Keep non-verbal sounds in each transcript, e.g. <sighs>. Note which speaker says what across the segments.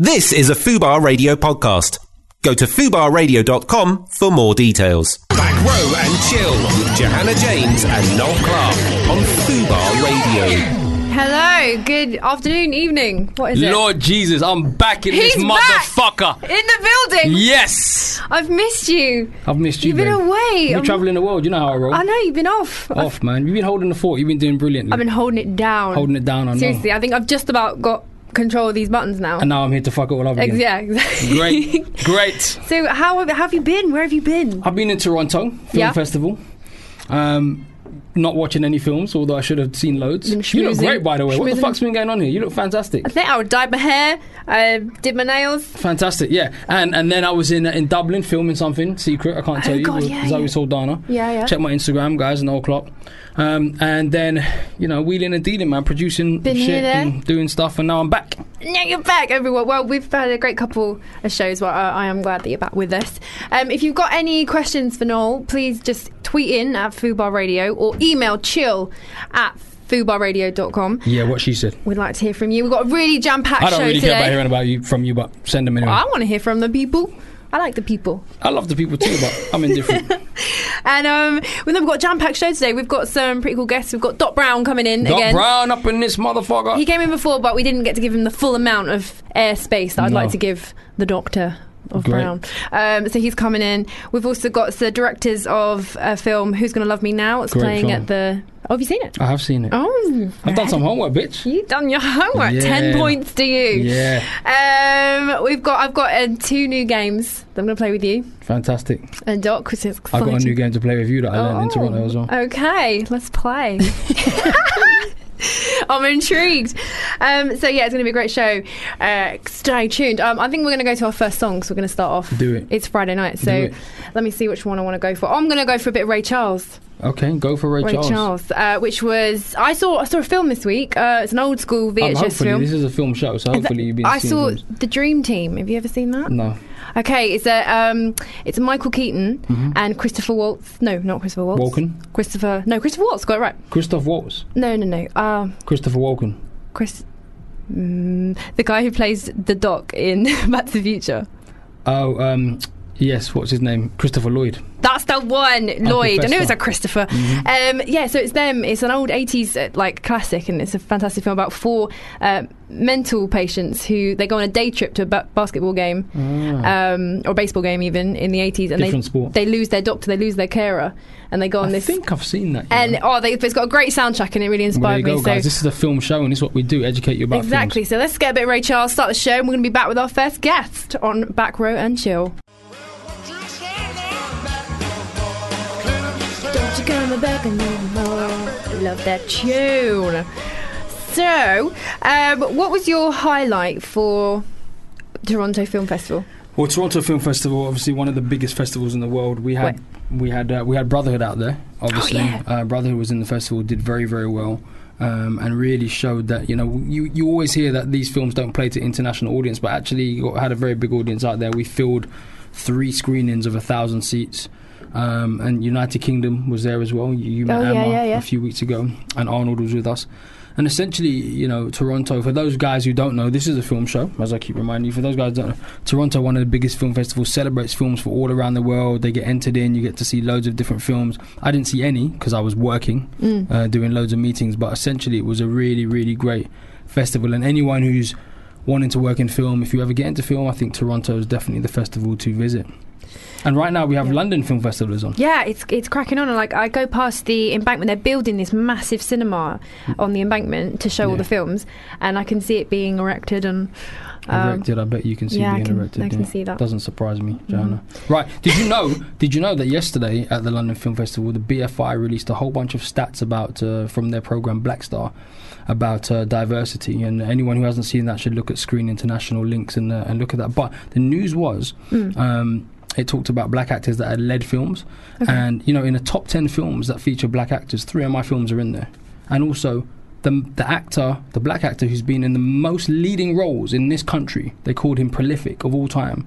Speaker 1: This is a Fubar Radio podcast. Go to fubarradio.com for more details. Back row and chill with Johanna James and Noel Clark on Fubar Radio.
Speaker 2: Hello, good afternoon, evening. What is
Speaker 3: Lord Jesus, I'm back in
Speaker 2: He's
Speaker 3: this
Speaker 2: back!
Speaker 3: motherfucker.
Speaker 2: it? In the building.
Speaker 3: Yes,
Speaker 2: I've missed you.
Speaker 3: I've missed you.
Speaker 2: You've been
Speaker 3: man.
Speaker 2: away.
Speaker 3: You've
Speaker 2: I'm-
Speaker 3: been traveling the world. You know how I roll.
Speaker 2: I know you've been off. I've,
Speaker 3: Off, man. You've been holding the fort. You've been doing brilliantly.
Speaker 2: I've been holding it down.
Speaker 3: holding it down. I know.
Speaker 2: Seriously, I think I've just about got control of these buttons now.
Speaker 3: And now I'm here to fuck it all over
Speaker 2: Ex-
Speaker 3: again.
Speaker 2: yeah, exactly. <laughs>
Speaker 3: Great, great.
Speaker 2: so how have, how have you been? Where have you been?
Speaker 3: I've been in Toronto Film
Speaker 2: Yeah.
Speaker 3: Festival. Um, not watching any films, although I should have seen loads.
Speaker 2: Been
Speaker 3: You look
Speaker 2: schmoozing-
Speaker 3: great, by the way. What the
Speaker 2: schmoozing.
Speaker 3: fuck's been going on here? You look fantastic.
Speaker 2: I think I dyed my hair, I did my nails.
Speaker 3: Fantastic, yeah. And and then I was in in Dublin filming something secret. I can't tell
Speaker 2: Oh,
Speaker 3: you.
Speaker 2: God,
Speaker 3: with
Speaker 2: yeah,
Speaker 3: Zoe
Speaker 2: yeah.
Speaker 3: Saldana.
Speaker 2: Yeah, yeah.
Speaker 3: Check my Instagram, guys, and all clock. Um, and then you know wheeling and dealing, man, producing
Speaker 2: Been
Speaker 3: shit
Speaker 2: here, there.
Speaker 3: and doing stuff, and now I'm back.
Speaker 2: Now you're back, everyone. Well, we've had a great couple of shows. Well, I I am glad that you're back with us. Um, if you've got any questions for Noel, please just tweet in at Fubar Radio or email chill at fubarradio.com.
Speaker 3: Yeah, what she said.
Speaker 2: We'd like to hear from you. We've got a really jam packed
Speaker 3: I don't
Speaker 2: show
Speaker 3: really
Speaker 2: today.
Speaker 3: care about hearing about you from you, but send them anyway.
Speaker 2: I want to hear from the people. I like the people.
Speaker 3: I love the people too, but I'm
Speaker 2: <laughs>
Speaker 3: indifferent.
Speaker 2: And um, well, then we've got a jam packed show today. We've got some pretty cool guests. We've got Dot Brown coming in
Speaker 3: Doc
Speaker 2: again.
Speaker 3: Brown up in this motherfucker.
Speaker 2: He came in before, but we didn't get to give him the full amount of airspace that I'd
Speaker 3: No.
Speaker 2: like to give the Doctor of
Speaker 3: Great.
Speaker 2: Brown. Um, so he's coming in. We've also got the directors of a film, Who's Gonna Love Me Now? It's
Speaker 3: Great
Speaker 2: playing
Speaker 3: film.
Speaker 2: at the. Oh, have you seen it?
Speaker 3: I have seen it.
Speaker 2: Oh,
Speaker 3: I've done some homework, bitch.
Speaker 2: You've done your homework.
Speaker 3: Yeah.
Speaker 2: Ten points to you.
Speaker 3: Yeah,
Speaker 2: Um, we've got. I've got uh, two new games that I'm going to play with you
Speaker 3: fantastic.
Speaker 2: and Doc, which is
Speaker 3: I've
Speaker 2: exciting.
Speaker 3: got a new game to play with you that I learned in
Speaker 2: Oh,
Speaker 3: Toronto as well.
Speaker 2: Okay, let's play. <laughs> I'm intrigued. Um, so yeah, it's going to be a great show. Uh, stay tuned. Um, I think we're going to go to our first song. So we're going to start off.
Speaker 3: Do it.
Speaker 2: It's Friday night,
Speaker 3: Do
Speaker 2: so
Speaker 3: it.
Speaker 2: let me see which one I want to go for. I'm going to go for a bit of Ray Charles.
Speaker 3: Okay, go for Ray,
Speaker 2: Ray Charles, uh, which was I saw. I saw a film this week. Uh, it's an old school
Speaker 3: Um,
Speaker 2: VHS
Speaker 3: hopefully,
Speaker 2: film.
Speaker 3: this is a film show, so hopefully you've been.
Speaker 2: I
Speaker 3: seeing
Speaker 2: saw
Speaker 3: films.
Speaker 2: the Dream Team. Have you ever seen that?
Speaker 3: No.
Speaker 2: Okay, it's a um, it's Michael Keaton and Christopher Waltz. No, not Christopher Waltz.
Speaker 3: Mm-hmm. Walken?
Speaker 2: Christopher. No, Christopher Waltz. Got it right.
Speaker 3: Christoph Waltz.
Speaker 2: No, no, no. Um,
Speaker 3: Christopher Walken.
Speaker 2: Chris, mm, the guy who plays the Doc in <laughs> Back to the Future.
Speaker 3: Oh, um, yes, what's his name? Christopher Lloyd.
Speaker 2: That's the one, Lloyd. I knew it was
Speaker 3: Professor.
Speaker 2: a Christopher.
Speaker 3: Mm-hmm.
Speaker 2: Um, yeah, so it's them. It's an old '80s uh, like classic, and it's a fantastic film about four uh, mental patients who they go on a day trip to a ba- basketball game
Speaker 3: Ah,
Speaker 2: um, or baseball game, even in the '80s, and
Speaker 3: Mm. Different
Speaker 2: they
Speaker 3: sport.
Speaker 2: they lose their doctor, they lose their carer, and they go on
Speaker 3: I
Speaker 2: this.
Speaker 3: think I've seen that. you
Speaker 2: and
Speaker 3: know.
Speaker 2: oh, they, it's got a great soundtrack, and it really
Speaker 3: well, there
Speaker 2: inspired
Speaker 3: you go,
Speaker 2: me. so
Speaker 3: guys. This is a film show, and this is what we do: educate you about films.
Speaker 2: Exactly. So let's get a bit of Ray Charles, start the show, and we're going to be back with our first guest on Back Row and Chill. Don't you come back no more. Love that tune. So, um, what was your highlight for Toronto Film Festival?
Speaker 3: Well, Toronto Film Festival, obviously one of the biggest festivals in the world. We had we had uh, we had Brotherhood out there. Obviously,
Speaker 2: Oh, yeah.
Speaker 3: uh, Brotherhood was in the festival, did very very well, um, and really showed that you know you you always hear that these films don't play to international audience, but actually you got- had a very big audience out there. We filled three screenings of a thousand seats. Um, and United Kingdom was there as well. You, you met
Speaker 2: Oh, yeah,
Speaker 3: Emma
Speaker 2: yeah, yeah.
Speaker 3: a few weeks ago, and Arnold was with us. And essentially, you know, Toronto, for those guys who don't know, this is a film show, as I keep reminding you. For those guys who don't know, Toronto, one of the biggest film festivals, celebrates films from all around the world. They get entered in, you get to see loads of different films. I didn't see any because I was working, uh, doing loads of meetings, but essentially, it was a really, really great festival. And anyone who's wanting to work in film, if you ever get into film, I think Toronto is definitely the festival to visit. And right now, we have London Film Festival is on.
Speaker 2: Yeah, it's it's cracking on. And like I go past the embankment, they're building this massive cinema on the embankment to show all
Speaker 3: Yeah.
Speaker 2: the films, and I can see it being erected and. um,
Speaker 3: erected. I bet you can see
Speaker 2: yeah, I
Speaker 3: being
Speaker 2: can-
Speaker 3: erected.
Speaker 2: I can
Speaker 3: yeah.
Speaker 2: see that. Mm-hmm.
Speaker 3: Doesn't surprise me, Johanna. Right? Did you know? did you know that yesterday at the London Film Festival, the BFI released a whole bunch of stats about uh, from their program Black Star about uh, diversity, and anyone who hasn't seen that should look at Screen International links and uh, and look at that. But the news was.
Speaker 2: Mm.
Speaker 3: Um, it talked about black actors that had led films, and you know, in the top ten films that feature black actors, three of my films are in there, and also the, the actor, the black actor who's been in the most leading roles in this country, they called him prolific of all time,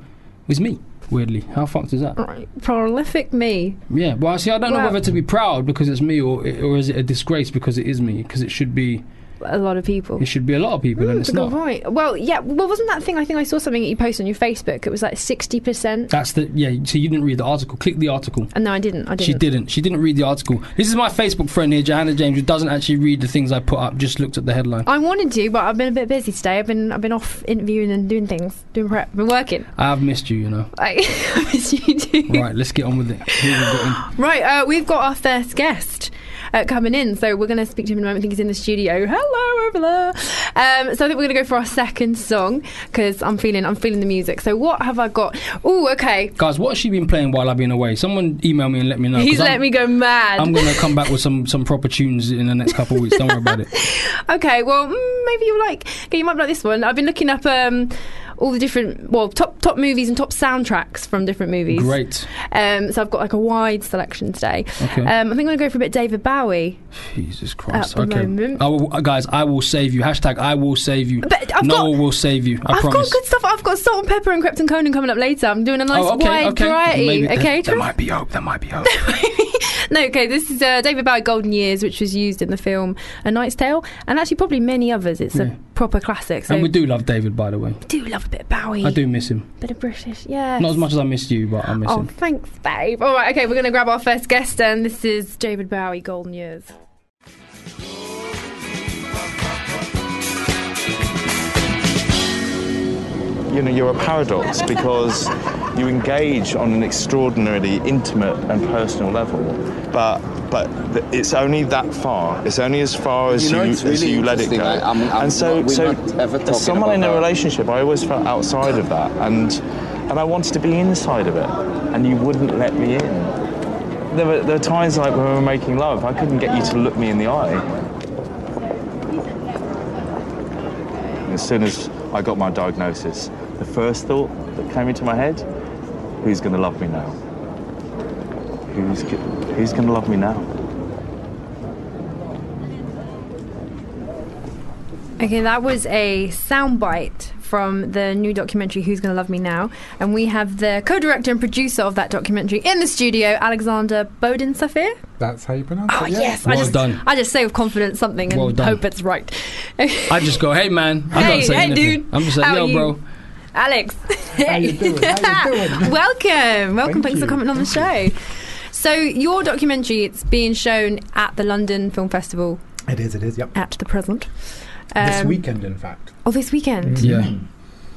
Speaker 3: was me. Weirdly, how fucked is that?
Speaker 2: Right, prolific me.
Speaker 3: Yeah, well, see, I don't know
Speaker 2: Well-
Speaker 3: whether to be proud because it's me, or or is it a disgrace because it is me? Because it should be
Speaker 2: a lot of people.
Speaker 3: It should be a lot of people, and
Speaker 2: That's
Speaker 3: it's
Speaker 2: a
Speaker 3: not.
Speaker 2: good point. Well, yeah. Well, wasn't that thing? I think I saw something that you posted on your Facebook. It was like sixty percent.
Speaker 3: That's the yeah. So you didn't read the article. Click the article.
Speaker 2: And no, I didn't. I didn't.
Speaker 3: She didn't. She didn't read the article. This is my Facebook friend here, Johanna James, who doesn't actually read the things I put up. Just looked at the headline.
Speaker 2: I wanted to, but I've been a bit busy today. I've been I've been off interviewing and doing things, doing prep, been working.
Speaker 3: I have missed you, you know.
Speaker 2: Like, I <laughs> miss you too.
Speaker 3: Right, let's get on with it. Who have we got
Speaker 2: Right, uh, we've got our first guest uh, coming in, so we're going to speak to him in a moment. I think he's in the studio. Hello, over there. Um, so I think we're going to go for our second song because I'm feeling I'm feeling the music. So what have I got? Oh, okay.
Speaker 3: in? Guys, what has she been playing while I've been away? Someone email me and let me know. 'cause
Speaker 2: He's
Speaker 3: I'm,
Speaker 2: let me go mad.
Speaker 3: I'm gonna come back with some some proper tunes in the next couple of weeks. Don't worry about it.
Speaker 2: <laughs> okay, well mm, maybe you'll like. Okay, you might like this one. I've been looking up um, all the different well top top movies and top soundtracks from different movies.
Speaker 3: Great.
Speaker 2: Um, so I've got like a wide selection today.
Speaker 3: Okay.
Speaker 2: Um, I think I'm going to go for a bit David Bowie.
Speaker 3: Jesus Christ.
Speaker 2: At the
Speaker 3: okay.
Speaker 2: moment-
Speaker 3: I will, uh, guys, I will save you. Hashtag I will save you.
Speaker 2: But I've
Speaker 3: Noah
Speaker 2: got-
Speaker 3: will save you. I
Speaker 2: have
Speaker 3: promise.
Speaker 2: got good stuff. I've got Salt and Pepper and Krypton Conan coming up later. I'm doing a nice
Speaker 3: oh, okay,
Speaker 2: wide
Speaker 3: okay.
Speaker 2: variety.
Speaker 3: Maybe there-
Speaker 2: okay.
Speaker 3: There, might be hope. There might be hope.
Speaker 2: no, okay. This is uh, David Bowie Golden Years, which was used in the film A Knight's Tale, and actually probably many others. It's
Speaker 3: Yeah.
Speaker 2: a proper classic. <laughs> So
Speaker 3: and we do love David, by the way.
Speaker 2: I do love a bit of Bowie.
Speaker 3: I do miss him.
Speaker 2: Bit of British. Yeah.
Speaker 3: Not as much as I miss you, but I miss
Speaker 2: Oh,
Speaker 3: him.
Speaker 2: thanks, babe. All right, okay, we're going to grab our first guest, and this is David Bowie, Golden Years.
Speaker 4: you know you're a paradox because you engage on an extraordinarily intimate and personal level but but th- it's only that far it's only as far as
Speaker 5: You
Speaker 4: you,
Speaker 5: know, it's
Speaker 4: as
Speaker 5: really
Speaker 4: you let it
Speaker 5: interesting.
Speaker 4: go
Speaker 5: I- I'm- I'm
Speaker 4: and so
Speaker 5: not- we're
Speaker 4: so
Speaker 5: not ever talking
Speaker 4: as someone in
Speaker 5: about
Speaker 4: a
Speaker 5: that.
Speaker 4: relationship i always felt outside of that and and i wanted to be inside of it and you wouldn't let me in there were, there were times like when we were making love i couldn't get you to look me in the eye As soon as I got my diagnosis, the first thought that came into my head, who's going to love me now? Who's, go- who's going to love me now?
Speaker 2: Okay, that was a soundbite from the new documentary Who's Gonna Love Me Now, and we have the co-director and producer of that documentary in the studio, Alexander Bowden Safir.
Speaker 6: That's how you pronounce
Speaker 2: Oh
Speaker 6: it. Yeah.
Speaker 2: yes, I
Speaker 3: Well
Speaker 2: just
Speaker 3: done.
Speaker 2: I just say with confidence something and
Speaker 3: Well done.
Speaker 2: hope it's right.
Speaker 3: I just go, hey man. I'm
Speaker 2: Hey,
Speaker 3: not saying
Speaker 2: hey,
Speaker 3: anything.
Speaker 2: dude.
Speaker 3: I'm just like,
Speaker 2: How
Speaker 3: yo,
Speaker 2: are you?"
Speaker 3: bro.
Speaker 2: Alex, how
Speaker 6: you doing? How you doing?
Speaker 2: <laughs> welcome, welcome. thanks for
Speaker 6: you.
Speaker 2: coming on the show. So your documentary it's being shown at the London Film Festival
Speaker 6: It is, it is, yep.
Speaker 2: at the present.
Speaker 6: this
Speaker 2: Um,
Speaker 6: weekend, in fact.
Speaker 2: Oh, this weekend.
Speaker 3: Yeah.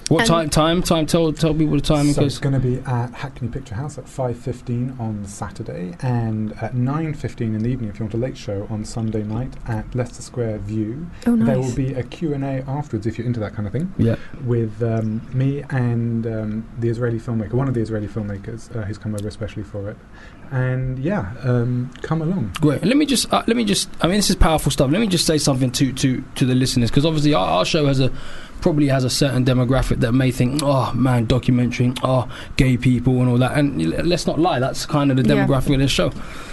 Speaker 3: What
Speaker 2: Mm. And-
Speaker 3: time? Time? Time? Tell tell people the time in
Speaker 6: so
Speaker 3: case.
Speaker 6: it's going to Um, be at Hackney Picture House at 5.15 on Saturday and at 9.15 in the evening if you want a late show on Sunday night at Leicester Square View.
Speaker 2: Oh, nice.
Speaker 6: There will be a Q&A afterwards if you're into that kind of thing
Speaker 3: Yeah.
Speaker 6: with um, me and um, the Israeli filmmaker, one of the Israeli filmmakers uh, who's come over especially for it. And yeah, um, come along.
Speaker 3: Great. Let me just uh, let me just. I mean, this is powerful stuff. Let me just say something to to to the listeners because obviously our, our show has a probably has a certain demographic that may think, oh man, documentary, oh gay people and all that. And l- let's not lie, that's kind of the
Speaker 2: Yeah.
Speaker 3: demographic of this show.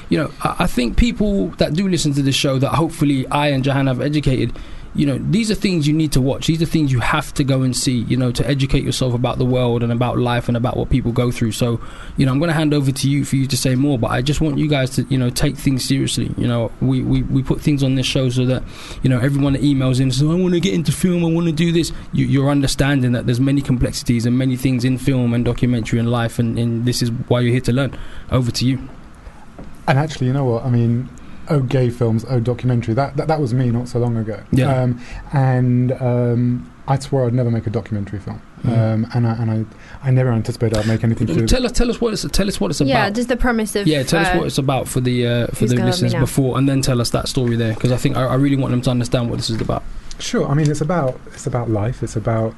Speaker 3: You know, I, I think people that do listen to this show that hopefully I and Johanna have educated. You know, these are things you need to watch. These are things you have to go and see. You know, to educate yourself about the world and about life and about what people go through. So, you know, I'm going to hand over to you for you to say more, but I just want you guys to, you know, take things seriously. You know, we, we, we put things on this show so that, you know, everyone that emails in says, I want to get into film, I want to do this. You, you're understanding that there's many complexities and many things in film and documentary and life, and, and this is why you're here to learn. Over to you.
Speaker 6: And actually, you know what? I mean, oh, gay films, oh, documentary. That that, that was me not so long ago.
Speaker 3: Yeah.
Speaker 6: Um, and um, I swore I'd never make a documentary film.
Speaker 3: Mm.
Speaker 6: Um, and I, and I, I never anticipated I'd make anything to do.
Speaker 3: Tell us, tell us what it's, tell us what it's
Speaker 2: yeah,
Speaker 3: about.
Speaker 2: just the premise of
Speaker 3: yeah, tell us
Speaker 2: uh,
Speaker 3: what it's about for the uh, for
Speaker 2: Who's
Speaker 3: the
Speaker 2: Gonna Love Me
Speaker 3: listeners
Speaker 2: Now?
Speaker 3: before, and then tell us that story there because I think I, I really want them to understand what this is about.
Speaker 6: Sure. I mean, it's about it's about life. It's about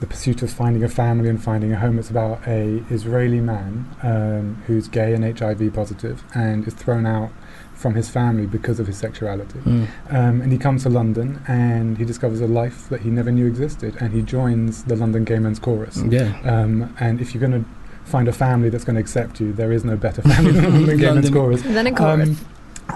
Speaker 6: the pursuit of finding a family and finding a home. It's about a Israeli man um, who's gay and HIV positive and is thrown out from his family because of his sexuality. Um, and he comes to London and he discovers a life that he never knew existed and he joins the London Gay Men's Chorus.
Speaker 3: Yeah,
Speaker 6: Um, and if you're going to find a <laughs> family that's going to accept you, there is no better family than the London Gay Men's
Speaker 3: London.
Speaker 6: Chorus.
Speaker 2: Then a chorus.
Speaker 6: Um,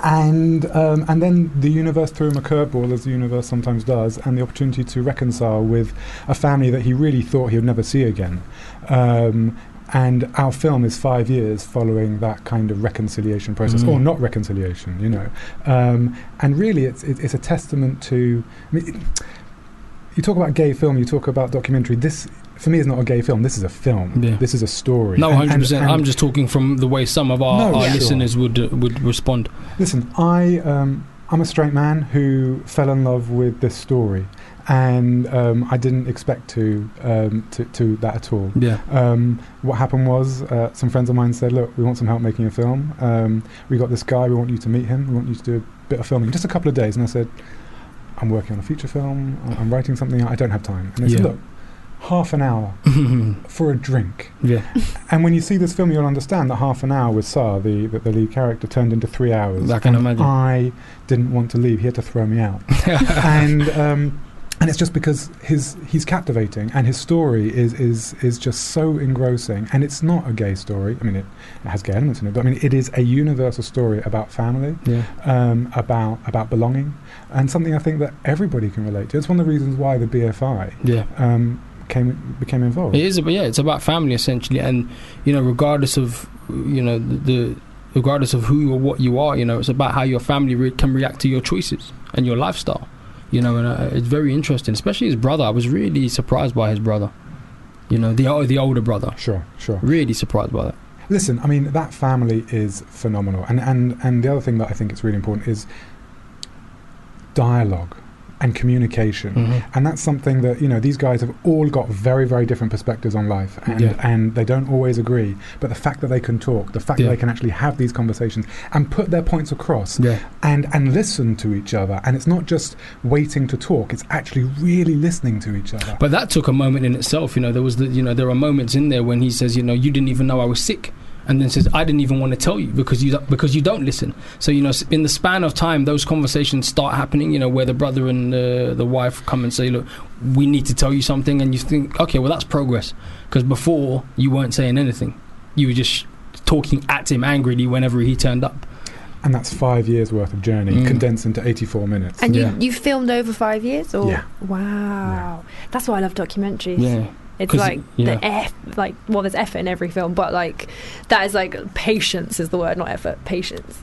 Speaker 6: and um, and then the universe threw him a curveball, as the universe sometimes does, and the opportunity to reconcile with a family that he really thought he would never see again. Um, and our film is five years following that kind of reconciliation process,
Speaker 3: Mm.
Speaker 6: or not reconciliation, you know. Um, and really, it's it, it's a testament to. I mean, it- you talk about gay film, you talk about documentary. This, for me, is not a gay film. This is a film.
Speaker 3: Yeah.
Speaker 6: This is a story.
Speaker 3: No,
Speaker 6: And- and-
Speaker 3: hundred percent.
Speaker 6: and-
Speaker 3: I'm just talking from the way some of our,
Speaker 6: No,
Speaker 3: our
Speaker 6: yeah.
Speaker 3: listeners would uh, would respond.
Speaker 6: Listen, I um, I'm a straight man who fell in love with this story, and um, I didn't expect to, um, to to that at all.
Speaker 3: Yeah,
Speaker 6: Um, what happened was uh, some friends of mine said, "Look, we want some help making a film. Um, we got this guy. We want you to meet him. We want you to do a bit of filming, just a couple of days." And I said, "I'm working on a feature film. I- I'm writing something. I don't have time." And they said,
Speaker 3: Yeah.
Speaker 6: "Look, half an hour <laughs> for a drink."
Speaker 3: yeah,
Speaker 6: And when you see this film, you'll understand that half an hour with Saar, the, the, the lead character, turned into three hours.
Speaker 3: I can
Speaker 6: And
Speaker 3: imagine.
Speaker 6: I didn't want to leave. He had to throw me
Speaker 3: <laughs>
Speaker 6: out. and um, and it's just because his he's captivating and his story is, is, is just so engrossing. And it's not a gay story. I mean, it, it has gay elements in it, but I mean, it is a universal story about family,
Speaker 3: yeah.
Speaker 6: um, about, about belonging, and something I think that everybody can relate to. It's one of the reasons why the BFI
Speaker 3: Yeah,
Speaker 6: um, came, became involved.
Speaker 3: it is. But yeah, it's about family essentially, and you know, regardless of you know the, the regardless of who you or what you are, you know, it's about how your family re- can react to your choices and your lifestyle. You know, and uh, it's very interesting, especially his brother. I was really surprised by his brother. You know, the o- the older brother.
Speaker 6: Sure, sure.
Speaker 3: Really surprised by that.
Speaker 6: Listen, I mean that family is phenomenal, and and and the other thing that I think is really important is dialogue and communication,
Speaker 3: Mm-hmm.
Speaker 6: and that's something that you know these guys have all got very very different perspectives on life, and
Speaker 3: Yeah.
Speaker 6: and they don't always agree. But the fact that they can talk, the fact
Speaker 3: Yeah.
Speaker 6: that they can actually have these conversations and put their points across,
Speaker 3: Yeah,
Speaker 6: and and listen to each other, and it's not just waiting to talk; it's actually really listening to each other.
Speaker 3: But that took a moment in itself. You know, there was the, you know there are moments in there when he says, you know, you didn't even know I was sick, and then says, I didn't even want to tell you because you because you don't listen. So you know, s- in the span of time, those conversations start happening. You know, where the brother and the the wife come and say, look, we need to tell you something, and you think, okay, well that's progress, because before you weren't saying anything, you were just talking at him angrily whenever he turned up.
Speaker 6: and that's five years worth of journey
Speaker 3: Mm.
Speaker 6: condensed into eighty-four minutes.
Speaker 2: And
Speaker 3: Yeah.
Speaker 2: you, you filmed over five years, or
Speaker 6: Yeah.
Speaker 2: wow, that's why I love documentaries. It's
Speaker 3: 'Cause
Speaker 2: like
Speaker 3: it- yeah.
Speaker 2: the F, like well, there's effort in every film, but like that is like patience is the word, not effort. Patience.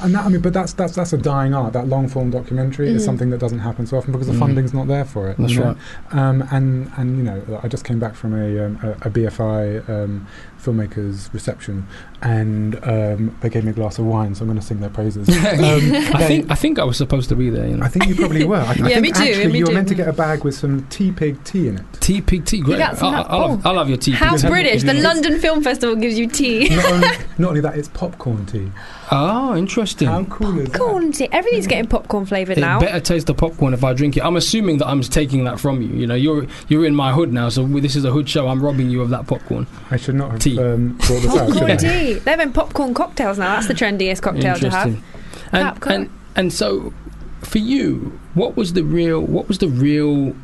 Speaker 6: And that, I mean, but that's that's that's a dying art. That long form documentary is
Speaker 2: Mm.
Speaker 6: something that doesn't happen so often because the
Speaker 3: Mm.
Speaker 6: funding's not there for it.
Speaker 3: That's
Speaker 6: you know?
Speaker 3: right.
Speaker 6: Um, and and you know, I just came back from a um, a, a BFI um, filmmakers reception, and um, they gave me a glass of wine, so I'm going to sing their
Speaker 3: <laughs>
Speaker 6: <laughs> praises.
Speaker 3: I
Speaker 6: they-
Speaker 3: think Um, I think I was supposed to be there. You know,
Speaker 6: I think you probably were. I, I
Speaker 2: <laughs> Yeah,
Speaker 6: think
Speaker 2: me too,
Speaker 6: Actually,
Speaker 2: me
Speaker 6: you were
Speaker 2: too. Mm.
Speaker 6: meant to get a bag with some tea pig tea in it.
Speaker 3: T P T. Great.
Speaker 2: that's
Speaker 3: I, I,
Speaker 2: not-
Speaker 3: I love I love your T P T.
Speaker 2: How
Speaker 6: because I'm-
Speaker 2: British! The
Speaker 6: it's-
Speaker 2: London Film Festival gives you tea.
Speaker 6: Not only, not only that, it's popcorn tea.
Speaker 3: Oh, interesting.
Speaker 6: How cool is that?
Speaker 2: <laughs> Corn tea. Everything's getting popcorn flavored
Speaker 3: It
Speaker 2: now.
Speaker 3: better taste the popcorn if I drink it. I'm assuming that I'm taking that from you. You know, you're you're in my hood now, so we- this is a hood show. I'm robbing you of that popcorn.
Speaker 6: I should not have
Speaker 3: Tea.
Speaker 6: um, brought this out.
Speaker 2: Popcorn
Speaker 6: shouldn't I?
Speaker 2: tea. They're having popcorn cocktails now. That's the trendiest cocktail to have.
Speaker 3: And,
Speaker 2: Popcorn.
Speaker 3: and and so, for you, what was the real what was the real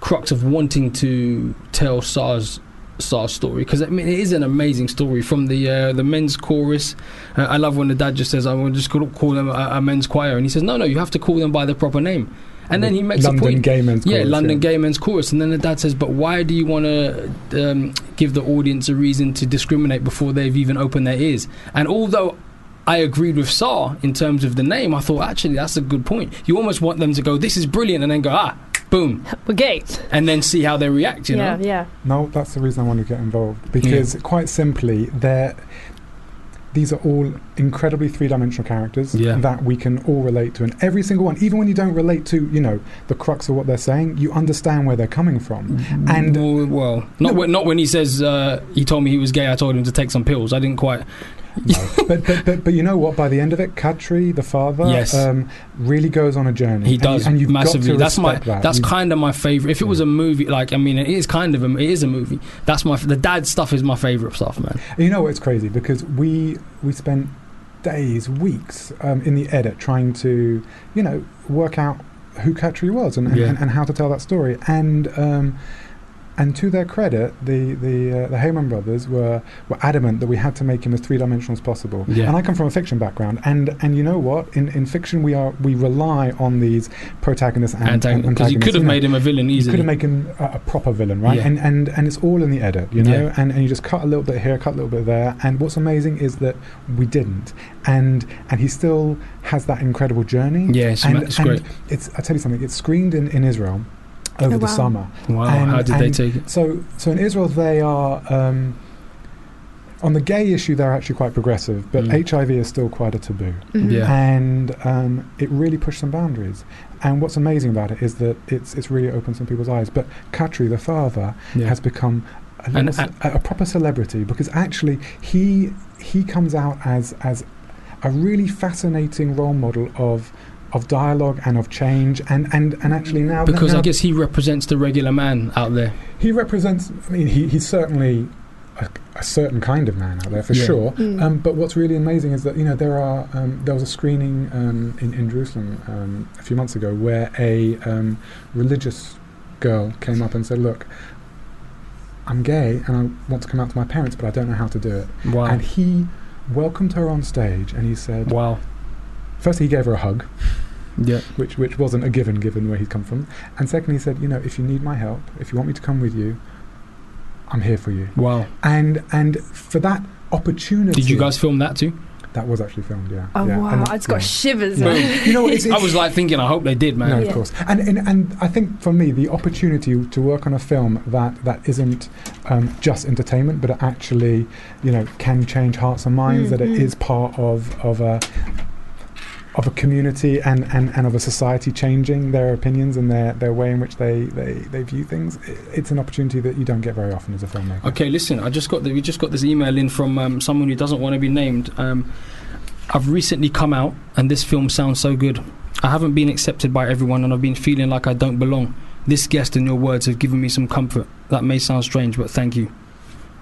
Speaker 3: crux of wanting to tell SARS SARS story? Because I mean, it is an amazing story from the uh, the men's chorus. Uh, I love when the dad just says, "I want to just call, call them a, a men's choir," and he says, "No, no, you have to call them by their proper name." And then he makes a
Speaker 6: London
Speaker 3: point.
Speaker 6: Gay Men's
Speaker 3: Yeah,
Speaker 6: Chorus,
Speaker 3: London Gay Men's Chorus. And then the dad says, But why do you want to um, give the audience a reason to discriminate before they've even opened their ears? And although I agreed with Saar in terms of the name, I thought, actually, that's a good point. You almost want them to go, This is brilliant, and then go, Ah, boom,
Speaker 2: We're gay.
Speaker 3: and then see how they react, you
Speaker 2: Yeah,
Speaker 3: know?
Speaker 2: yeah.
Speaker 6: No, that's the reason I want to get involved because, quite simply, they're these are all incredibly three-dimensional characters
Speaker 3: Yeah.
Speaker 6: that we can all relate to, and every single one, even when you don't relate to, you know, the crux of what they're saying, you understand where they're coming from. And
Speaker 3: Mm-hmm. well, well, not when, not when he says uh, he told me he was gay. I told him to take some pills. I didn't quite.
Speaker 6: <laughs> but, but but but you know what? By the end of it, Katri, the father,
Speaker 3: Yes.
Speaker 6: um, really goes on a journey.
Speaker 3: He
Speaker 6: and you-
Speaker 3: does
Speaker 6: and, you've
Speaker 3: massively.
Speaker 6: Got to
Speaker 3: that's my.
Speaker 6: respect that.
Speaker 3: That's
Speaker 6: You've-
Speaker 3: kind of my favorite. If it was a movie, like I mean, it is kind of a. It is a movie. That's my. f- The dad stuff is my favorite stuff, man.
Speaker 6: And You know what's crazy because we we spent days, weeks um, in the edit trying to you know work out who Katri was and, and,
Speaker 3: Yeah.
Speaker 6: and, how to tell that story and. Um, And to their credit, the the uh, the Heyman brothers were were adamant that we had to make him as three dimensional as possible.
Speaker 3: Yeah.
Speaker 6: And I come from a fiction background, and and you know what? In in fiction, we are we rely on these protagonists and
Speaker 3: Antagon-
Speaker 6: antagonists.
Speaker 3: because you could have
Speaker 6: know.
Speaker 3: made him a villain
Speaker 6: You
Speaker 3: easily.
Speaker 6: could have made him a, a proper villain, right?
Speaker 3: Yeah.
Speaker 6: And and and it's all in the edit, you know.
Speaker 3: Yeah.
Speaker 6: And and you just cut a little bit here, cut a little bit there. And what's amazing is that we didn't. And and he still has that incredible journey.
Speaker 3: yeah, it's,
Speaker 6: and,
Speaker 3: ma- it's
Speaker 6: and
Speaker 3: great.
Speaker 6: it's I tell you something. It's screened in in Israel over
Speaker 2: Oh,
Speaker 6: the
Speaker 2: wow.
Speaker 6: summer.
Speaker 3: Wow,
Speaker 6: and-
Speaker 3: how did they
Speaker 6: and-
Speaker 3: take it?
Speaker 6: So, so in Israel, they are um, on the gay issue. They're actually quite progressive, but
Speaker 3: Mm.
Speaker 6: HIV is still quite a taboo,
Speaker 2: Mhm.
Speaker 3: Yeah.
Speaker 6: and um, it really pushed some boundaries. And what's amazing about it is that it's it's really opened some people's eyes. But Katri, the father,
Speaker 3: Yeah.
Speaker 6: has become a,
Speaker 3: An
Speaker 6: little ce- a, a proper celebrity because actually he he comes out as as a really fascinating role model of of dialogue and of change and and and actually now
Speaker 3: Because
Speaker 6: now
Speaker 3: I guess he represents the regular man out there.
Speaker 6: he <laughs> represents. I mean, he, he's certainly a, a certain kind of man out there for
Speaker 3: Yeah.
Speaker 6: sure.
Speaker 2: Mm.
Speaker 6: Um, but what's really amazing is that you know there are um, there was a screening um, in in Jerusalem um, a few months ago where a um, religious girl came up and said, "Look." I'm gay and I want to come out to my parents, but I don't know how to do it.
Speaker 3: Wow.
Speaker 6: And he welcomed her on stage and he said,
Speaker 3: Wow.
Speaker 6: first, he gave her a hug,
Speaker 3: Yeah.
Speaker 6: which, which wasn't a given given where he'd come from. And second, he said, You know, if you need my help, if you want me to come with you, I'm here for you
Speaker 3: Wow.
Speaker 6: and and for that opportunity
Speaker 3: Did you guys film that too?
Speaker 6: that was actually filmed yeah
Speaker 2: Oh
Speaker 6: yeah.
Speaker 2: wow!
Speaker 6: And-
Speaker 2: I just got
Speaker 6: yeah.
Speaker 2: shivers.
Speaker 3: No.
Speaker 2: man.
Speaker 6: you
Speaker 3: <laughs>
Speaker 6: know it's, it's,
Speaker 3: I was like thinking, I hope they did, man.
Speaker 6: no
Speaker 2: Yeah.
Speaker 6: of course and, and and i think for me the opportunity to work on a film that that isn't um, just entertainment but it actually you know can change hearts and minds that it
Speaker 2: Mhm.
Speaker 6: is part of of a of a community and, and, and of a society changing their opinions and their, their way in which they, they, they view things. I- It's an opportunity that you don't get very often as a filmmaker.
Speaker 3: Okay, listen. I just got the, we just got this email in from um, someone who doesn't want to be named. Um, I've recently come out, and this film sounds so good. I haven't been accepted by everyone, and I've been feeling like I don't belong. This guest and your words have given me some comfort. That may sound strange, but thank you,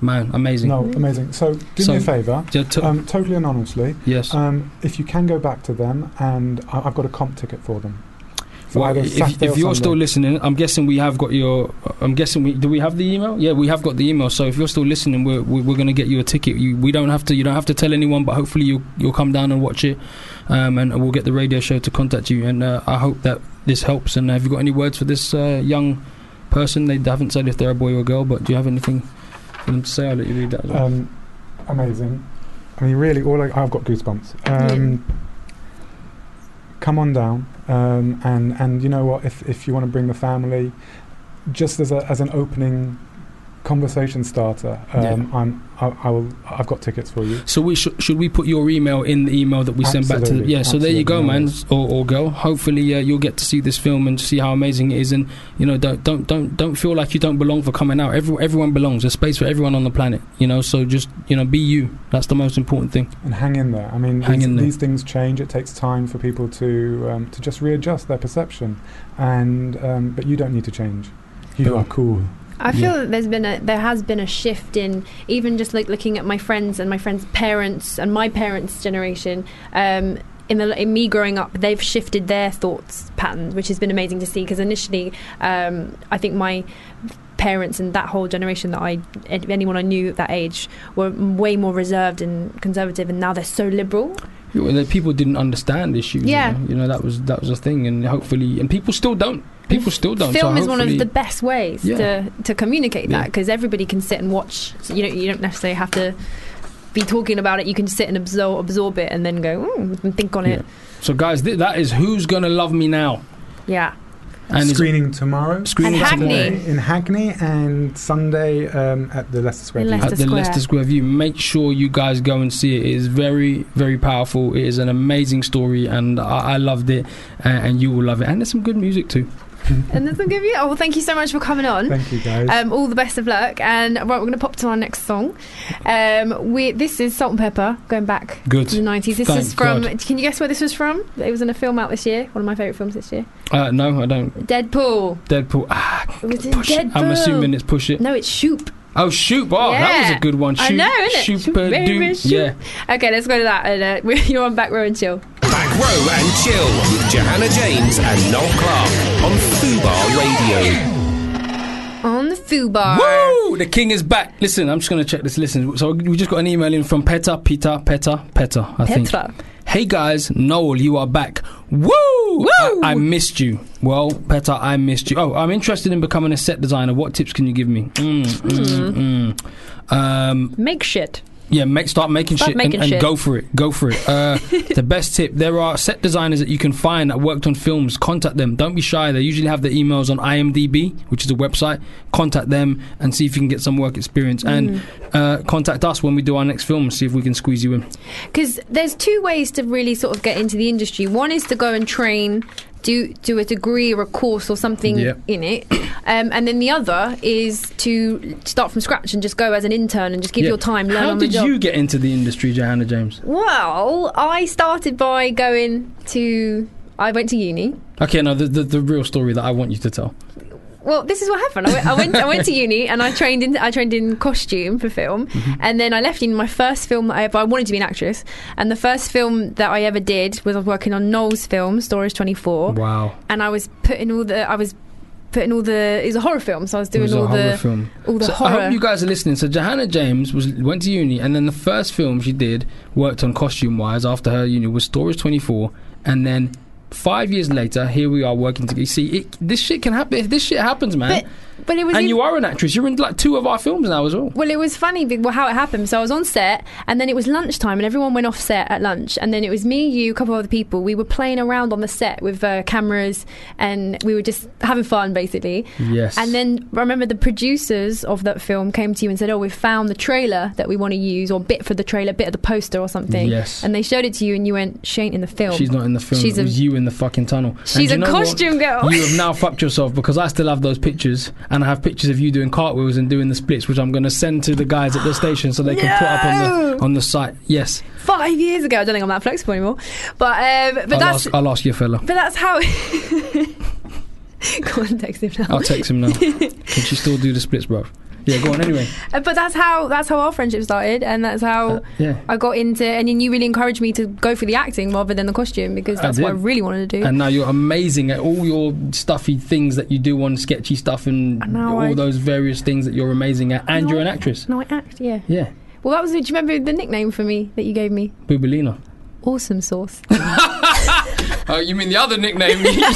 Speaker 3: man. Amazing.
Speaker 6: No, amazing. So do
Speaker 3: So-
Speaker 6: me a favour.
Speaker 3: Yeah, to-
Speaker 6: Um, totally anonymously,
Speaker 3: yes.
Speaker 6: Um, if you can go back to them, and I, I've got a comp ticket for them. For
Speaker 3: Well,
Speaker 6: either
Speaker 3: if,
Speaker 6: Saturday
Speaker 3: if
Speaker 6: or
Speaker 3: you're still
Speaker 6: Sunday.
Speaker 3: listening, I'm guessing we have got your. I'm guessing we do we have the email? Yeah, we have got the email. So if you're still listening, we're we're, we're going to get you a ticket. You, we don't have to. You don't have to tell anyone, but hopefully you you'll come down and watch it, um, and we'll get the radio show to contact you. And uh, I hope that this helps. And uh, have you got any words for this uh, young person? They haven't said if they're a boy or a girl, but do you have anything for them to say? I'll let you read that. As well.
Speaker 6: um, amazing. I mean, really, all I, I've got goosebumps. Um, Come on down, um, and and you know what? If if you want to bring the family, just as a as an opening conversation starter, um,
Speaker 3: Yeah.
Speaker 6: I'm I, I will I've got tickets for you.
Speaker 3: So we sh- should we put your email in the email that we send back to the
Speaker 6: Absolutely,
Speaker 3: yeah. So there you go,
Speaker 6: absolutely,
Speaker 3: man or, or girl. Hopefully uh, you'll get to see this film and see how amazing it is. And you know, don't don't don't don't feel like you don't belong for coming out. Every, everyone belongs. There's space for everyone on the planet. You know, so just you know, be you. That's the most important thing.
Speaker 6: And hang in there. I mean,
Speaker 3: Hang
Speaker 6: these,
Speaker 3: in there.
Speaker 6: these things change. It takes time for people to um, to just readjust their perception, and um, but you don't need to change. You
Speaker 3: Boom.
Speaker 6: are cool.
Speaker 2: I feel that there's been a there has been a shift in even just like looking at my friends and my friends' parents and my parents' generation. Um, in, the, in me growing up, they've shifted their thoughts patterns, which has been amazing to see. Because initially, um, I think my parents and that whole generation that I an- anyone I knew at that age were way more reserved and conservative, and now they're so liberal.
Speaker 3: You know, that people didn't understand issues. you
Speaker 2: Yeah.
Speaker 3: know. you know that was that was a thing, and hopefully, and people still don't. People still don't.
Speaker 2: Film
Speaker 3: so
Speaker 2: is one of
Speaker 3: hopefully-
Speaker 2: the best ways
Speaker 3: Yeah.
Speaker 2: to, to communicate that
Speaker 3: Yeah.
Speaker 2: because everybody can sit and watch. So you don't you don't necessarily have to be talking about it. You can sit and absorb absorb it and then go "Mm," and think on it.
Speaker 3: So guys, th- that is who's gonna love me now.
Speaker 2: Yeah,
Speaker 3: And it's-
Speaker 6: Screening tomorrow.
Speaker 3: Screening
Speaker 2: And Hackney.
Speaker 3: tomorrow.
Speaker 6: In Hackney and Sunday um, at the Leicester Square.
Speaker 2: In
Speaker 6: Theatre.
Speaker 2: Leicester
Speaker 3: at the
Speaker 2: Square.
Speaker 3: Leicester Square View. Make sure you guys go and see it. It is very, very powerful. It is an amazing story, and I, I loved it, and, and you will love it. And there's some good music too.
Speaker 2: and that's going give you. Oh, well, thank you so much for coming on.
Speaker 6: Thank you guys.
Speaker 2: Um, all the best of luck, and right, we're going to pop to our next song. Um, we this is Salt and Pepper, going back
Speaker 3: Good.
Speaker 2: to the nineties. This
Speaker 3: Thank
Speaker 2: is from.
Speaker 3: God.
Speaker 2: Can you guess where this was from? It was in a film out this year, one of my favorite films this year.
Speaker 3: Uh, no, I don't.
Speaker 2: Deadpool.
Speaker 3: Deadpool. Ah,
Speaker 2: It was in
Speaker 3: push it.
Speaker 2: Deadpool.
Speaker 3: I'm assuming it's push it.
Speaker 2: No, it's Shoop.
Speaker 3: Oh, shoot! Oh, that was
Speaker 2: Yeah.
Speaker 3: a good one. Shoot,
Speaker 2: I know, innit?
Speaker 3: Shoot,
Speaker 2: Shoot,
Speaker 3: uh,
Speaker 2: baby,
Speaker 3: do-
Speaker 2: shoot.
Speaker 3: Yeah.
Speaker 2: Okay, let's go to that. And uh, <laughs> you're on back row and chill.
Speaker 1: Back Row and Chill with Johanna James and Noel Clark on Fubar Radio.
Speaker 2: On the Fubar.
Speaker 3: Woo! The king is back. Listen, I'm just going to check this. Listen, so we just got an email in from Peta, Peter, Peta, Peta, I think.
Speaker 2: Petra.
Speaker 3: Hey guys, Noel, you are back. Woo! I, I missed you. Well, Peta, I missed you. Oh, I'm interested in becoming a set designer. What tips can you give me? Mm, mm, mm. Um,
Speaker 5: Make shit.
Speaker 3: yeah, make, start making
Speaker 5: Start
Speaker 3: shit
Speaker 5: making
Speaker 3: and, and
Speaker 5: shit.
Speaker 3: go for it. Go
Speaker 2: <laughs>
Speaker 3: for it. Uh, the best tip: there are set designers that you can find that worked on films. Contact them. Don't be shy. They usually have their emails on IMDb, which is a website. Contact them and see if you can get some work experience.
Speaker 2: Mm.
Speaker 3: And uh, contact us when we do our next film and see if we can squeeze you in.
Speaker 2: because there's two ways to really sort of get into the industry. One is to go and train, do do a degree or a course or something
Speaker 3: Yep.
Speaker 2: in it, um, and then the other is to start from scratch and just go as an intern and just give
Speaker 3: Yeah.
Speaker 2: your time, learn
Speaker 3: How
Speaker 2: on the
Speaker 3: did
Speaker 2: job.
Speaker 3: you get into the industry, Johanna James?
Speaker 2: well, I started by going to. I went to uni.
Speaker 3: Okay, no, the, the the real story that I want you to tell.
Speaker 2: Well, this is what happened. I went, I went, I went to uni and I trained in I trained in costume for film,
Speaker 3: Mm-hmm.
Speaker 2: and then I left in my first film that I ever. I wanted to be an actress, and the first film that I ever did was I was working on Noel's film, Storage Twenty Four,
Speaker 3: Wow,
Speaker 2: and I was putting all the I was putting all the it was a horror film, so I was
Speaker 3: it
Speaker 2: doing
Speaker 3: was
Speaker 2: all
Speaker 3: a horror
Speaker 2: the
Speaker 3: film.
Speaker 2: all the
Speaker 3: so
Speaker 2: horror.
Speaker 3: I hope you guys are listening. So Johanna James was went to uni, and then the first film she did worked on costume wise after her uni was Storage Twenty Four, and then five years later, here we are working together. You see, it, this shit can happen. This shit happens, man.
Speaker 2: but but it was
Speaker 3: and
Speaker 2: even-
Speaker 3: you are an actress. You're in like two of our films now as well.
Speaker 2: Well, it was funny be- well, how it happened. So I was on set, and then it was lunchtime, and everyone went off set at lunch. And then it was me, you, a couple of other people. We were playing around on the set with uh, cameras, and we were just having fun, basically.
Speaker 3: Yes.
Speaker 2: And then I remember the producers of that film came to you and said, "Oh, we've found the trailer that we want to use, or bit for the trailer, bit of the poster, or something."
Speaker 3: Yes.
Speaker 2: And they showed it to you, and you went, "She ain't in the film."
Speaker 3: She's not in the film.
Speaker 2: She's
Speaker 3: it
Speaker 2: a-
Speaker 3: was you in the fucking tunnel. And
Speaker 2: She's
Speaker 3: you
Speaker 2: a
Speaker 3: know what?
Speaker 2: costume girl.
Speaker 3: You have now fucked yourself because I still have those pictures, and I have pictures of you doing cartwheels and doing the splits, which I'm going to send to the guys at the station so they can put up on the on the site. Yes,
Speaker 2: Five years ago, I don't think I'm that flexible anymore. But um, but
Speaker 3: I'll,
Speaker 2: that's
Speaker 3: ask, I'll ask your fella.
Speaker 2: but that's how. <laughs> Go on, text him now.
Speaker 3: I'll text him now. can she still do the splits, bro? Yeah, go on anyway.
Speaker 2: <laughs> Uh, but that's how that's how our friendship started, and that's how
Speaker 3: Uh, yeah.
Speaker 2: I got into. And then you really encouraged me to go for the acting rather than the costume because
Speaker 3: I
Speaker 2: that's what I
Speaker 3: did.
Speaker 2: really wanted to do.
Speaker 3: And now you're amazing at all your stuffy things that you do on sketchy stuff and
Speaker 2: I know,
Speaker 3: all
Speaker 2: I-
Speaker 3: those various things that you're amazing at, and
Speaker 2: know,
Speaker 3: you're an
Speaker 2: I-
Speaker 3: actress.
Speaker 2: no, I act. Yeah.
Speaker 3: Yeah,
Speaker 2: Well, that was. Do you remember the nickname for me that you gave me?
Speaker 3: Boobalina.
Speaker 2: Awesome
Speaker 3: <laughs>
Speaker 2: sauce.
Speaker 3: Oh, you mean the other nickname? <laughs> yeah.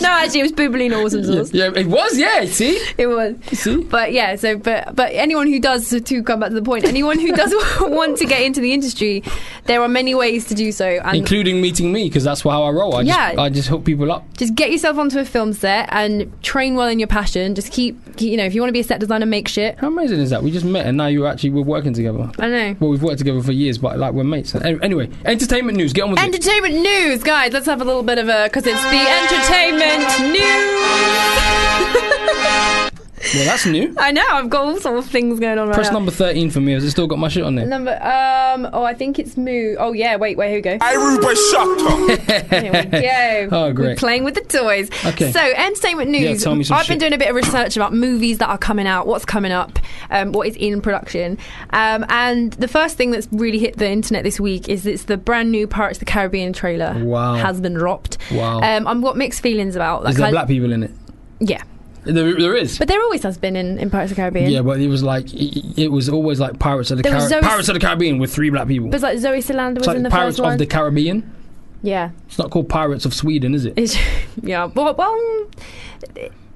Speaker 2: no, actually, it was Boobalina Awesome
Speaker 3: Yeah,
Speaker 2: sauce.
Speaker 3: yeah, it was. Yeah, see,
Speaker 2: It was.
Speaker 3: see.
Speaker 2: But yeah, so but but anyone who does so to come back to the point, anyone who does <laughs> want to get into the industry, there are many ways to do so, and
Speaker 3: including meeting me because that's how I roll. I just,
Speaker 2: Yeah.
Speaker 3: I just hook people up.
Speaker 2: just get yourself onto a film set and train well in your passion. Just keep, keep you know, if you want to be a set designer, make shit.
Speaker 3: How amazing is that? We just met and now you're actually we're working together.
Speaker 2: I know.
Speaker 3: Well, we've worked together for years, but like we're mates. An- Anyway, entertainment news. Get on with it.
Speaker 2: Entertainment news, guys. Let's have a little bit of a because it's the entertainment news.
Speaker 3: Well, that's new.
Speaker 2: I know. I've got all sorts of things going on right
Speaker 3: Press
Speaker 2: now.
Speaker 3: number thirteen for me. Has it still got my shit on there?
Speaker 2: Number, um, oh, I think it's moo. Oh yeah, wait, wait, here we go. Here we go.
Speaker 3: Oh, great.
Speaker 2: We're playing with the toys.
Speaker 3: Okay.
Speaker 2: So, entertainment news.
Speaker 3: Yeah, tell me some
Speaker 2: I've been
Speaker 3: shit.
Speaker 2: doing a bit of research about movies that are coming out, what's coming up, um, what is in production. Um, and the first thing that's really hit the internet this week is it's the brand new Pirates of the Caribbean trailer
Speaker 3: Wow.
Speaker 2: has been dropped.
Speaker 3: <laughs> Wow.
Speaker 2: Um, oh, I've got mixed feelings about that.
Speaker 3: Is there black people in it?
Speaker 2: yeah.
Speaker 3: There, there is.
Speaker 2: But there always has been in, in Pirates of the Caribbean.
Speaker 3: yeah, but it was like it, it was always like Pirates of the
Speaker 2: There was
Speaker 3: Caribbean.
Speaker 2: Zoe-
Speaker 3: Pirates of the Caribbean with three black people.
Speaker 2: But it's like Zoe Salander was
Speaker 3: it's like
Speaker 2: in the
Speaker 3: Pirates
Speaker 2: first one.
Speaker 3: of the Caribbean.
Speaker 2: yeah.
Speaker 3: It's not called Pirates of Sweden, is it?
Speaker 2: It's, yeah. Well, well,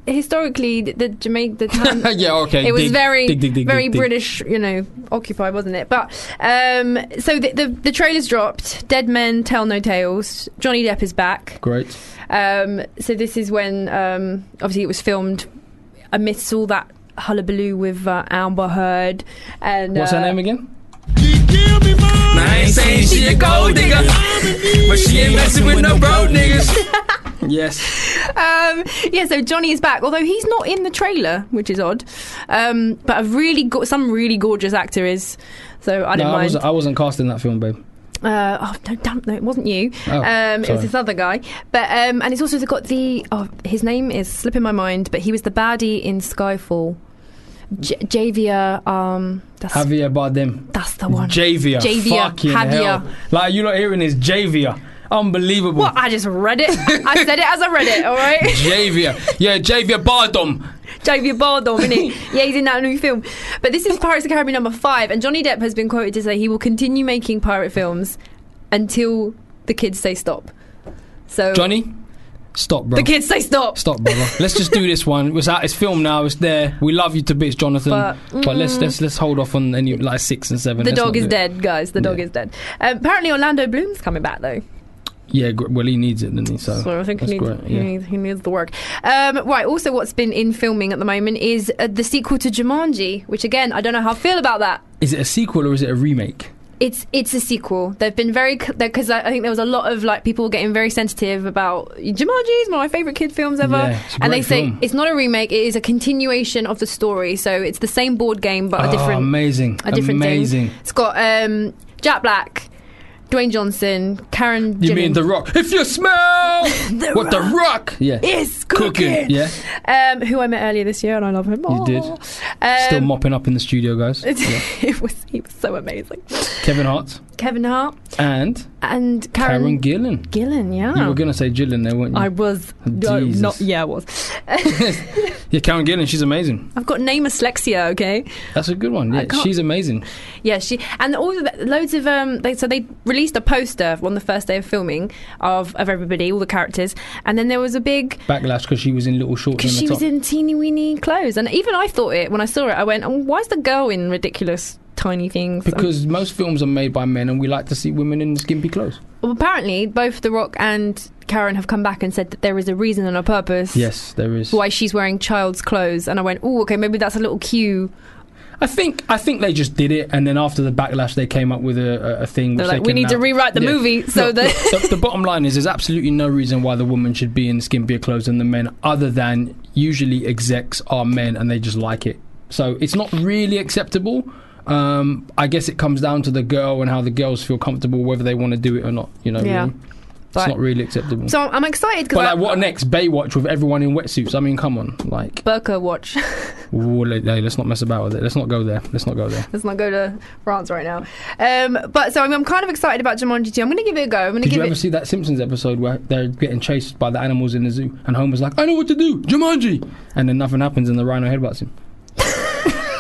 Speaker 2: historically, the Jamaica,
Speaker 3: <laughs>
Speaker 2: the town,
Speaker 3: yeah, okay.
Speaker 2: it was
Speaker 3: dig,
Speaker 2: very
Speaker 3: dig, dig, dig,
Speaker 2: very
Speaker 3: dig, dig.
Speaker 2: British, you know, occupied, wasn't it? But um, so the, the the trailers dropped. Dead Men Tell No Tales. Johnny Depp is back.
Speaker 3: Great.
Speaker 2: Um, so this is when um, obviously it was filmed amidst all that hullabaloo with uh, Amber Heard and
Speaker 3: What's
Speaker 2: uh,
Speaker 3: her name again?
Speaker 7: I ain't saying she a gold digger, but she ain't messing with no broke niggas.
Speaker 3: <laughs> Yes.
Speaker 2: Um, yeah, so Johnny is back, although he's not in the trailer, which is odd. Um, but a really go- some really gorgeous actor is. So I don't
Speaker 3: no, I,
Speaker 2: mind.
Speaker 3: was, I wasn't cast in that film, babe.
Speaker 2: Uh, oh no, damn, no, it wasn't you.
Speaker 3: Oh,
Speaker 2: um, it
Speaker 3: sorry.
Speaker 2: was this other guy. But um, and it's also got the oh, his name is slipping my mind, but he was the baddie in Skyfall. J- Javier, um, that's
Speaker 3: Javier Bardem.
Speaker 2: that's the one.
Speaker 3: Javier.
Speaker 2: Javier.
Speaker 3: Fucking
Speaker 2: Javier.
Speaker 3: hell. Like, you're not hearing this. Javier. Unbelievable.
Speaker 2: What? I just read it. <laughs> I said it as I read it, all right?
Speaker 3: Javier. Yeah, Javier Bardom.
Speaker 2: Javier Bardem,
Speaker 3: <laughs>
Speaker 2: innit? Yeah, he's in that new film. But this is Pirates of the Caribbean number five, and Johnny Depp has been quoted to say he will continue making pirate films until the kids say stop. So
Speaker 3: Johnny, stop, bro.
Speaker 2: the kids say stop.
Speaker 3: Stop, brother. Let's just do this one. It's out. It's filmed now. It's there. We love you to bits, Jonathan.
Speaker 2: But-
Speaker 3: But, let's let's let's hold off on any like six and seven.
Speaker 2: The
Speaker 3: Let's
Speaker 2: dog
Speaker 3: not
Speaker 2: is
Speaker 3: do it.
Speaker 2: dead, guys. The dog
Speaker 3: Yeah.
Speaker 2: is dead. Um, apparently, Orlando Bloom's coming back though.
Speaker 3: Yeah. gr- Well, he needs it, doesn't he? So,
Speaker 2: So I think he
Speaker 3: that's
Speaker 2: needs,
Speaker 3: great,
Speaker 2: he,
Speaker 3: yeah.
Speaker 2: needs, he needs the work. Um, right. Also, what's been in filming at the moment is uh, the sequel to Jumanji, which again, I don't know how I feel about that.
Speaker 3: Is it a sequel or is it a remake?
Speaker 2: It's it's a sequel. They've been very because I I think there was a lot of like people getting very sensitive about Jumanji is one of my favorite kid films ever,
Speaker 3: Yeah, it's a
Speaker 2: and they
Speaker 3: great
Speaker 2: say
Speaker 3: film.
Speaker 2: it's not a remake. It is a continuation of the story. So it's the same board game but a
Speaker 3: Oh,
Speaker 2: different
Speaker 3: amazing.
Speaker 2: a different thing.
Speaker 3: amazing.
Speaker 2: It's got um, Jack Black, Dwayne Johnson, Karen.
Speaker 3: You
Speaker 2: Gillan.
Speaker 3: mean the Rock? If you
Speaker 2: <laughs>
Speaker 3: smell what the Rock, yeah,
Speaker 2: is
Speaker 3: cooking,
Speaker 2: cooking?
Speaker 3: yeah,
Speaker 2: Um, who I met earlier this year, and I love him.
Speaker 3: You did.
Speaker 2: Aw.
Speaker 3: still
Speaker 2: Um,
Speaker 3: mopping up in the studio, guys.
Speaker 2: <laughs> it was he was so amazing.
Speaker 3: Kevin Hart
Speaker 2: Kevin Hart
Speaker 3: and
Speaker 2: and
Speaker 3: Karen
Speaker 2: Karen,
Speaker 3: Gillan.
Speaker 2: Gillan. Yeah.
Speaker 3: You were gonna say Gillan there, weren't you? Oh,
Speaker 2: I was no,
Speaker 3: Jesus.
Speaker 2: not. Yeah, I was.
Speaker 3: yeah, Karen Gillan. She's amazing.
Speaker 2: I've got name dyslexia. Okay.
Speaker 3: That's a good one.
Speaker 2: I
Speaker 3: Yeah,
Speaker 2: can't-
Speaker 3: she's amazing.
Speaker 2: Yeah. She and all of the, loads of um. They, so they released a poster on the first day of filming of of everybody, all the characters, and then there was a big
Speaker 3: Backlash because she was in little shorts.
Speaker 2: because
Speaker 3: and
Speaker 2: she
Speaker 3: the
Speaker 2: was
Speaker 3: top.
Speaker 2: in teeny weeny clothes, and even I thought it when I saw it. I went, oh, "Why's the girl in ridiculous tiny things?"
Speaker 3: Because most films are made by men, and we like to see women in skimpy clothes.
Speaker 2: Well, apparently, both The Rock and Karen have come back and said that there is a reason and a purpose.
Speaker 3: Yes, there is.
Speaker 2: Why she's wearing child's clothes, and I went, "Oh, okay, maybe that's a little cue."
Speaker 3: I think I think they just did it, and then after the backlash, they came up with a, a, a thing.
Speaker 2: They're
Speaker 3: which they
Speaker 2: like, "We
Speaker 3: can
Speaker 2: need to
Speaker 3: now-
Speaker 2: rewrite the
Speaker 3: Yeah.
Speaker 2: movie so
Speaker 3: Look,
Speaker 2: that."
Speaker 3: look, the, the bottom line is, there's absolutely no reason why the woman should be in skimpier clothes than the men, other than usually execs are men and they just like it. So it's not really acceptable. Um, I guess it comes down to the girl and how the girls feel comfortable, whether they want to do it or not. You know,
Speaker 2: Yeah.
Speaker 3: really.
Speaker 2: But-
Speaker 3: it's not really acceptable.
Speaker 2: So I'm I'm excited because
Speaker 3: but
Speaker 2: I
Speaker 3: like, what next? Baywatch with everyone in wetsuits. I mean, come on, like.
Speaker 2: Burka watch. <laughs>
Speaker 3: Ooh, le- hey, let's not mess about with it. Let's not go there. Let's not go there.
Speaker 2: Let's not go to France right now. Um, but so I'm, I'm kind of excited about Jumanji 2. I'm going to give it a go. I'm going to
Speaker 3: Did
Speaker 2: give
Speaker 3: you ever
Speaker 2: it.
Speaker 3: see that Simpsons episode where they're getting chased by the animals in the zoo and Homer's like, I know what to do, Jumanji! And then nothing happens and the rhino headbutts him. <laughs>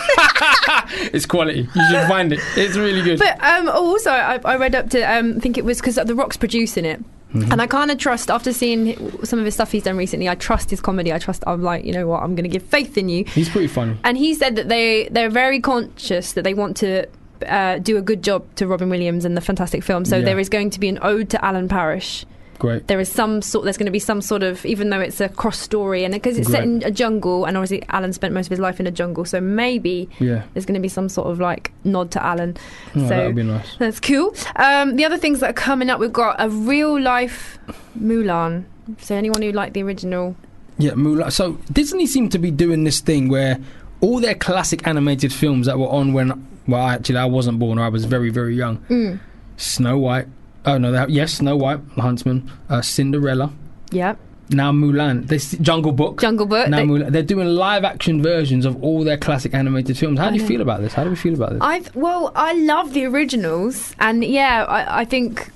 Speaker 3: it's quality. You should find it. It's really good.
Speaker 2: But um, also, I, I read up to um, I think it was because The Rock's producing it.
Speaker 3: Mm-hmm.
Speaker 2: And I kind of trust, after seeing some of his stuff he's done recently, I trust his comedy. I trust, I'm like, you know what, I'm going to give faith in you.
Speaker 3: He's pretty funny.
Speaker 2: And he said that they, they're very conscious that they want to uh, do a good job to Robin Williams and the fantastic film. So
Speaker 3: Yeah.
Speaker 2: there is going to be an ode to Alan Parrish.
Speaker 3: Great.
Speaker 2: there is some sort there's going to be some sort of even though it's a cross story and because it's set in
Speaker 3: Great.
Speaker 2: a jungle and obviously alan spent most of his life in a jungle so maybe
Speaker 3: Yeah.
Speaker 2: there's going to be some sort of like nod to alan
Speaker 3: Oh, that
Speaker 2: so
Speaker 3: would be nice.
Speaker 2: that's cool um, the other things that are coming up we've got a real life mulan so anyone who liked the original
Speaker 3: Yeah, Mulan. So Disney seem to be doing this thing where all their classic animated films that were on when, well, actually I wasn't born or I was very, very young. Snow White. Oh no, that, yes, Snow White, The Huntsman, uh, Cinderella.
Speaker 2: yeah
Speaker 3: Now Mulan. This Jungle Book.
Speaker 2: jungle book
Speaker 3: now
Speaker 2: They-
Speaker 3: Mulan. They're doing live action versions of all their classic animated films. How do you feel about this? How do we feel about this?
Speaker 2: I've well, I love the originals, and yeah, I, I think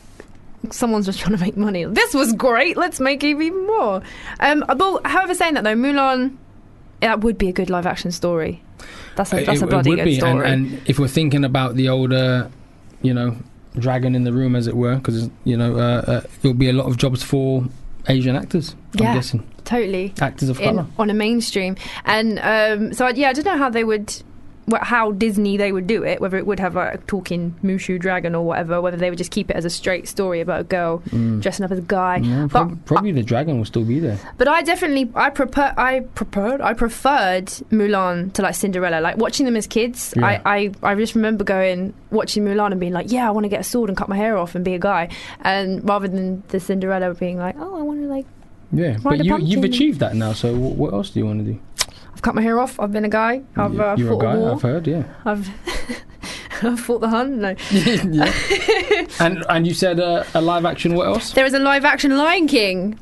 Speaker 2: someone's just trying to make money. This was great. Let's make even more. Um, but however, saying that though, Mulan, that would be a good live-action story. That's
Speaker 3: Uh,
Speaker 2: a, that's a bloody good
Speaker 3: and-
Speaker 2: story.
Speaker 3: And, if we're thinking about the older, you know, dragon in the room, as it were, because you know, uh, uh, there'll be a lot of jobs for Asian actors.
Speaker 2: Yeah.
Speaker 3: I'm guessing
Speaker 2: totally
Speaker 3: actors of
Speaker 2: in,
Speaker 3: color.
Speaker 2: on a mainstream, and um, so I, yeah, I don't know how they would. wh- How Disney they would do it, whether it would have like, a talking Mushu dragon or whatever, whether they would just keep it as a straight story about a girl
Speaker 3: Mm.
Speaker 2: dressing up as a guy.
Speaker 3: Yeah,
Speaker 2: But uh,
Speaker 3: prob- probably the dragon will still be there.
Speaker 2: But I definitely I prefer I preferred I preferred Mulan to like Cinderella. Like watching them as kids,
Speaker 3: Yeah.
Speaker 2: I, I I just remember going watching Mulan and being like, yeah, I want to get a sword and cut my hair off and be a guy, and rather than the Cinderella being like, oh, I want to like
Speaker 3: Yeah,
Speaker 2: a
Speaker 3: but you,
Speaker 2: pumpkin.
Speaker 3: you've achieved that now. So wh- what else do you want to do?
Speaker 2: I've cut my hair off, I've been a guy, I've uh,
Speaker 3: You're a
Speaker 2: fought a,
Speaker 3: guy.
Speaker 2: war,
Speaker 3: I've heard.
Speaker 2: <laughs>
Speaker 3: Yeah.
Speaker 2: I've <laughs> I've fought the Hun.
Speaker 3: <laughs>
Speaker 2: No,
Speaker 3: yeah. and and you said uh, a live action. What else?
Speaker 2: there is a live action Lion King.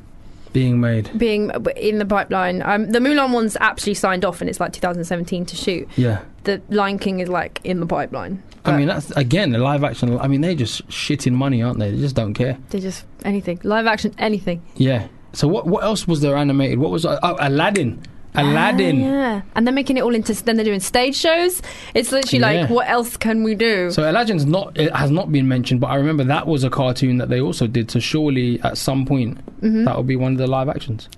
Speaker 3: being made.
Speaker 2: being in the pipeline. Um, the Mulan one's actually signed off, and it's like 2017 to shoot.
Speaker 3: Yeah.
Speaker 2: The Lion King is like in the pipeline.
Speaker 3: I mean, that's again the live action. I mean, they just shitting money, aren't they? They just don't care.
Speaker 2: they just anything live action, anything.
Speaker 3: Yeah. So what? What else was there animated? What was oh, Aladdin? Aladdin.
Speaker 2: Ah, yeah, and they're making it all into. Then they're doing stage shows. It's literally
Speaker 3: Yeah.
Speaker 2: like, what else can we do?
Speaker 3: So Aladdin's not it has not been mentioned, but I remember that was a cartoon that they also did. So surely at some point
Speaker 2: Mm-hmm.
Speaker 3: that will be one of the live actions.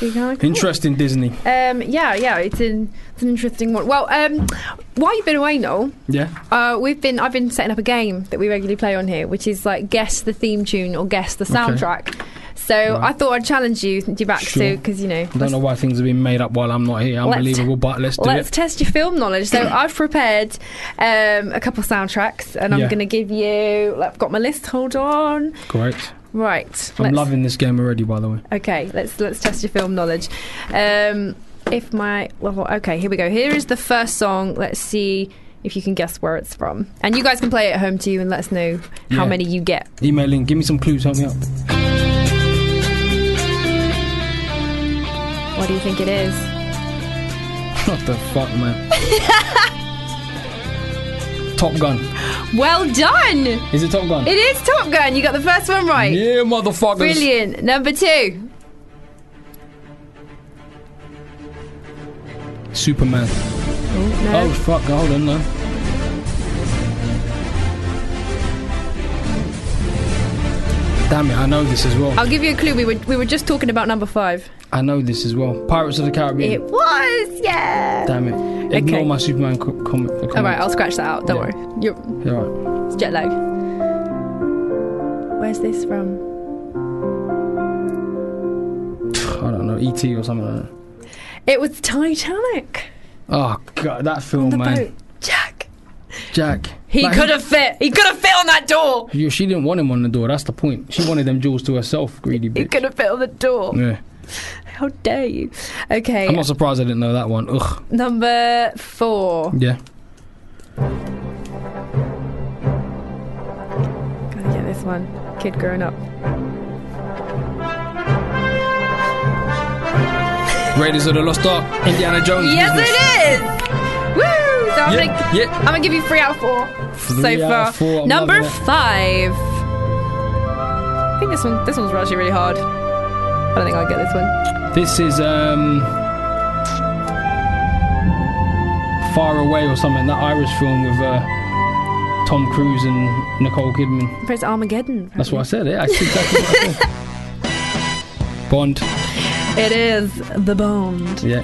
Speaker 2: Be kinda cool.
Speaker 3: Interesting Disney.
Speaker 2: Um, yeah, yeah, it's an it's an interesting one. Well, um, while you've been away, Noel,
Speaker 3: Yeah.
Speaker 2: uh, we've been I've been setting up a game that we regularly play on here, which is like guess the theme tune or guess the soundtrack. So
Speaker 3: Right.
Speaker 2: I thought I'd challenge you, you back
Speaker 3: Sure.
Speaker 2: Sue, because you know
Speaker 3: I don't know why things have been made up while I'm not here.
Speaker 2: Let's-
Speaker 3: Unbelievable, but let's do
Speaker 2: Let's
Speaker 3: it.
Speaker 2: test your film knowledge.
Speaker 3: <coughs>
Speaker 2: So I've prepared um, a couple soundtracks, and I'm
Speaker 3: Yeah.
Speaker 2: going to give you. I've got my list. Hold on.
Speaker 3: Great.
Speaker 2: Right.
Speaker 3: I'm
Speaker 2: let's-
Speaker 3: loving this game already, by the way.
Speaker 2: Okay. Let's let's test your film knowledge. Um, if my well, okay, here we go. Here is the first song. Let's see if you can guess where it's from, and you guys can play it at home to you, and let us know
Speaker 3: Yeah.
Speaker 2: how many you get.
Speaker 3: Emailing, give me some clues, help me out.
Speaker 2: What do you think it is?
Speaker 3: What the fuck, man? Top Gun.
Speaker 2: Well done. It
Speaker 3: Is it Top Gun?
Speaker 2: is Top Gun. You got the first one right.
Speaker 3: yeah, motherfuckers.
Speaker 2: Brilliant. Number two.
Speaker 3: Superman.
Speaker 2: No.
Speaker 3: Oh fuck, hold on now. Damn it, I know this as well.
Speaker 2: I'll give you a clue. We were we were just talking about number five.
Speaker 3: I know this as well. Pirates of the Caribbean.
Speaker 2: It was, yeah.
Speaker 3: Damn it. Ignore
Speaker 2: Okay.
Speaker 3: my Superman co- comment. comment.
Speaker 2: All right, I'll scratch that out. Don't
Speaker 3: Yeah.
Speaker 2: worry. You're,
Speaker 3: Yeah, right. <sighs>
Speaker 2: it's jet lag. Where's this from?
Speaker 3: I don't know, E.T. or something like that.
Speaker 2: It was Titanic.
Speaker 3: Oh god, that film,
Speaker 2: The
Speaker 3: man.
Speaker 2: boat. Jack.
Speaker 3: Jack.
Speaker 2: He
Speaker 3: Like,
Speaker 2: could have fit. He could have fit on that door.
Speaker 3: Yeah, she didn't want him on the door. That's the point. She wanted them jewels to herself, greedy
Speaker 2: He
Speaker 3: bitch.
Speaker 2: could have fit on the door.
Speaker 3: Yeah.
Speaker 2: How dare you? Okay,
Speaker 3: I'm not surprised I didn't know that one. Ugh.
Speaker 2: number four.
Speaker 3: Yeah.
Speaker 2: Gotta get this one. Kid growing up.
Speaker 3: Raiders of the Lost Ark. Indiana Jones.
Speaker 2: Yes,
Speaker 3: business.
Speaker 2: it is. Woo! So I'm
Speaker 3: Yeah,
Speaker 2: gonna,
Speaker 3: yeah.
Speaker 2: I'm gonna give you three out of four
Speaker 3: Three
Speaker 2: so
Speaker 3: out
Speaker 2: far.
Speaker 3: of four, I'm
Speaker 2: Number
Speaker 3: loving it.
Speaker 2: five. I think this one. This one's actually really hard. I don't think I'll get this one.
Speaker 3: This is um Far Away or something, that Irish film with uh, Tom Cruise and Nicole Kidman.
Speaker 2: Press Armageddon.
Speaker 3: That's what I said, yeah. That's exactly what I said. Bond.
Speaker 2: It is the Bond.
Speaker 3: Yeah.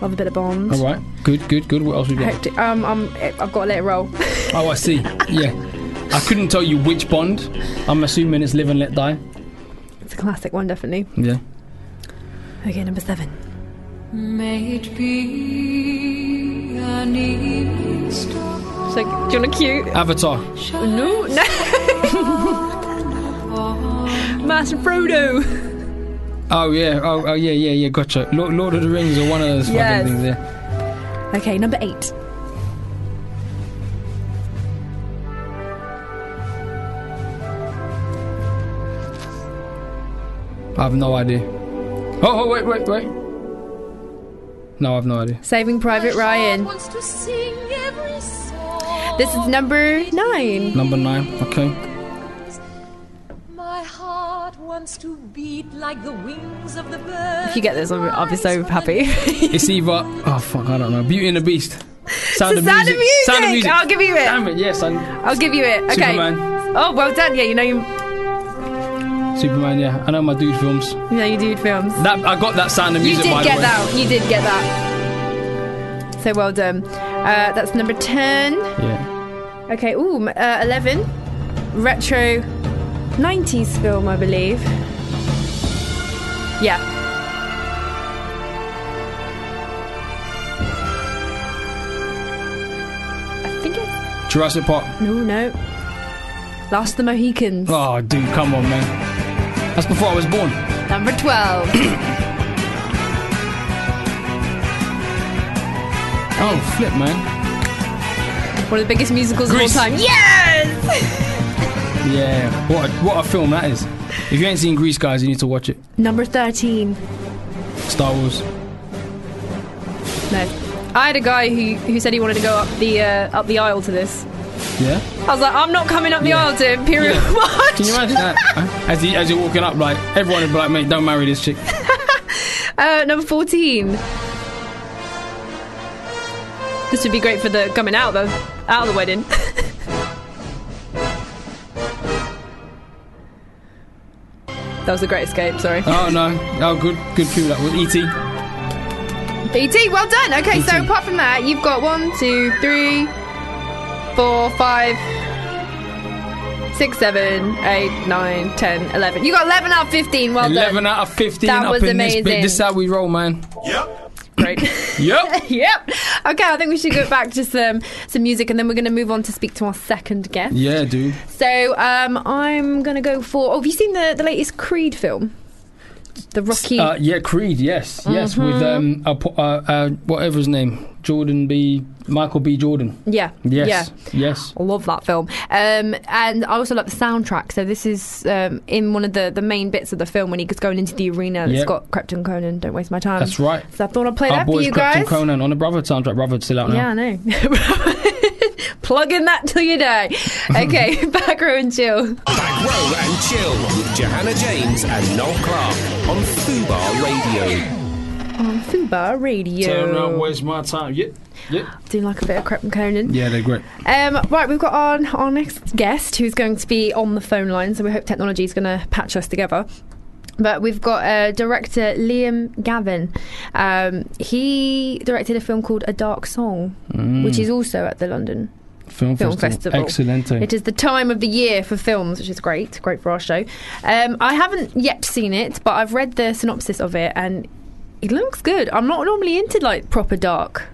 Speaker 2: Love a bit of Bond.
Speaker 3: All right. Good, good, good. What else we
Speaker 2: I
Speaker 3: got?
Speaker 2: hope to- um, um, I've got to let it roll.
Speaker 3: Oh, I see. Yeah. I couldn't tell you which Bond. I'm assuming it's Live and Let Die.
Speaker 2: it's a classic one, definitely.
Speaker 3: Yeah.
Speaker 2: Okay, number seven.
Speaker 5: May it be an evening star
Speaker 2: So, do you want a cue? Oh,
Speaker 3: Avatar.
Speaker 2: No, no. <laughs> Master Frodo.
Speaker 3: Oh, yeah. Oh, oh yeah, yeah, yeah. Gotcha. Lord, Lord of the Rings or one of those
Speaker 2: Yes.
Speaker 3: fucking things, yeah.
Speaker 2: Okay, number eight.
Speaker 3: I have no idea. Oh, oh wait, wait, wait. No, I have no idea.
Speaker 2: Saving Private Ryan.
Speaker 5: wants to sing every song.
Speaker 2: This is number nine.
Speaker 3: Number nine, okay.
Speaker 2: <laughs>
Speaker 5: My heart wants to beat like the wings of the bird.
Speaker 2: If you get this, I'll be, I'll be so happy.
Speaker 3: It's either oh fuck, I don't know. Beauty and the Beast. Sound,
Speaker 2: The Sound of Music.
Speaker 3: Sound of Music.
Speaker 2: I'll give you it.
Speaker 3: Damn it, yes, I,
Speaker 2: I'll give you it. Okay.
Speaker 3: Superman.
Speaker 2: Oh, well done. Yeah, you know you,
Speaker 3: Superman. Yeah, I know my dude films.
Speaker 2: you know you do films.
Speaker 3: That I got that Sound of
Speaker 2: You
Speaker 3: Music.
Speaker 2: did
Speaker 3: by the
Speaker 2: get
Speaker 3: way.
Speaker 2: that. You did get that. So well done. Uh, that's number ten.
Speaker 3: Yeah.
Speaker 2: Okay. Ooh, m- uh, eleven. Retro, nineties film, I believe. Yeah. I think it's
Speaker 3: Jurassic Park.
Speaker 2: no, no. Last of the Mohicans.
Speaker 3: Oh, dude, come on, man. That's before I was born.
Speaker 2: Number
Speaker 3: <coughs>
Speaker 2: 12.
Speaker 3: Oh, flip, man.
Speaker 2: One of the biggest musicals
Speaker 3: Grease.
Speaker 2: of all time. Yes!
Speaker 3: Yeah. What a, what a film that is. If you ain't seen Grease, guys, you need to watch it.
Speaker 2: Number 13.
Speaker 3: Star Wars.
Speaker 2: No. I had a guy who, who said he wanted to go up the uh, up the aisle to this.
Speaker 3: Yeah.
Speaker 2: I was like, I'm not coming up the
Speaker 3: Yeah.
Speaker 2: aisle to <laughs> Imperial March.
Speaker 3: Can you imagine that? Huh? as, he, as you're walking up, like everyone would be like, "Mate, don't marry this chick."
Speaker 2: <laughs> Uh, number 14. This would be great for the coming out though, out of the wedding. <laughs> that was a great escape. Sorry.
Speaker 3: Oh no. Oh, good, good people. That was E E.T.
Speaker 2: BT, E well done. Okay, so
Speaker 3: BT.
Speaker 2: apart from that, you've got one, two, three, four, five, six, seven, eight, nine, ten, eleven. You got eleven out of fifteen. Well
Speaker 3: Eleven
Speaker 2: done.
Speaker 3: out of fifteen
Speaker 2: That
Speaker 3: up
Speaker 2: was
Speaker 3: in this
Speaker 2: amazing.
Speaker 3: bit. This is how we roll, man.
Speaker 2: Great.
Speaker 3: <coughs> Yep.
Speaker 2: <laughs> yep. Okay, I think we should go back to some some music, and then we're going to move on to speak to our second guest.
Speaker 3: yeah, dude.
Speaker 2: So um, I'm going to go for. Oh, have you seen the the latest Creed film? The Rocky.
Speaker 3: Uh, yeah, Creed. Yes, yes.
Speaker 2: Mm-hmm.
Speaker 3: With um, a, po- uh, uh, whatever his name, Jordan B. Michael B. Jordan.
Speaker 2: yeah.
Speaker 3: Yes.
Speaker 2: Yeah.
Speaker 3: Yes.
Speaker 2: I love that film. Um, and I also like the soundtrack. So this is um, in one of the, the main bits of the film when he was going into the arena. and It's
Speaker 3: Yep.
Speaker 2: got Krypton Conan. Don't waste my time.
Speaker 3: That's right.
Speaker 2: So I thought I'd Um, play
Speaker 3: Our
Speaker 2: that for
Speaker 3: boys
Speaker 2: you
Speaker 3: Krypton
Speaker 2: guys.
Speaker 3: Conan on the Brotherhood soundtrack. Brotherhood's still out now.
Speaker 2: Yeah, I know. <laughs> Plug in that till your day. Okay, <laughs> back row and
Speaker 3: <laughs>
Speaker 2: chill.
Speaker 1: Back row and chill with Johanna James and Noel Clark on Fubar Radio.
Speaker 2: On Fubar Radio.
Speaker 3: waste my time. Yep. Yep.
Speaker 2: Do like a bit of Krypton Conan.
Speaker 3: Yeah, they're great.
Speaker 2: Um, right, we've got on our next guest who's going to be on the phone line, so we hope technology is going to patch us together. But we've got uh, director Liam Gavin. Um, he directed a film called A Dark Song, which is also at the London.
Speaker 3: Film,
Speaker 2: Film
Speaker 3: festival.
Speaker 2: Festival.
Speaker 3: Excellente.
Speaker 2: It is the time of the year for films, which is great, great for our show. Um, I haven't yet seen it, but I've read the synopsis of it and it looks good. I'm not normally into like proper dark,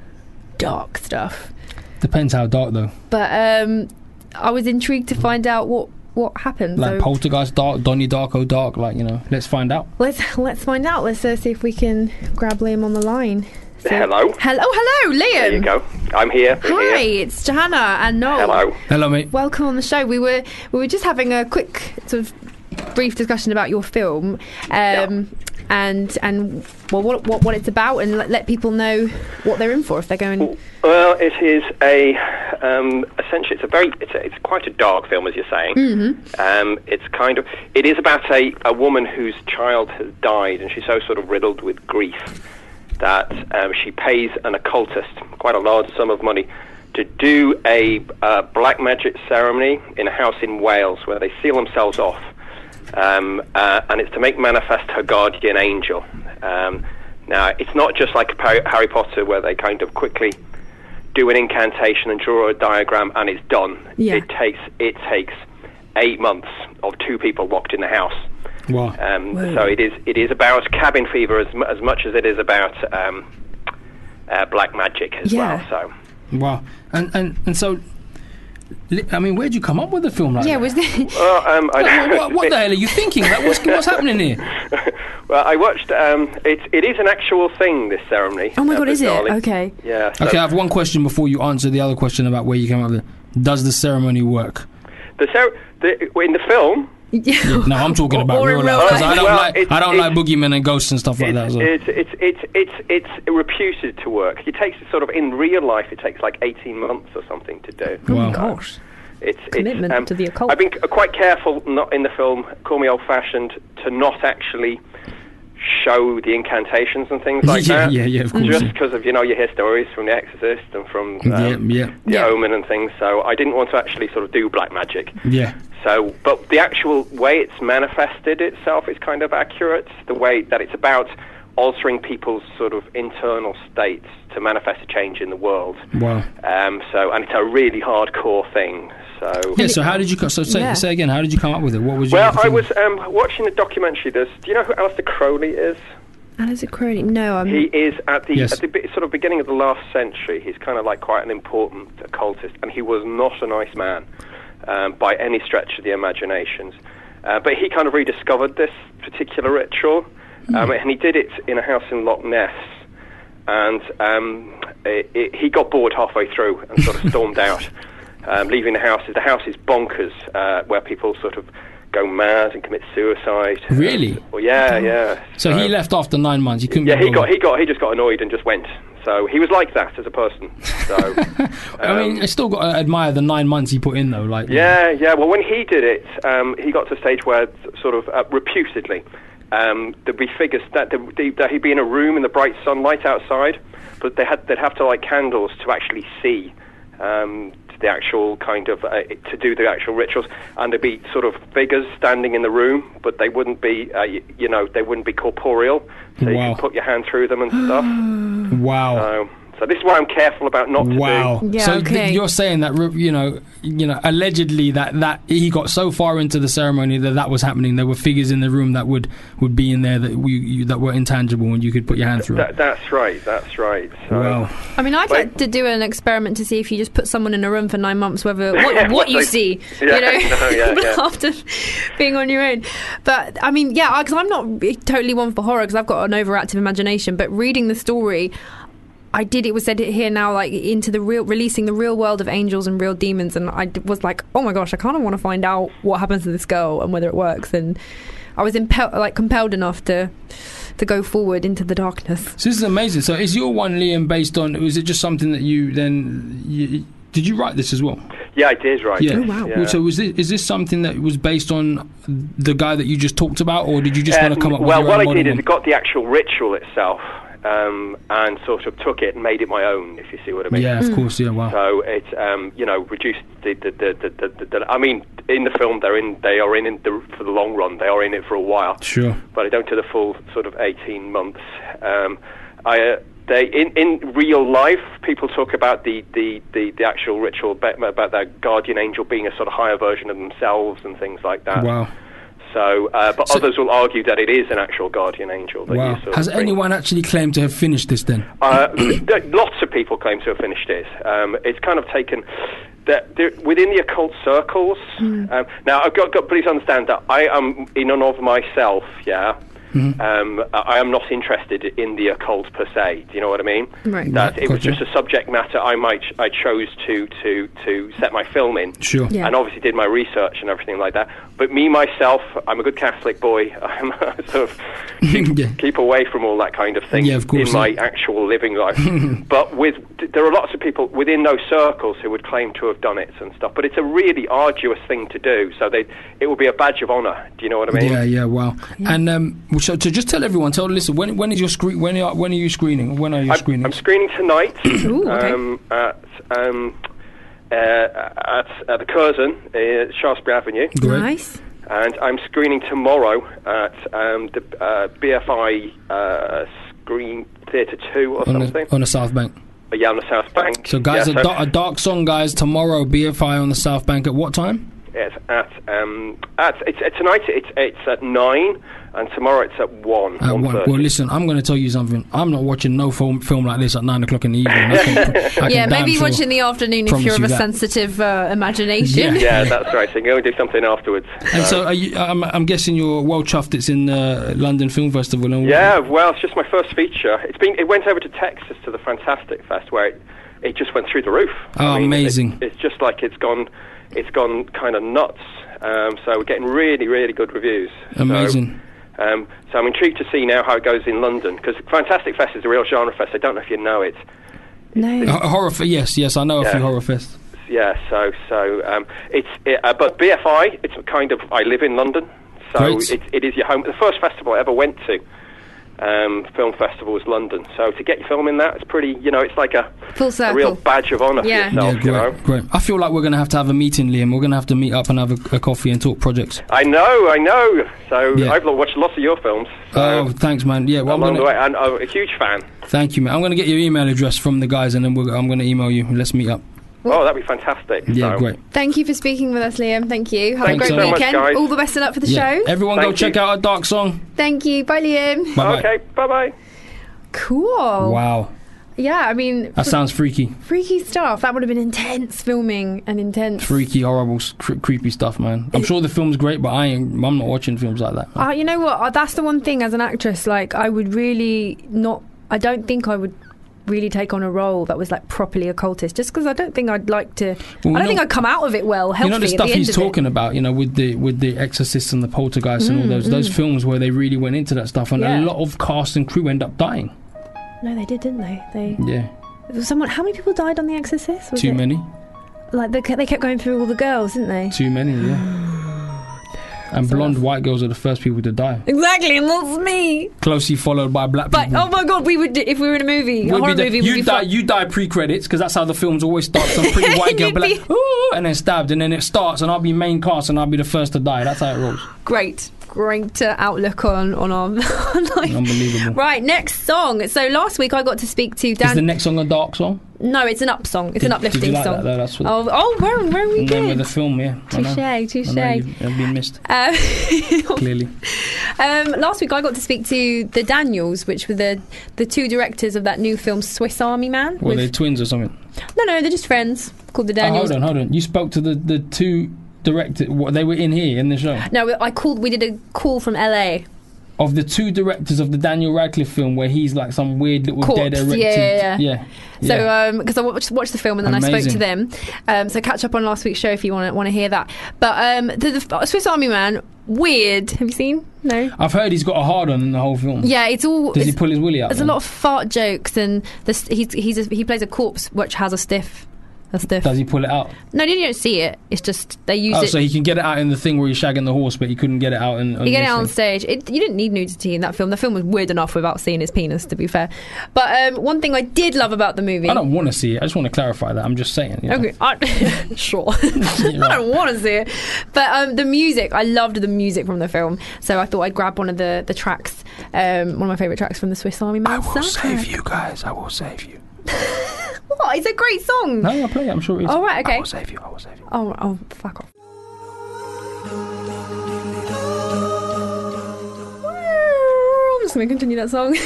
Speaker 2: dark stuff
Speaker 3: Depends how dark though.
Speaker 2: but um, I was intrigued to find out what what happened.
Speaker 3: Like
Speaker 2: so
Speaker 3: Poltergeist dark, Donnie Darko dark. Like you know, let's find out.
Speaker 2: let's <laughs> let's find out. Let's uh, see if we can grab Liam on the line. So-
Speaker 8: Hello.
Speaker 2: Hello, hello, Liam.
Speaker 8: There you go. I'm here. I'm
Speaker 2: Hi,
Speaker 8: Here.
Speaker 2: it's Johanna and Noel.
Speaker 8: Hello.
Speaker 3: Hello, mate.
Speaker 2: Welcome on the show. We were we were just having a quick sort of brief discussion about your film. Um, And and well, what, what what it's about, and let, let people know what they're in for if they're going.
Speaker 8: Well, it is a um, essentially it's a very it's, a, it's quite a dark film as you're
Speaker 2: Hmm.
Speaker 8: saying. Mm-hmm. Um, it's kind of it is about a, a woman whose child has died and she's so sort of riddled with grief that um, she pays an occultist quite a large sum of money to do a uh, black magic ceremony in a house in Wales where they seal themselves off, um, uh, and it's to make manifest her guardian angel. Um, now, it's not just like Par- Harry Potter where they kind of quickly do an incantation and draw a diagram and it's done.
Speaker 2: Yeah.
Speaker 8: It takes it takes eight months of two people locked in the house.
Speaker 3: Wow.
Speaker 8: Um, so it is it is about cabin fever as, mu- as much as it is about um, uh, black magic as
Speaker 2: Yeah.
Speaker 8: well. So
Speaker 3: Wow. And and and so, li- I mean, where'd you come up with a film like
Speaker 2: Yeah,
Speaker 3: that?
Speaker 2: was there,
Speaker 8: well, um,
Speaker 2: <laughs>
Speaker 8: I, <laughs>
Speaker 3: What, what, what the hell are you thinking? Like, what's what's happening here?
Speaker 8: well, I watched. Um, it, it is an actual thing. This ceremony.
Speaker 2: oh my
Speaker 8: uh,
Speaker 2: god, is it
Speaker 8: bizarrely.
Speaker 2: okay?
Speaker 8: Yeah. so
Speaker 3: Okay, I have one question before you answer the other question about where you came up with. it. Does the ceremony work?
Speaker 8: the cer- the, in the film,
Speaker 3: <laughs> No, I'm talking about
Speaker 2: Or
Speaker 3: real
Speaker 2: in
Speaker 3: life
Speaker 2: real
Speaker 3: because I
Speaker 8: life.
Speaker 3: don't
Speaker 8: Well,
Speaker 3: like
Speaker 8: it's-
Speaker 3: I don't like
Speaker 8: it's-
Speaker 3: boogeymen and ghosts and stuff like that.
Speaker 8: it's,
Speaker 3: So.
Speaker 8: it's, it's, it's, it's, it's reputed to work. It takes sort of in real life. It takes like eighteen months or something to do. Um,
Speaker 2: Oh
Speaker 3: Wow.
Speaker 2: my gosh.
Speaker 8: It's,
Speaker 2: Commitment
Speaker 8: it's, um,
Speaker 2: to the occult.
Speaker 8: I've been c- quite careful, not in the film, call me old-fashioned, to not actually show the incantations and
Speaker 3: <laughs>
Speaker 8: things like
Speaker 3: Yeah,
Speaker 8: that.
Speaker 3: yeah, yeah, of course,
Speaker 8: Just
Speaker 3: yeah.
Speaker 8: because of you know you hear stories from The Exorcist and from
Speaker 3: Yeah,
Speaker 8: um,
Speaker 3: yeah.
Speaker 8: The
Speaker 2: Yeah.
Speaker 8: Omen and things. So I didn't want to actually sort of do black magic.
Speaker 3: yeah.
Speaker 8: So, but the actual way it's manifested itself is kind of accurate. The way that it's about altering people's sort of internal states to manifest a change in the world.
Speaker 3: Wow.
Speaker 8: Um, so, and it's a really hardcore thing. So,
Speaker 3: Yeah. So how did you co- so say
Speaker 2: Yeah.
Speaker 3: say again? How did you come up with it? What was your
Speaker 8: well, I
Speaker 3: thing?
Speaker 8: was um, watching a documentary. There's, do you know who Alistair Crowley is?
Speaker 2: Alice Crowley. No, I'm.
Speaker 8: He is at the,
Speaker 3: Yes.
Speaker 8: at the be- sort of beginning of the last century. He's kind of like quite an important occultist, and he was not a nice man um, by any stretch of the imaginations. Uh, but he kind of rediscovered this particular ritual, um,
Speaker 3: Mm.
Speaker 8: and he did it in a house in Loch Ness. And um, it, it, he got bored halfway through
Speaker 3: <laughs>
Speaker 8: and sort of stormed out, um, leaving the house. The house is bonkers, uh, where people sort of go mad and commit suicide.
Speaker 3: Really?
Speaker 8: Well, yeah, yeah.
Speaker 3: So he left after nine months. He couldn't.
Speaker 8: Uh, Yeah,
Speaker 3: be
Speaker 8: he got
Speaker 3: bothered.
Speaker 8: he got he just got annoyed and just went. So he was like that as a person. So
Speaker 3: <laughs> I mean, I still got to admire the nine months he put in though. Like,
Speaker 8: um, yeah, yeah. Well, when he did it, um, he got to a stage where, s- sort of uh, reputedly, um, there'd be figures that, there- they- that he'd be in a room in the bright sunlight outside, but they had they'd have to light candles to actually see um, the actual kind of uh, to do the actual rituals, and there'd be sort of figures standing in the room, but they wouldn't be, uh, y- you know, they wouldn't be corporeal, so you
Speaker 3: Wow.
Speaker 8: could put your hand through them and stuff.
Speaker 3: <gasps> Wow.
Speaker 8: So, so this is why I'm careful about not to do.
Speaker 3: Wow.
Speaker 2: Yeah,
Speaker 3: so
Speaker 2: okay.
Speaker 3: you're saying that you know, you know, allegedly that that he got so far into the ceremony that that was happening. There were figures in the room that would would be in there that we you, that were intangible and you could put your hand through.
Speaker 8: That, that's right. That's right. So,
Speaker 3: Wow.
Speaker 2: I mean, I'd
Speaker 8: Wait.
Speaker 2: like to do an experiment to see if you just put someone in a room for nine
Speaker 8: <laughs>
Speaker 2: months, whether what, what you
Speaker 8: Like-
Speaker 2: see,
Speaker 8: Yeah,
Speaker 2: you know,
Speaker 8: <laughs> no,
Speaker 2: <laughs>
Speaker 8: yeah, yeah.
Speaker 2: after being on your own. But I mean, yeah, because I'm not re- totally one for horror because I've got an overactive imagination. But reading the story, I did. It was said it here now, like into the real, releasing the real world of angels and real demons, and I d- was like, oh my gosh, I kind of want to find out what happens to this girl and whether it works. And I was impel- like compelled enough to to go forward into the darkness.
Speaker 3: So this is amazing. So is your one Liam based on? Was it just something that you then? You, did you write this as well?
Speaker 8: Yeah, I did. Right.
Speaker 3: Yeah.
Speaker 2: Oh, wow.
Speaker 8: Yeah.
Speaker 3: So was this, is this something that was based on the guy that you just talked about, or did you just
Speaker 8: Uh,
Speaker 3: want to come up
Speaker 8: well,
Speaker 3: with your
Speaker 8: what
Speaker 3: own
Speaker 8: I
Speaker 3: model
Speaker 8: did is
Speaker 3: one?
Speaker 8: I got the actual ritual itself um, and sort of took it and made it my own, if you see what I mean.
Speaker 3: Yeah, of course. Yeah, wow.
Speaker 8: So it, um, you know, reduced the the, the, the, the, the the. I mean, in the film, they're in. They are in it the, for the long run. They are in it for a while.
Speaker 3: Sure.
Speaker 8: But I don't do the full sort of eighteen months. Um, I. Uh, they, in, in real life, people talk about the, the, the, the actual ritual, be- about their guardian angel being a sort of higher version of themselves and things like that.
Speaker 3: Wow.
Speaker 8: So, uh, but
Speaker 3: So-
Speaker 8: others will argue that it is an actual guardian angel. That
Speaker 3: Wow.
Speaker 8: you sort
Speaker 3: Has
Speaker 8: of bring-
Speaker 3: anyone actually claimed to have finished this then?
Speaker 8: Uh, <clears throat> th- lots of people claim to have finished it. Um, it's kind of taken that there- within the occult circles. Um, now, I've got, got please understand that I am in and of myself. Yeah.
Speaker 2: Mm.
Speaker 8: Um, I I am not interested in the occult per se. Do you know what I mean?
Speaker 3: Mm-hmm.
Speaker 2: Right.
Speaker 8: That it was
Speaker 3: Gotcha.
Speaker 8: just a subject matter I might I chose to to to set my film in
Speaker 3: Sure.
Speaker 2: Yeah.
Speaker 8: and obviously did my research and everything like that. But me myself, I'm a good Catholic boy. <laughs> I'm sort
Speaker 3: <laughs>
Speaker 8: of keep,
Speaker 3: Yeah.
Speaker 8: keep away from all that kind of thing
Speaker 3: Yeah, of course,
Speaker 8: in my
Speaker 3: yeah.
Speaker 8: actual living life.
Speaker 3: <laughs>
Speaker 8: but with there are lots of people within those circles who would claim to have done it and stuff. But it's a really arduous thing to do. So they it would be a badge of honor. Do you know what I mean?
Speaker 3: Yeah, yeah, wow. And um, well, so to just tell everyone, tell listen, when when is your screen? When are when are you screening? When are you
Speaker 8: I'm,
Speaker 3: screening?
Speaker 8: I'm screening
Speaker 3: <clears throat>
Speaker 8: tonight
Speaker 2: Ooh, okay.
Speaker 8: um, at. Um, uh, at, at the Curzon, uh, Shaftesbury Avenue.
Speaker 3: Great.
Speaker 2: Nice.
Speaker 8: And I'm screening tomorrow at um, the uh, BFI uh, Screen Theatre 2 or
Speaker 3: on
Speaker 8: something.
Speaker 3: the, on the South Bank.
Speaker 8: Uh, yeah, on the South Bank.
Speaker 3: So, guys,
Speaker 8: yeah,
Speaker 3: a, da- a dark song, guys. Tomorrow, BFI on the South Bank. At what time?
Speaker 8: it's at, um, at it's, it's tonight it's, it's at 9, and tomorrow it's at 1.
Speaker 3: At one.
Speaker 8: 1:30.
Speaker 3: Well, listen, I'm going to tell you something. I'm not watching no film film like this at nine o'clock in the evening.
Speaker 8: <laughs>
Speaker 3: I can, I
Speaker 2: Yeah,
Speaker 3: can damn
Speaker 2: maybe
Speaker 3: sure-
Speaker 2: watch in the afternoon if
Speaker 3: promise
Speaker 2: you're of
Speaker 3: you
Speaker 2: a
Speaker 3: that.
Speaker 2: sensitive uh, imagination.
Speaker 3: Yeah.
Speaker 2: <laughs>
Speaker 8: yeah, that's right. So you can go and do something afterwards.
Speaker 3: And so, are you, I'm, I'm guessing you're well chuffed. It's in the London Film Festival. And
Speaker 8: Yeah, well, it's just my first feature. It's been it went over to Texas to the Fantastic Fest where it, it just went through the roof.
Speaker 3: Oh,
Speaker 8: it-
Speaker 3: amazing.
Speaker 8: it's just like it's gone, it's gone kind of nuts. Um, so we're getting really, really good reviews. So,
Speaker 3: Amazing.
Speaker 8: um, so I'm intrigued to see now how it goes in London because Fantastic Fest is a real genre fest. I don't know if you know it.
Speaker 2: No.
Speaker 3: Ho- Horror. Fe- yes, yes, I know a few
Speaker 8: Yeah.
Speaker 3: horror fests.
Speaker 8: Yeah, so so um, it's it, uh, but BFI. It's kind of I live in London, so
Speaker 3: Great.
Speaker 8: it, it is your home. The first festival I ever went to, um, film festival, was London. So to get your film in that, it's pretty. You know, it's like a
Speaker 2: Full
Speaker 8: a real
Speaker 2: circle.
Speaker 8: badge of honour
Speaker 2: Yeah.
Speaker 8: for yourself.
Speaker 3: great,
Speaker 8: you know.
Speaker 3: great. I feel like we're going to have to have a meeting, Liam. We're going to have to meet up and have a, a coffee and talk projects.
Speaker 8: I know, I know. So
Speaker 3: Yeah.
Speaker 8: I've lo- watched lots of your films.
Speaker 3: Oh,
Speaker 8: So
Speaker 3: thanks, man. Yeah, well, I'm
Speaker 8: along the way,
Speaker 3: gonna,
Speaker 8: and I'm a huge fan.
Speaker 3: thank you, man. I'm going to get your email address from the guys, and then we're, I'm going to email you. Let's meet up.
Speaker 8: Oh, that'd be
Speaker 3: <laughs>
Speaker 8: fantastic.
Speaker 3: Yeah,
Speaker 8: so.
Speaker 3: great.
Speaker 2: Thank you for speaking with us, Liam. Thank you. Have
Speaker 8: Thanks
Speaker 2: a
Speaker 3: so
Speaker 2: great
Speaker 3: much,
Speaker 2: weekend.
Speaker 8: guys.
Speaker 2: All the best of luck for the
Speaker 3: Yeah.
Speaker 2: show.
Speaker 3: Everyone, go
Speaker 8: Thank
Speaker 3: check
Speaker 8: you.
Speaker 3: out a dark song.
Speaker 2: Thank you. Bye, Liam.
Speaker 3: Bye-bye.
Speaker 8: Okay, bye bye.
Speaker 2: Cool.
Speaker 3: Wow,
Speaker 2: Yeah, I mean,
Speaker 3: that sounds freaky,
Speaker 2: freaky stuff. That would have been intense filming and intense.
Speaker 3: freaky, horrible, s- cre- creepy stuff, man. I'm sure the film's great, but I ain't. I'm not watching films like that. man.
Speaker 2: Uh, you know what? Uh, that's the one thing as an actress, like, I would really not. I don't think I would really take on a role that was like properly occultist, just because I don't think I'd like to.
Speaker 3: Well,
Speaker 2: I don't
Speaker 3: no-
Speaker 2: think I'd come out of it well. Healthy
Speaker 3: you know the
Speaker 2: at
Speaker 3: stuff
Speaker 2: the end
Speaker 3: he's
Speaker 2: of
Speaker 3: talking about, you know, with the with the Exorcist and the Poltergeist and all those those films where they really went into that stuff, and
Speaker 2: Mm, Yeah.
Speaker 3: a lot of cast and crew end up dying.
Speaker 2: It. No, they did, didn't they? They
Speaker 3: Yeah,
Speaker 2: there was someone. How many people died on The Exorcist? Was
Speaker 3: too
Speaker 2: it-
Speaker 3: many,
Speaker 2: Like they, ke- they kept going through all the girls, didn't they?
Speaker 3: too many. Yeah,
Speaker 2: <gasps>
Speaker 3: and blonde white girls are the first people to die,
Speaker 2: Exactly, and that's me.
Speaker 3: closely followed by black
Speaker 2: But
Speaker 3: people.
Speaker 2: oh my god, we would if we were in a movie,
Speaker 3: Would
Speaker 2: a
Speaker 3: be
Speaker 2: horror
Speaker 3: the-
Speaker 2: movie.
Speaker 3: you
Speaker 2: would be
Speaker 3: die.
Speaker 2: fun.
Speaker 3: You die pre-credits because that's how the films always start. Some
Speaker 2: <laughs>
Speaker 3: pretty white girl,
Speaker 2: You'd
Speaker 3: be like,
Speaker 2: be-
Speaker 3: "Ooh," and then stabbed, and then it starts, and I'll be main cast, and I'll be the first to die. That's how it
Speaker 2: <laughs>
Speaker 3: rolls.
Speaker 2: great, great uh, outlook on on our <laughs> on life.
Speaker 3: Unbelievable.
Speaker 2: Right, next song. So last week I got to speak to
Speaker 3: Is the
Speaker 2: Dan.
Speaker 3: next song a dark song?
Speaker 2: no, it's an up song. It's an
Speaker 3: Did- did you
Speaker 2: uplifting
Speaker 3: like
Speaker 2: song.
Speaker 3: that though? That's what-
Speaker 2: oh, oh, where where we
Speaker 3: And then with the
Speaker 2: good?
Speaker 3: film, yeah. I know. I know
Speaker 2: Touche, touche.
Speaker 3: you've- I've been
Speaker 2: <laughs>
Speaker 3: missed
Speaker 2: Um,
Speaker 3: clearly.
Speaker 2: Um, last week I got to speak to the Daniels, which were the the two directors of that new film Swiss Army Man.
Speaker 3: Were
Speaker 2: with-
Speaker 3: they twins or something?
Speaker 2: no, no, they're just friends called the
Speaker 3: Oh,
Speaker 2: Daniels.
Speaker 3: hold on, hold on. You spoke to the the two directors. What they were in here in the show
Speaker 2: no, I called. We did a call from LA.
Speaker 3: of the two directors of the Daniel Radcliffe film where he's like some weird little
Speaker 2: Corpse,
Speaker 3: dead erected.
Speaker 2: yeah, yeah, yeah. So,
Speaker 3: yeah.
Speaker 2: because I watched, watched the film and then I spoke to
Speaker 3: Amazing.
Speaker 2: them. Um, so catch up on last week's show if you want to want to hear that. But um, the, the Swiss Army Man, weird. Have you seen? No.
Speaker 3: I've heard he's got a hard on in the whole film.
Speaker 2: Yeah, it's all.
Speaker 3: Does he
Speaker 2: It's,
Speaker 3: pull his willy out?
Speaker 2: there's a
Speaker 3: then?
Speaker 2: lot of fart jokes and this, he's, he's a, he plays a corpse which has a stiff. A stiff.
Speaker 3: Does he pull it out?
Speaker 2: No, you don't see it. It's just they use
Speaker 3: oh,
Speaker 2: it.
Speaker 3: so he can get it out in the thing where he's shagging the horse, but he couldn't get it out in. on
Speaker 2: You get it
Speaker 3: this
Speaker 2: out on
Speaker 3: thing.
Speaker 2: stage. It, you didn't need nudity in that film. The film was weird enough without seeing his penis, to be fair. But um, one thing I did love about the movie.
Speaker 3: I don't want to see it. I just want to clarify that. I'm just saying. you know.
Speaker 2: Okay, I, <laughs> sure.
Speaker 3: Yeah.
Speaker 2: I don't want to see it, but um, the music. I loved the music from the film, so I thought I'd grab one of the the tracks, um, one of my favorite tracks from the Swiss Army Man. soundtrack.
Speaker 3: you guys. I will save you.
Speaker 2: What? It's a great song.
Speaker 3: No, I'll play it. I'm sure it is.
Speaker 2: Oh, right, okay.
Speaker 3: I will save you. I will save you.
Speaker 2: Oh, oh, fuck off. I'm just gonna continue that song.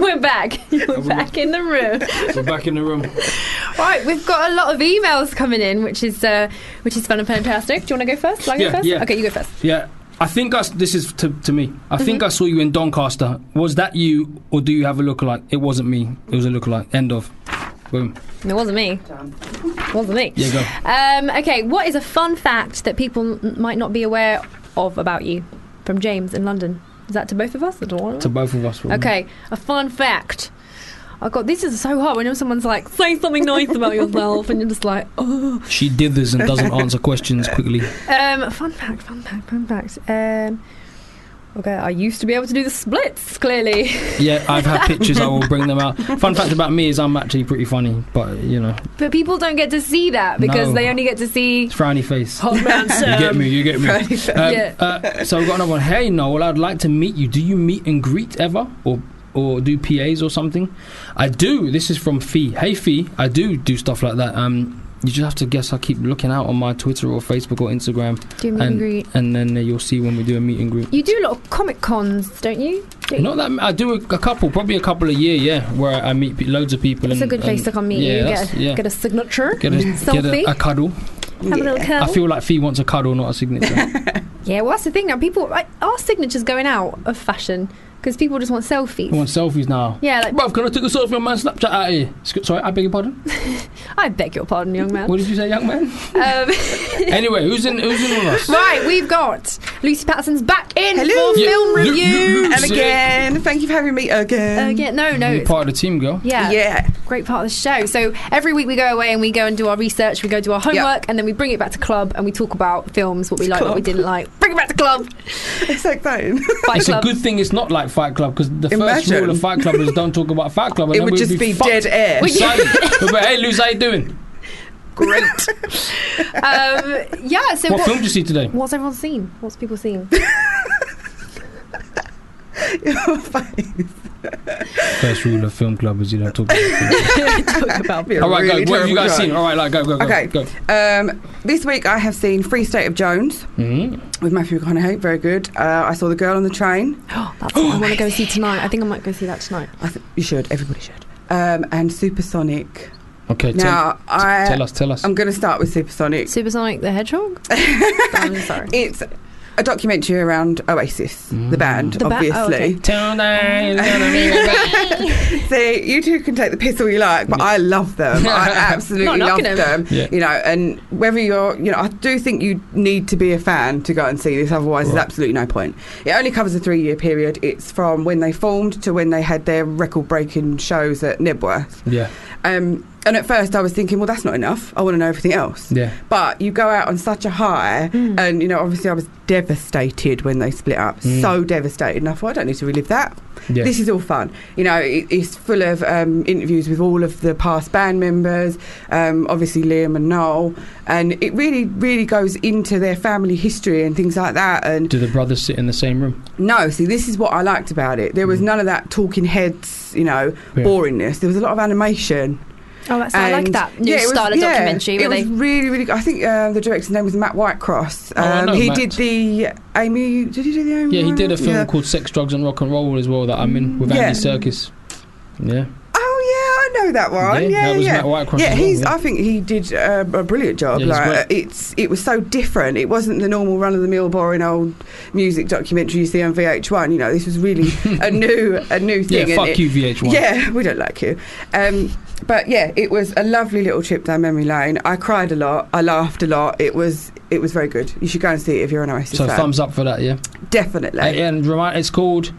Speaker 2: <laughs> We're back. We're back in the room.
Speaker 3: We're back in the room.
Speaker 2: Right, we've got a lot of emails coming in, which is uh, which is fun and fantastic. Do you want to go first? Shall I go
Speaker 3: Yeah,
Speaker 2: first?
Speaker 3: yeah.
Speaker 2: Okay, you go first.
Speaker 3: Yeah. I think I, s- this is to, to me. I
Speaker 2: Mm-hmm.
Speaker 3: think I saw you in Doncaster. Was that you, or do you have a lookalike? It wasn't me. It was a lookalike. End of. Boom.
Speaker 2: It wasn't me. Wasn't me.
Speaker 3: Yeah, go.
Speaker 2: Um, okay, what is a fun fact that people m- might not be aware of about you? From James in London. Is that to both of us? I don't want
Speaker 3: To both of us. probably.
Speaker 2: Okay, a fun fact. I got this is so hard when someone's like, say something nice about yourself, and you're just like, oh.
Speaker 3: She dithers and <laughs> doesn't answer questions quickly.
Speaker 2: Um, fun fact, fun fact, fun fact. Um, okay, I used to be able to do the splits. Clearly, <laughs>
Speaker 3: Yeah, I've had pictures. I will bring them out. Fun fact about me is I'm actually pretty funny, but you know,
Speaker 2: but people don't get to see that because
Speaker 3: No.
Speaker 2: they only get to see.
Speaker 3: frowny face.
Speaker 2: Hot man
Speaker 3: You get me, you get me. Um,
Speaker 2: Yeah.
Speaker 3: uh, so we've got another one. Hey Noel, I'd like to meet you. Do you meet and greet ever? Or or do PAs or something? I do. This is from Fee. Hey Fee, I do do stuff like that. Um you just have to guess I keep looking out on my Twitter or Facebook or Instagram
Speaker 2: Do meet and
Speaker 3: and
Speaker 2: greet.
Speaker 3: and then uh, you'll see when we do a meet and greet.
Speaker 2: You do a lot of comic cons, don't you? Do you?
Speaker 3: Not that I do a, a couple, probably a couple a year, yeah, where I meet pe- loads of people.
Speaker 2: it's a
Speaker 3: and-
Speaker 2: good place
Speaker 3: and-
Speaker 2: to come meet
Speaker 3: yeah,
Speaker 2: you.
Speaker 3: that's-
Speaker 2: Get a,
Speaker 3: yeah.
Speaker 2: get a signature,
Speaker 3: Get
Speaker 2: <laughs>
Speaker 3: a, get a-
Speaker 2: selfie,
Speaker 3: a cuddle.
Speaker 2: have a little curl.
Speaker 3: I feel like Fee wants a cuddle, not a
Speaker 2: <laughs>
Speaker 3: signature.
Speaker 2: Yeah, well, that's the thing now. People, like, our signatures going out of fashion because people just want selfies.
Speaker 3: He wants selfies now.
Speaker 2: Yeah, like-
Speaker 3: Bruv, can I take a selfie on my Snapchat out here? Sc- Sorry, I beg your
Speaker 2: <laughs>
Speaker 3: pardon.
Speaker 2: I beg your pardon, young man.
Speaker 3: What did you say, young man?
Speaker 2: um,
Speaker 3: anyway, who's in who's in with us?
Speaker 2: <laughs> right, we've got Lucy Patterson's back in
Speaker 9: Hello.
Speaker 2: for
Speaker 3: Yeah,
Speaker 2: film
Speaker 3: Lu- Lu-
Speaker 2: review.
Speaker 3: Lucy.
Speaker 9: And again, thank you for having me again.
Speaker 2: Uh, yeah, no, no.
Speaker 3: You're
Speaker 2: it's-
Speaker 3: part of the team, girl.
Speaker 2: Yeah,
Speaker 9: Yeah.
Speaker 2: great part of the show. So every week we go away and we go and do our research, we go do our homework, and then we bring it back to club and we talk about films, what we liked, what we
Speaker 9: Club.
Speaker 2: didn't like. Bring it back to <laughs> club.
Speaker 9: It's like that. it
Speaker 2: Fight
Speaker 3: It's a
Speaker 2: club.
Speaker 3: good thing it's not like Fight Club because the first
Speaker 9: Imagine.
Speaker 3: rule of Fight Club is don't talk about Fight Club. And then
Speaker 9: would
Speaker 3: we'd <laughs>
Speaker 9: just be
Speaker 3: fucked.
Speaker 9: dead air.
Speaker 2: Would you-
Speaker 3: Silent.
Speaker 9: <laughs>
Speaker 3: We'd be, hey, Luz, how you doing?
Speaker 9: Great.
Speaker 2: um, yeah. So
Speaker 3: What,
Speaker 2: what-
Speaker 3: film did you see today?
Speaker 2: what's everyone seen? What's people <laughs> seen?
Speaker 3: First rule of film club is you don't <laughs> talk about films.
Speaker 9: <laughs> That'd be
Speaker 3: <laughs>
Speaker 9: a
Speaker 3: All right,
Speaker 9: really
Speaker 3: go. What have you
Speaker 9: terrible
Speaker 3: guys
Speaker 9: joke.
Speaker 3: seen? All right, like, go, go, go.
Speaker 9: Okay.
Speaker 3: Go.
Speaker 9: Um, this week I have seen Free State of Jones
Speaker 3: Mhm.
Speaker 9: with Matthew McConaughey. Very good. Uh, I saw The Girl on the Train.
Speaker 2: That's what I want to go see tonight. I think I might go see that tonight.
Speaker 9: I th- you should. Everybody should. Um, and Supersonic.
Speaker 3: Okay, tell,
Speaker 9: now I
Speaker 3: tell us, tell us.
Speaker 9: I'm going to start with Supersonic. <laughs>
Speaker 2: Supersonic the Hedgehog? I'm sorry.
Speaker 9: It's a documentary around Oasis,
Speaker 3: Mm.
Speaker 9: the band,
Speaker 2: The ba- oh,
Speaker 9: obviously.
Speaker 2: okay. <laughs>
Speaker 9: <laughs> So you two can take the piss all you like, but I love them. Um, I absolutely
Speaker 2: <laughs> Not
Speaker 9: love
Speaker 2: knocking
Speaker 9: them.
Speaker 2: them.
Speaker 3: Yeah.
Speaker 9: You know, and whether you're, you know, I do think you need to be a fan to go and see this. Otherwise, there's absolutely no point. It only covers a three-year period. It's from when they formed to when they had their record-breaking shows at Nebworth.
Speaker 3: Yeah,
Speaker 9: Um, and at first, I was thinking, well, that's not enough. I want to know everything else.
Speaker 3: yeah.
Speaker 9: But you go out on such a high,
Speaker 2: Mm.
Speaker 9: and you know, obviously, I was devastated when they split up.
Speaker 3: Mm.
Speaker 9: So devastated, and I thought, I don't need to relive that.
Speaker 3: Yeah.
Speaker 9: This is all fun. You know, it, it's full of um, interviews with all of the past band members, um, obviously Liam and Noel, and it really, really goes into their family history and things like that. And
Speaker 3: Do the brothers sit in the same room? Mm.
Speaker 9: no, see, this is what I liked about it. There was none of that talking heads, you know,
Speaker 3: Yeah.
Speaker 9: boringness. There was a lot of animation.
Speaker 2: Oh, that's I like
Speaker 9: And-
Speaker 2: that new
Speaker 9: yeah, it was-
Speaker 2: style of
Speaker 9: yeah,
Speaker 2: documentary.
Speaker 9: It
Speaker 2: where
Speaker 9: was
Speaker 2: they,
Speaker 9: really, really. good. I think uh, the director's name was Matt Whitecross.
Speaker 3: Oh, I
Speaker 9: Um,
Speaker 3: know
Speaker 9: he
Speaker 3: Matt.
Speaker 9: did the Amy. Did he do the Amy?
Speaker 3: Yeah, he did a
Speaker 9: Winehouse?
Speaker 3: film
Speaker 9: Yeah.
Speaker 3: called Sex, Drugs, and Rock and Roll as well that I'm in with
Speaker 9: Yeah.
Speaker 3: Andy Serkis. Yeah,
Speaker 9: Oh yeah, I know that one.
Speaker 3: Yeah,
Speaker 9: Yeah, yeah.
Speaker 3: that was Matt Whitecross
Speaker 9: yeah,
Speaker 3: as well,
Speaker 9: he's.
Speaker 3: yeah.
Speaker 9: I think he did uh, a brilliant job.
Speaker 3: Yeah, he's
Speaker 9: like
Speaker 3: great.
Speaker 9: uh, it's, it was so different. It wasn't the normal run of the mill, boring old music um, documentary you see on VH1. You know, this was
Speaker 3: <laughs>
Speaker 9: really a new, a new thing.
Speaker 3: yeah.
Speaker 9: and
Speaker 3: Fuck
Speaker 9: it-
Speaker 3: you, VH1.
Speaker 9: Yeah, we don't like you. Um, but yeah, it was a lovely little trip down memory lane. I cried a lot. I laughed a lot. It was it was very good. You should go and see it if you're an Oasis
Speaker 3: So
Speaker 9: fan.
Speaker 3: thumbs up for that. Yeah.
Speaker 9: Definitely.
Speaker 3: Hey, and remind it's called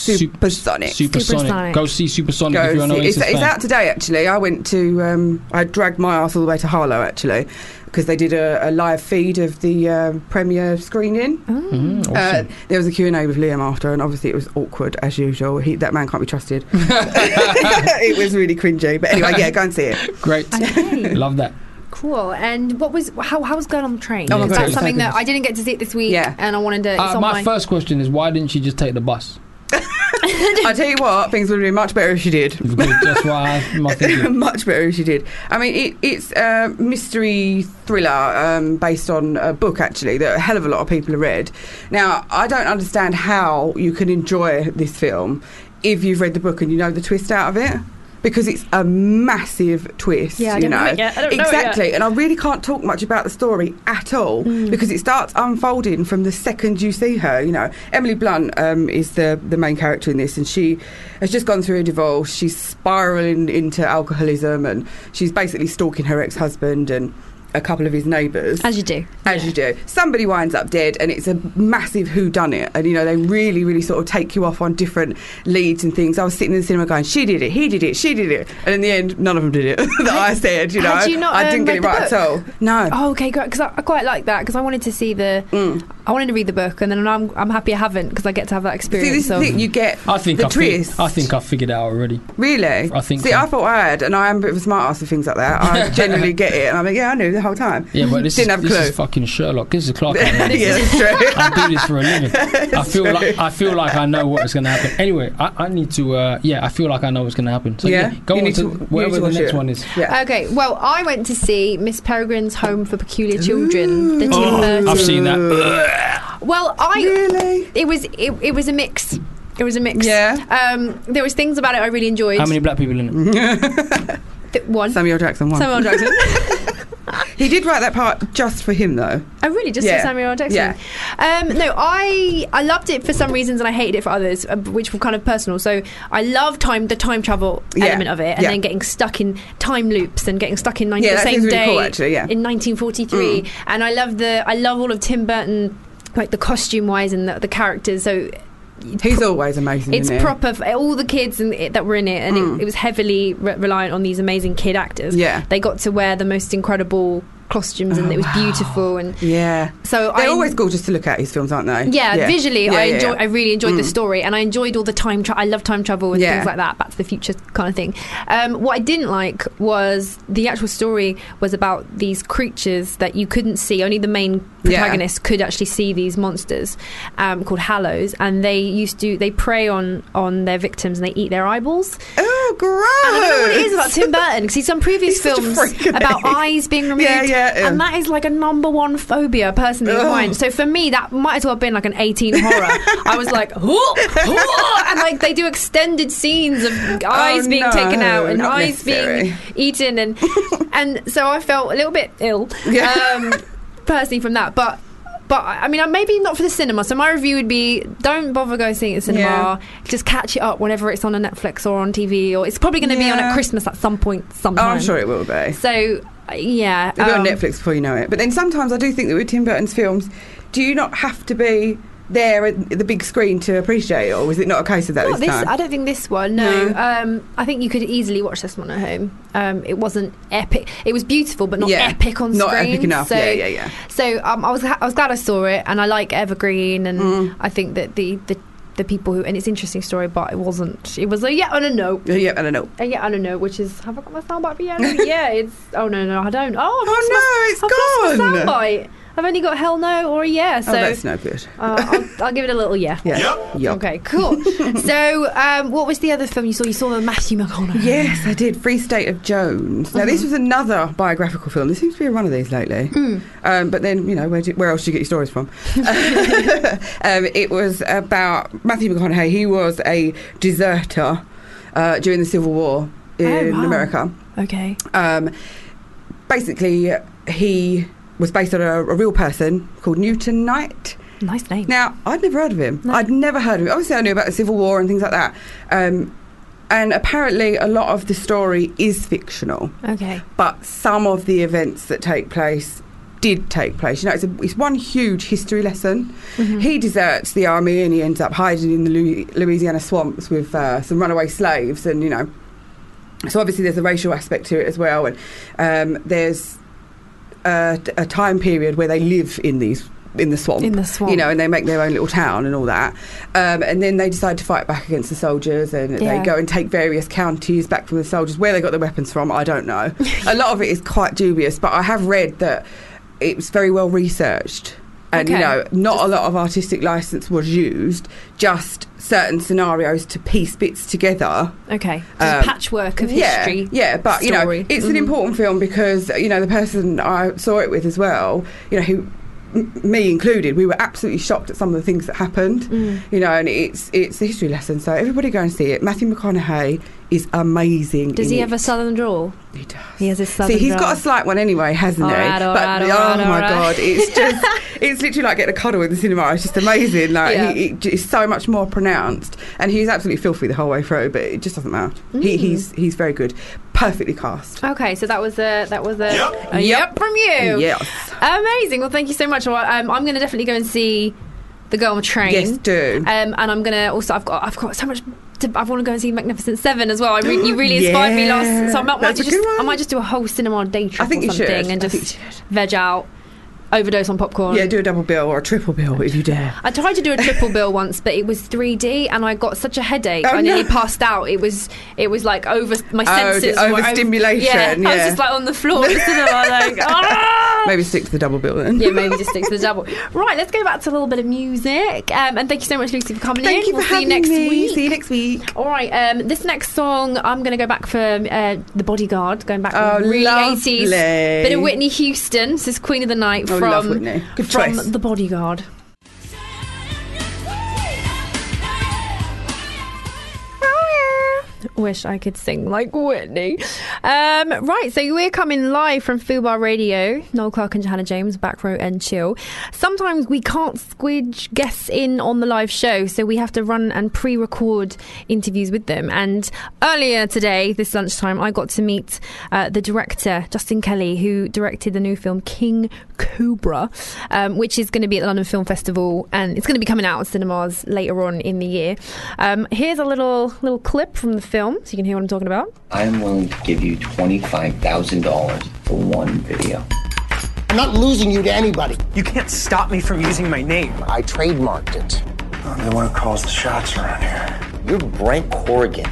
Speaker 9: Supersonic.
Speaker 3: Supersonic.
Speaker 2: Supersonic.
Speaker 3: Go see Supersonic
Speaker 9: Go
Speaker 3: if you're an
Speaker 9: and see.
Speaker 3: Oasis
Speaker 9: It's, it's
Speaker 3: fan.
Speaker 9: out today actually. I went to um, I dragged my ass all the way to Harlow actually because they did a, a live feed of the um, premiere screening.
Speaker 3: Mm, awesome.
Speaker 9: Uh, there was a Q&A with Liam after and obviously it was awkward as usual. He, that man can't
Speaker 3: <laughs>
Speaker 9: be trusted. <laughs> it was really cringy. But anyway, yeah, go and see it.
Speaker 3: Great.
Speaker 2: okay,
Speaker 3: Love that.
Speaker 2: cool. And what was how how was going on the train?
Speaker 9: Oh my
Speaker 2: Because
Speaker 9: God, it
Speaker 2: that's
Speaker 9: was
Speaker 2: something that
Speaker 3: fabulous.
Speaker 2: I didn't get to see it this week,
Speaker 9: Yeah.
Speaker 2: and I wanted to. It's
Speaker 3: Uh,
Speaker 2: on
Speaker 3: my
Speaker 2: my
Speaker 3: first question is why didn't you just take the bus?
Speaker 9: <laughs> I tell you what, things would have been much better if she did.
Speaker 3: Because That's why
Speaker 9: <laughs>
Speaker 3: I, my thinking.
Speaker 9: much better if she did. I mean, it, it's a mystery thriller um, based on a book actually that a hell of a lot of people have read. Now, I don't understand how you can enjoy this film if you've read the book and you know the twist out of it. Because it's a massive twist,
Speaker 2: Yeah, I
Speaker 9: you
Speaker 2: don't know
Speaker 9: know.
Speaker 2: it yet. I don't know it yet.
Speaker 9: exactly, and I really can't talk much about the story at all
Speaker 2: Mm.
Speaker 9: because it starts unfolding from the second you see her. You know, Emily Blunt um, is the the main character in this, and she has just gone through a divorce. She's spiraling into alcoholism, and she's basically stalking her ex husband and a couple of his neighbours
Speaker 2: as you do.
Speaker 9: as you do. Somebody winds up dead, and it's a massive who done it. And you know they really, really sort of take you off on different leads and things. I was sitting in the cinema going, "She did it, he did it, she did it," and in the end, none of them did it <laughs> that I said. You know,
Speaker 2: Had you not,
Speaker 9: I
Speaker 2: um,
Speaker 9: didn't get it
Speaker 2: read the
Speaker 9: right at all. No.
Speaker 2: Oh, okay, great. Because I, I quite like that because I wanted to see the.
Speaker 9: Mm.
Speaker 2: I wanted to read the book, and then I'm I'm happy I haven't because I get to have that
Speaker 9: See,
Speaker 2: experience.
Speaker 9: this is the
Speaker 2: of,
Speaker 9: thing, you get
Speaker 3: I think
Speaker 9: the
Speaker 3: I, fig-
Speaker 9: twist.
Speaker 3: I think I figured it out already.
Speaker 9: Really?
Speaker 3: I think
Speaker 9: See,
Speaker 3: so.
Speaker 9: I thought I had, and I am a bit of a smart ass with things like that.
Speaker 3: <laughs>
Speaker 9: I generally get it, and I'm like, yeah, I knew the whole time.
Speaker 3: Yeah, but this,
Speaker 9: Didn't
Speaker 3: is,
Speaker 9: have a
Speaker 3: this
Speaker 9: clue.
Speaker 3: is fucking Sherlock. This is
Speaker 9: <laughs>
Speaker 3: Clark.
Speaker 9: yeah,
Speaker 3: Kent.
Speaker 9: that's true.
Speaker 3: I do this for a
Speaker 9: <laughs>
Speaker 3: living. I feel
Speaker 9: true.
Speaker 3: like I feel like I know what's going to happen. Anyway, I, I need to. Uh, yeah, I feel like I know what's going to happen. So yeah,
Speaker 9: Yeah,
Speaker 3: go
Speaker 9: you
Speaker 3: on
Speaker 9: need
Speaker 3: to,
Speaker 9: to- you need
Speaker 3: whatever
Speaker 9: to
Speaker 3: the
Speaker 9: watch
Speaker 3: next
Speaker 9: it.
Speaker 3: one is.
Speaker 9: Yeah.
Speaker 2: Okay, well, I went to see Miss Peregrine's Home for Peculiar Children, the teen version.
Speaker 3: Oh, I've seen that.
Speaker 2: Well, I
Speaker 9: Really?
Speaker 2: it was it, it was a mix. It was a mix.
Speaker 9: Yeah.
Speaker 2: Um, there was things about it I really
Speaker 3: <laughs>
Speaker 2: enjoyed.
Speaker 3: How many black people in it?
Speaker 2: Th- one.
Speaker 9: <laughs> Samuel Jackson won.
Speaker 2: Samuel Jackson.
Speaker 9: <laughs> He did write that part just for him, though.
Speaker 2: I Oh, really just
Speaker 9: Yeah.
Speaker 2: for Samuel L. Jackson.
Speaker 9: Yeah.
Speaker 2: Um, no, I I loved it for some reasons and I hated it for others, uh, which were kind of personal. So I love time the time travel
Speaker 9: Yeah.
Speaker 2: element of it, and
Speaker 9: Yeah.
Speaker 2: then getting stuck in time loops and getting stuck in 19,
Speaker 9: Yeah,
Speaker 2: the
Speaker 9: that
Speaker 2: same
Speaker 9: seems really
Speaker 2: day
Speaker 9: cool, actually, yeah. Mm.
Speaker 2: in 1943. And I love the I love all of Tim Burton, like the costume wise and the, the characters. So
Speaker 9: He's always amazing.
Speaker 2: it's
Speaker 9: isn't he?
Speaker 2: proper for all the kids and it, that were in it and it, it was heavily re- reliant on these amazing kid actors
Speaker 9: Yeah. Oh,
Speaker 2: they got to wear the most incredible costumes and it was beautiful and
Speaker 9: Yeah.
Speaker 2: so
Speaker 9: They're
Speaker 2: I
Speaker 9: always gorgeous to look at his films, aren't they?
Speaker 2: yeah, visually
Speaker 9: Yeah,
Speaker 2: I
Speaker 9: yeah,
Speaker 2: enjoy
Speaker 9: yeah. Mm.
Speaker 2: I really enjoyed the story and I enjoyed all the time tra- I love time travel and
Speaker 9: Yeah.
Speaker 2: things like that back to the future kind of thing um, what I didn't like was the actual story was about these creatures that you couldn't see only the main
Speaker 9: Yeah.
Speaker 2: protagonist could actually see these monsters um, called hallows and they used to they prey on on their victims and they eat their eyeballs
Speaker 9: Oh, gross!
Speaker 2: I don't know what it is about Tim Burton because he's done
Speaker 9: <laughs>
Speaker 2: previous
Speaker 9: He's such a
Speaker 2: films
Speaker 9: freak, isn't
Speaker 2: about
Speaker 9: he?
Speaker 2: eyes being removed,
Speaker 9: Yeah, yeah, yeah. Oh,
Speaker 2: and that is like a number one phobia personally of
Speaker 9: Ugh.
Speaker 2: mine. So for me, that might as well have been like an eighteen horror.
Speaker 9: <laughs>
Speaker 2: I was like, "Whoa, whoa," and like they do extended scenes of eyes being
Speaker 9: Oh, no,
Speaker 2: taken out and
Speaker 9: not
Speaker 2: eyes
Speaker 9: necessary.
Speaker 2: being
Speaker 9: <laughs>
Speaker 2: eaten, and and so I felt a little bit ill,
Speaker 9: Yeah.
Speaker 2: um, personally from that, but. But I I mean, uh, maybe not for the cinema. So my review would be: don't bother going seeing it at cinema.
Speaker 9: Yeah.
Speaker 2: Just catch it up whenever it's on a Netflix or on TV, or it's probably going to be on at
Speaker 9: Yeah.
Speaker 2: Christmas at some point.
Speaker 9: Oh,
Speaker 2: Sometime.
Speaker 9: I'm sure it will be.
Speaker 2: So uh, yeah,
Speaker 9: They'll be
Speaker 2: um,
Speaker 9: on Netflix before you know it. But then sometimes I do think that with Tim Burton's films, do you not have to be there at the big screen to appreciate it, or was it not a case of that
Speaker 2: Not
Speaker 9: this
Speaker 2: this.
Speaker 9: time?
Speaker 2: I don't think this one. No.
Speaker 9: No.
Speaker 2: Um, I think you could easily watch this one at home. Um, it wasn't epic. It was beautiful, but not
Speaker 9: Yeah.
Speaker 2: epic on
Speaker 9: Not
Speaker 2: screen.
Speaker 9: epic enough.
Speaker 2: So,
Speaker 9: Yeah, yeah, yeah.
Speaker 2: So um, I was I was glad I saw it, and I like Evergreen, and
Speaker 9: Mm.
Speaker 2: I think that the the the people who and it's an interesting story, but it wasn't. It was a yeah and a no.
Speaker 9: Yeah, yeah, I don't know.
Speaker 2: A yeah and a no, which is have I got my soundbite for yeah? and a no? <laughs> yeah, it's oh no no I don't. Oh, I've lost
Speaker 9: Oh no, it's
Speaker 2: my, I've
Speaker 9: gone.
Speaker 2: lost my soundbite. I've only got hell no or a yeah. So
Speaker 9: oh, that's no good.
Speaker 2: uh, I'll, I'll give it a little yeah.
Speaker 9: Yeah. Yup.
Speaker 2: Okay,
Speaker 9: <laughs>
Speaker 2: cool. so, um, what was the other film you saw? You saw the Matthew McConaughey.
Speaker 9: Yes, I did. Free State of Jones. Now,
Speaker 2: Mm-hmm.
Speaker 9: this was another biographical film. There seems to be a run of these lately.
Speaker 2: Mm.
Speaker 9: Um, but then, you know, where, do, where else do you get your stories
Speaker 2: <laughs>
Speaker 9: from? <laughs> um, it was about Matthew McConaughey. He was a deserter uh, during the Civil War in
Speaker 2: Oh, wow.
Speaker 9: America.
Speaker 2: Okay.
Speaker 9: Um, basically, he was based on a, a real person called Newton Knight.
Speaker 2: Nice name.
Speaker 9: Now, I'd never heard of him. I'd never heard of him. Obviously, I knew about the Civil War and things like that. Um, and apparently, a lot of the story is fictional,
Speaker 2: okay.
Speaker 9: but some of the events that take place did take place. You know, it's, a, it's one huge history lesson. He deserts the army and he ends up hiding in the Lu- Louisiana swamps with uh, some runaway slaves, and you know. So obviously, there's a racial aspect to it as well, and um, there's a, a time period where they live in these in the swamp
Speaker 2: In the swamp.
Speaker 9: you know, and they make their own little town and all that. Um, and then they decide to fight back against the soldiers, and
Speaker 2: Yeah.
Speaker 9: they go and take various counties back from the soldiers. Where they got their weapons from, I don't know. a lot of it is quite dubious, but I have read that it was very well researched. And
Speaker 2: Okay.
Speaker 9: you know, not a lot of artistic license was used. Just certain scenarios to piece bits together.
Speaker 2: Okay. Just
Speaker 9: Um,
Speaker 2: a patchwork of
Speaker 9: yeah,
Speaker 2: history.
Speaker 9: yeah, but you know,
Speaker 2: story.
Speaker 9: it's an
Speaker 2: Mhm.
Speaker 9: important film because you know the person I saw it with as well. You know, who m- me included, we were absolutely shocked at some of the things that happened.
Speaker 2: Mm.
Speaker 9: You know, and it's it's a history lesson. So everybody go and see it. Matthew McConaughey is amazing.
Speaker 2: Does
Speaker 9: in
Speaker 2: he
Speaker 9: it.
Speaker 2: have a southern drawl?
Speaker 9: He does.
Speaker 2: He has his southern
Speaker 9: See, he's
Speaker 2: drawl.
Speaker 9: got a slight one anyway, hasn't he?
Speaker 2: Alright,
Speaker 9: but
Speaker 2: alright,
Speaker 9: oh
Speaker 2: alright,
Speaker 9: my
Speaker 2: alright.
Speaker 9: god,
Speaker 2: <laughs>
Speaker 9: it's just it's literally like getting a cuddle in the cinema. It's just amazing. Like
Speaker 2: Yeah.
Speaker 9: he, he- it's so much more pronounced, and he's absolutely filthy the whole way through. But it just doesn't matter. He,
Speaker 2: Mm.
Speaker 9: he's he's very good, perfectly cast.
Speaker 2: Okay, so that was a that was a yep, a
Speaker 9: Yep.
Speaker 2: yep from you.
Speaker 9: Yes.
Speaker 2: Amazing. Well, thank you so much. Well, um, I'm going to definitely go and see the girl on the train.
Speaker 9: Yes, do.
Speaker 2: Um, and I'm gonna also. I've got. I've got so much. To, I want to go and see Magnificent Seven as well. I re- you really inspired me last. So I might, might
Speaker 9: that's a
Speaker 2: just.
Speaker 9: good one.
Speaker 2: I might just do a whole cinema day trip
Speaker 9: I think
Speaker 2: or
Speaker 9: you should.
Speaker 2: something and
Speaker 9: I
Speaker 2: just
Speaker 9: think you should.
Speaker 2: veg out, overdose on popcorn.
Speaker 9: Yeah, do a double bill or a triple bill if you dare.
Speaker 2: I tried to do a triple bill once, but it was 3D, and I got such a headache.
Speaker 9: Oh,
Speaker 2: I nearly
Speaker 9: no.
Speaker 2: passed out. It was, it was like over my
Speaker 9: Oh,
Speaker 2: senses.
Speaker 9: the
Speaker 2: were over-
Speaker 9: overstimulation,
Speaker 2: I was
Speaker 9: yeah.
Speaker 2: just like on the floor, in the cinema,
Speaker 9: <laughs>
Speaker 2: like ah!
Speaker 9: Maybe stick to the double bill then.
Speaker 2: Yeah, maybe just stick to the double. Right, let's go back to a little bit of music. Um, and thank you so much, Lucy, for coming in.
Speaker 9: Thank you for
Speaker 2: we'll see
Speaker 9: having
Speaker 2: you next
Speaker 9: me.
Speaker 2: week.
Speaker 9: See you next week.
Speaker 2: All right, um, this next song, I'm going to go back for uh, The Bodyguard, going back
Speaker 9: Oh,
Speaker 2: really
Speaker 9: lovely.
Speaker 2: 80s. Bit of Whitney Houston. This is Queen of the Night
Speaker 9: Oh,
Speaker 2: from,
Speaker 9: love Whitney. Good
Speaker 2: from
Speaker 9: choice.
Speaker 2: The Bodyguard. Wish I could sing like Whitney. Um, right, so we're coming live from Fubar Radio. Noel Clark and Johanna James, back row and chill. Sometimes we can't squidge guests in on the live show, so we have to run and pre record interviews with them. And earlier today, this lunchtime, I got to meet uh, the director, Justin Kelly, who directed the new film King Cobra, um, which is going to be at the London Film Festival and it's going to be coming out at cinemas later on in the year. Um, here's a little little clip from the film so you can hear what I'm talking about.
Speaker 10: I'm willing to give you $25,000 for one video.
Speaker 7: I'm not losing you to anybody.
Speaker 11: You can't stop me from using my name.
Speaker 10: I trademarked it.
Speaker 11: I'm the one who calls the shots around here.
Speaker 10: You're Brent Corrigan.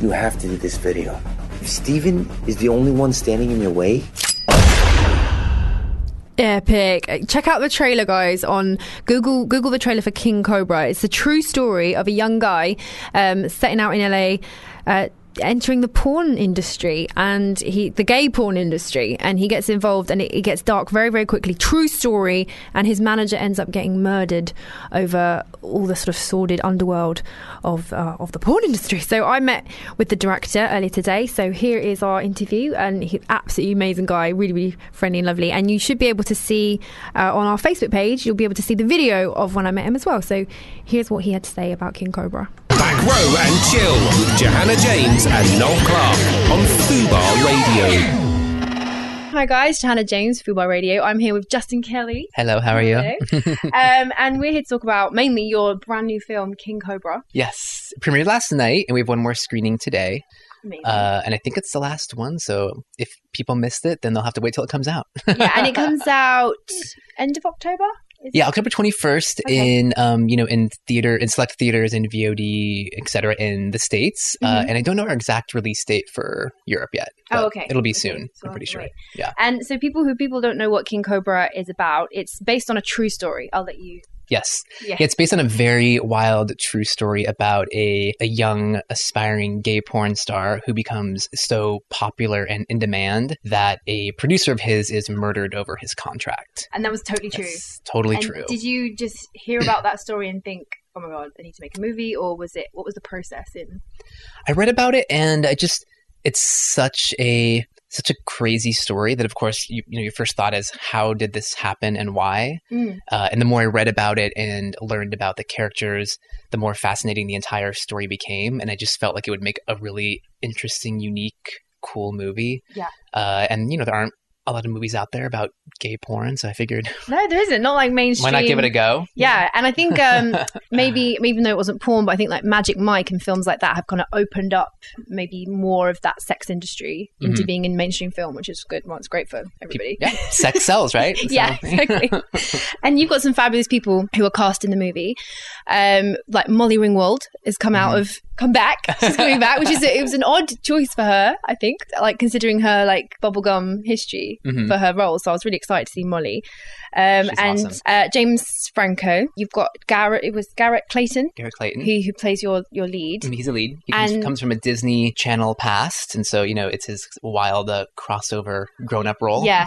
Speaker 10: You have to do this video. If Steven is the only one standing in your way,
Speaker 2: Epic. Check out the trailer, guys, on Google. Google the trailer for King Cobra. It's the true story of a young guy um, setting out in LA. Uh, entering the porn industry and he the gay porn industry and he gets involved and it, it gets dark very very quickly true story and his manager ends up getting murdered over all the sort of sordid underworld of uh, of the porn industry so i met with the director earlier today so here is our interview and he's absolutely amazing guy really really friendly and lovely and you should be able to see uh, on our facebook page you'll be able to see the video of when i met him as well so here's what he had to say about king cobra
Speaker 1: Back row and chill with Johanna James and Noel Clark on Fubar Radio.
Speaker 2: Hi guys, Johanna James, Football Radio. I'm here with Justin Kelly.
Speaker 12: Hello, how are you?
Speaker 2: Hello. <laughs> um, and we're here to talk about mainly your brand new film, King Cobra.
Speaker 12: <laughs> yes, it premiered last night, and we have one more screening today.
Speaker 2: Amazing.
Speaker 12: Uh, and I think it's the last one, so if people missed it, then they'll have to wait till it comes out.
Speaker 2: yeah, and it comes out end of October.
Speaker 12: <laughs>
Speaker 2: Is
Speaker 12: <laughs> yeah, October twenty first in um, you know in theater in select theaters in VOD etc. in the states, uh,
Speaker 2: Mhm.
Speaker 12: and I don't know our exact release date for Europe yet. but
Speaker 2: Oh, okay.
Speaker 12: it'll be
Speaker 2: Okay,
Speaker 12: soon.
Speaker 2: so I'll
Speaker 12: I'm pretty
Speaker 2: have to
Speaker 12: sure.
Speaker 2: wait.
Speaker 12: Yeah.
Speaker 2: And so, people who people don't know what King Cobra is about, it's based on a true story. I'll let you.
Speaker 12: Yes.
Speaker 2: Yeah.
Speaker 12: It's based on a very wild true story about a, a young aspiring gay porn star who becomes so popular and in demand that a producer of his is murdered over his contract.
Speaker 2: And that was totally true.
Speaker 12: totally
Speaker 2: And
Speaker 12: true.
Speaker 2: Did you just hear about that story and think, oh my god, I need to make a movie, or was it what was the process in?
Speaker 12: I read about it and I just it's such a such a crazy story that of course you, you know your first thought is how did this happen and why?
Speaker 7: Mm.
Speaker 12: Uh, and the more I read about it and learned about the characters, the more fascinating the entire story became. And I just felt like it would make a really interesting, unique, cool movie.
Speaker 2: Yeah.
Speaker 12: Uh, and, you know, there aren't a lot of movies out there about gay porn. So I figured, <laughs>
Speaker 2: No, there isn't. Not like mainstream.
Speaker 12: why not give it a go?
Speaker 2: Yeah, and I
Speaker 12: <laughs>
Speaker 2: think um, maybe even though it wasn't porn, but I think like Magic Mike and films like that have kind of opened up maybe more of that sex industry into
Speaker 12: Mhm.
Speaker 2: being in mainstream film, which is good. Well, it's great for everybody.
Speaker 12: Yeah.
Speaker 2: <laughs>
Speaker 12: Sex sells, <laughs> right?
Speaker 2: yeah,
Speaker 12: So-
Speaker 2: exactly.
Speaker 12: <laughs>
Speaker 2: and you've got some fabulous people who are cast in the movie. Um, like Molly Ringwald has come out
Speaker 12: Mm-hmm.
Speaker 2: of come back. She's coming back, which is it was an odd choice for her, I think, like considering her like bubblegum history
Speaker 12: Mm-hmm.
Speaker 7: Mhm.
Speaker 2: for her role. So I was really excited to see Molly. Um, and
Speaker 12: awesome.
Speaker 2: uh, James Franco. You've got Garrett. It was Garrett Clayton.
Speaker 12: Garrett Clayton.
Speaker 2: Who, who plays your your lead?
Speaker 12: Mm, He's a lead. He comes,
Speaker 2: And-
Speaker 12: comes from a Disney Channel past, and so you know it's his wild uh, crossover grown-up role. <laughs>
Speaker 2: Yeah,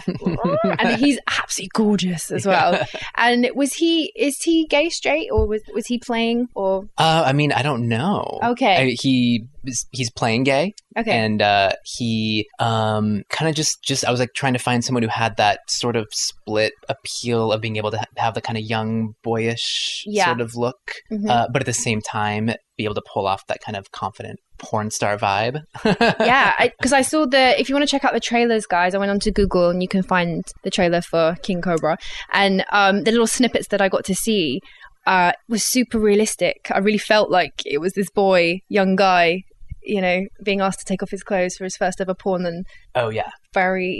Speaker 2: and he's absolutely gorgeous as well.
Speaker 12: Yeah.
Speaker 2: And was he is he gay straight or was was he playing or
Speaker 12: Uh, I mean, I don't know.
Speaker 2: Okay.
Speaker 12: I, he is- he's playing gay.
Speaker 2: Okay.
Speaker 12: And uh, he um, kind of just just I was like trying to find someone who had that sort of split appeal of being able to ha- have the kind of young boyish
Speaker 7: Yeah.
Speaker 12: sort of look,
Speaker 2: Mm-hmm.
Speaker 7: Mhm.
Speaker 12: uh, but at the same time be able to pull off that kind of confident porn star vibe. <laughs>
Speaker 2: yeah, because I, saw the. If you want to check out the trailers, guys, I went onto Google and you can find the trailer for King Cobra, and um, the little snippets that I got to see uh, was super realistic. I really felt like it was this boy, young guy, you know, being asked to take off his clothes for his first ever porn, and
Speaker 12: Oh yeah.
Speaker 2: very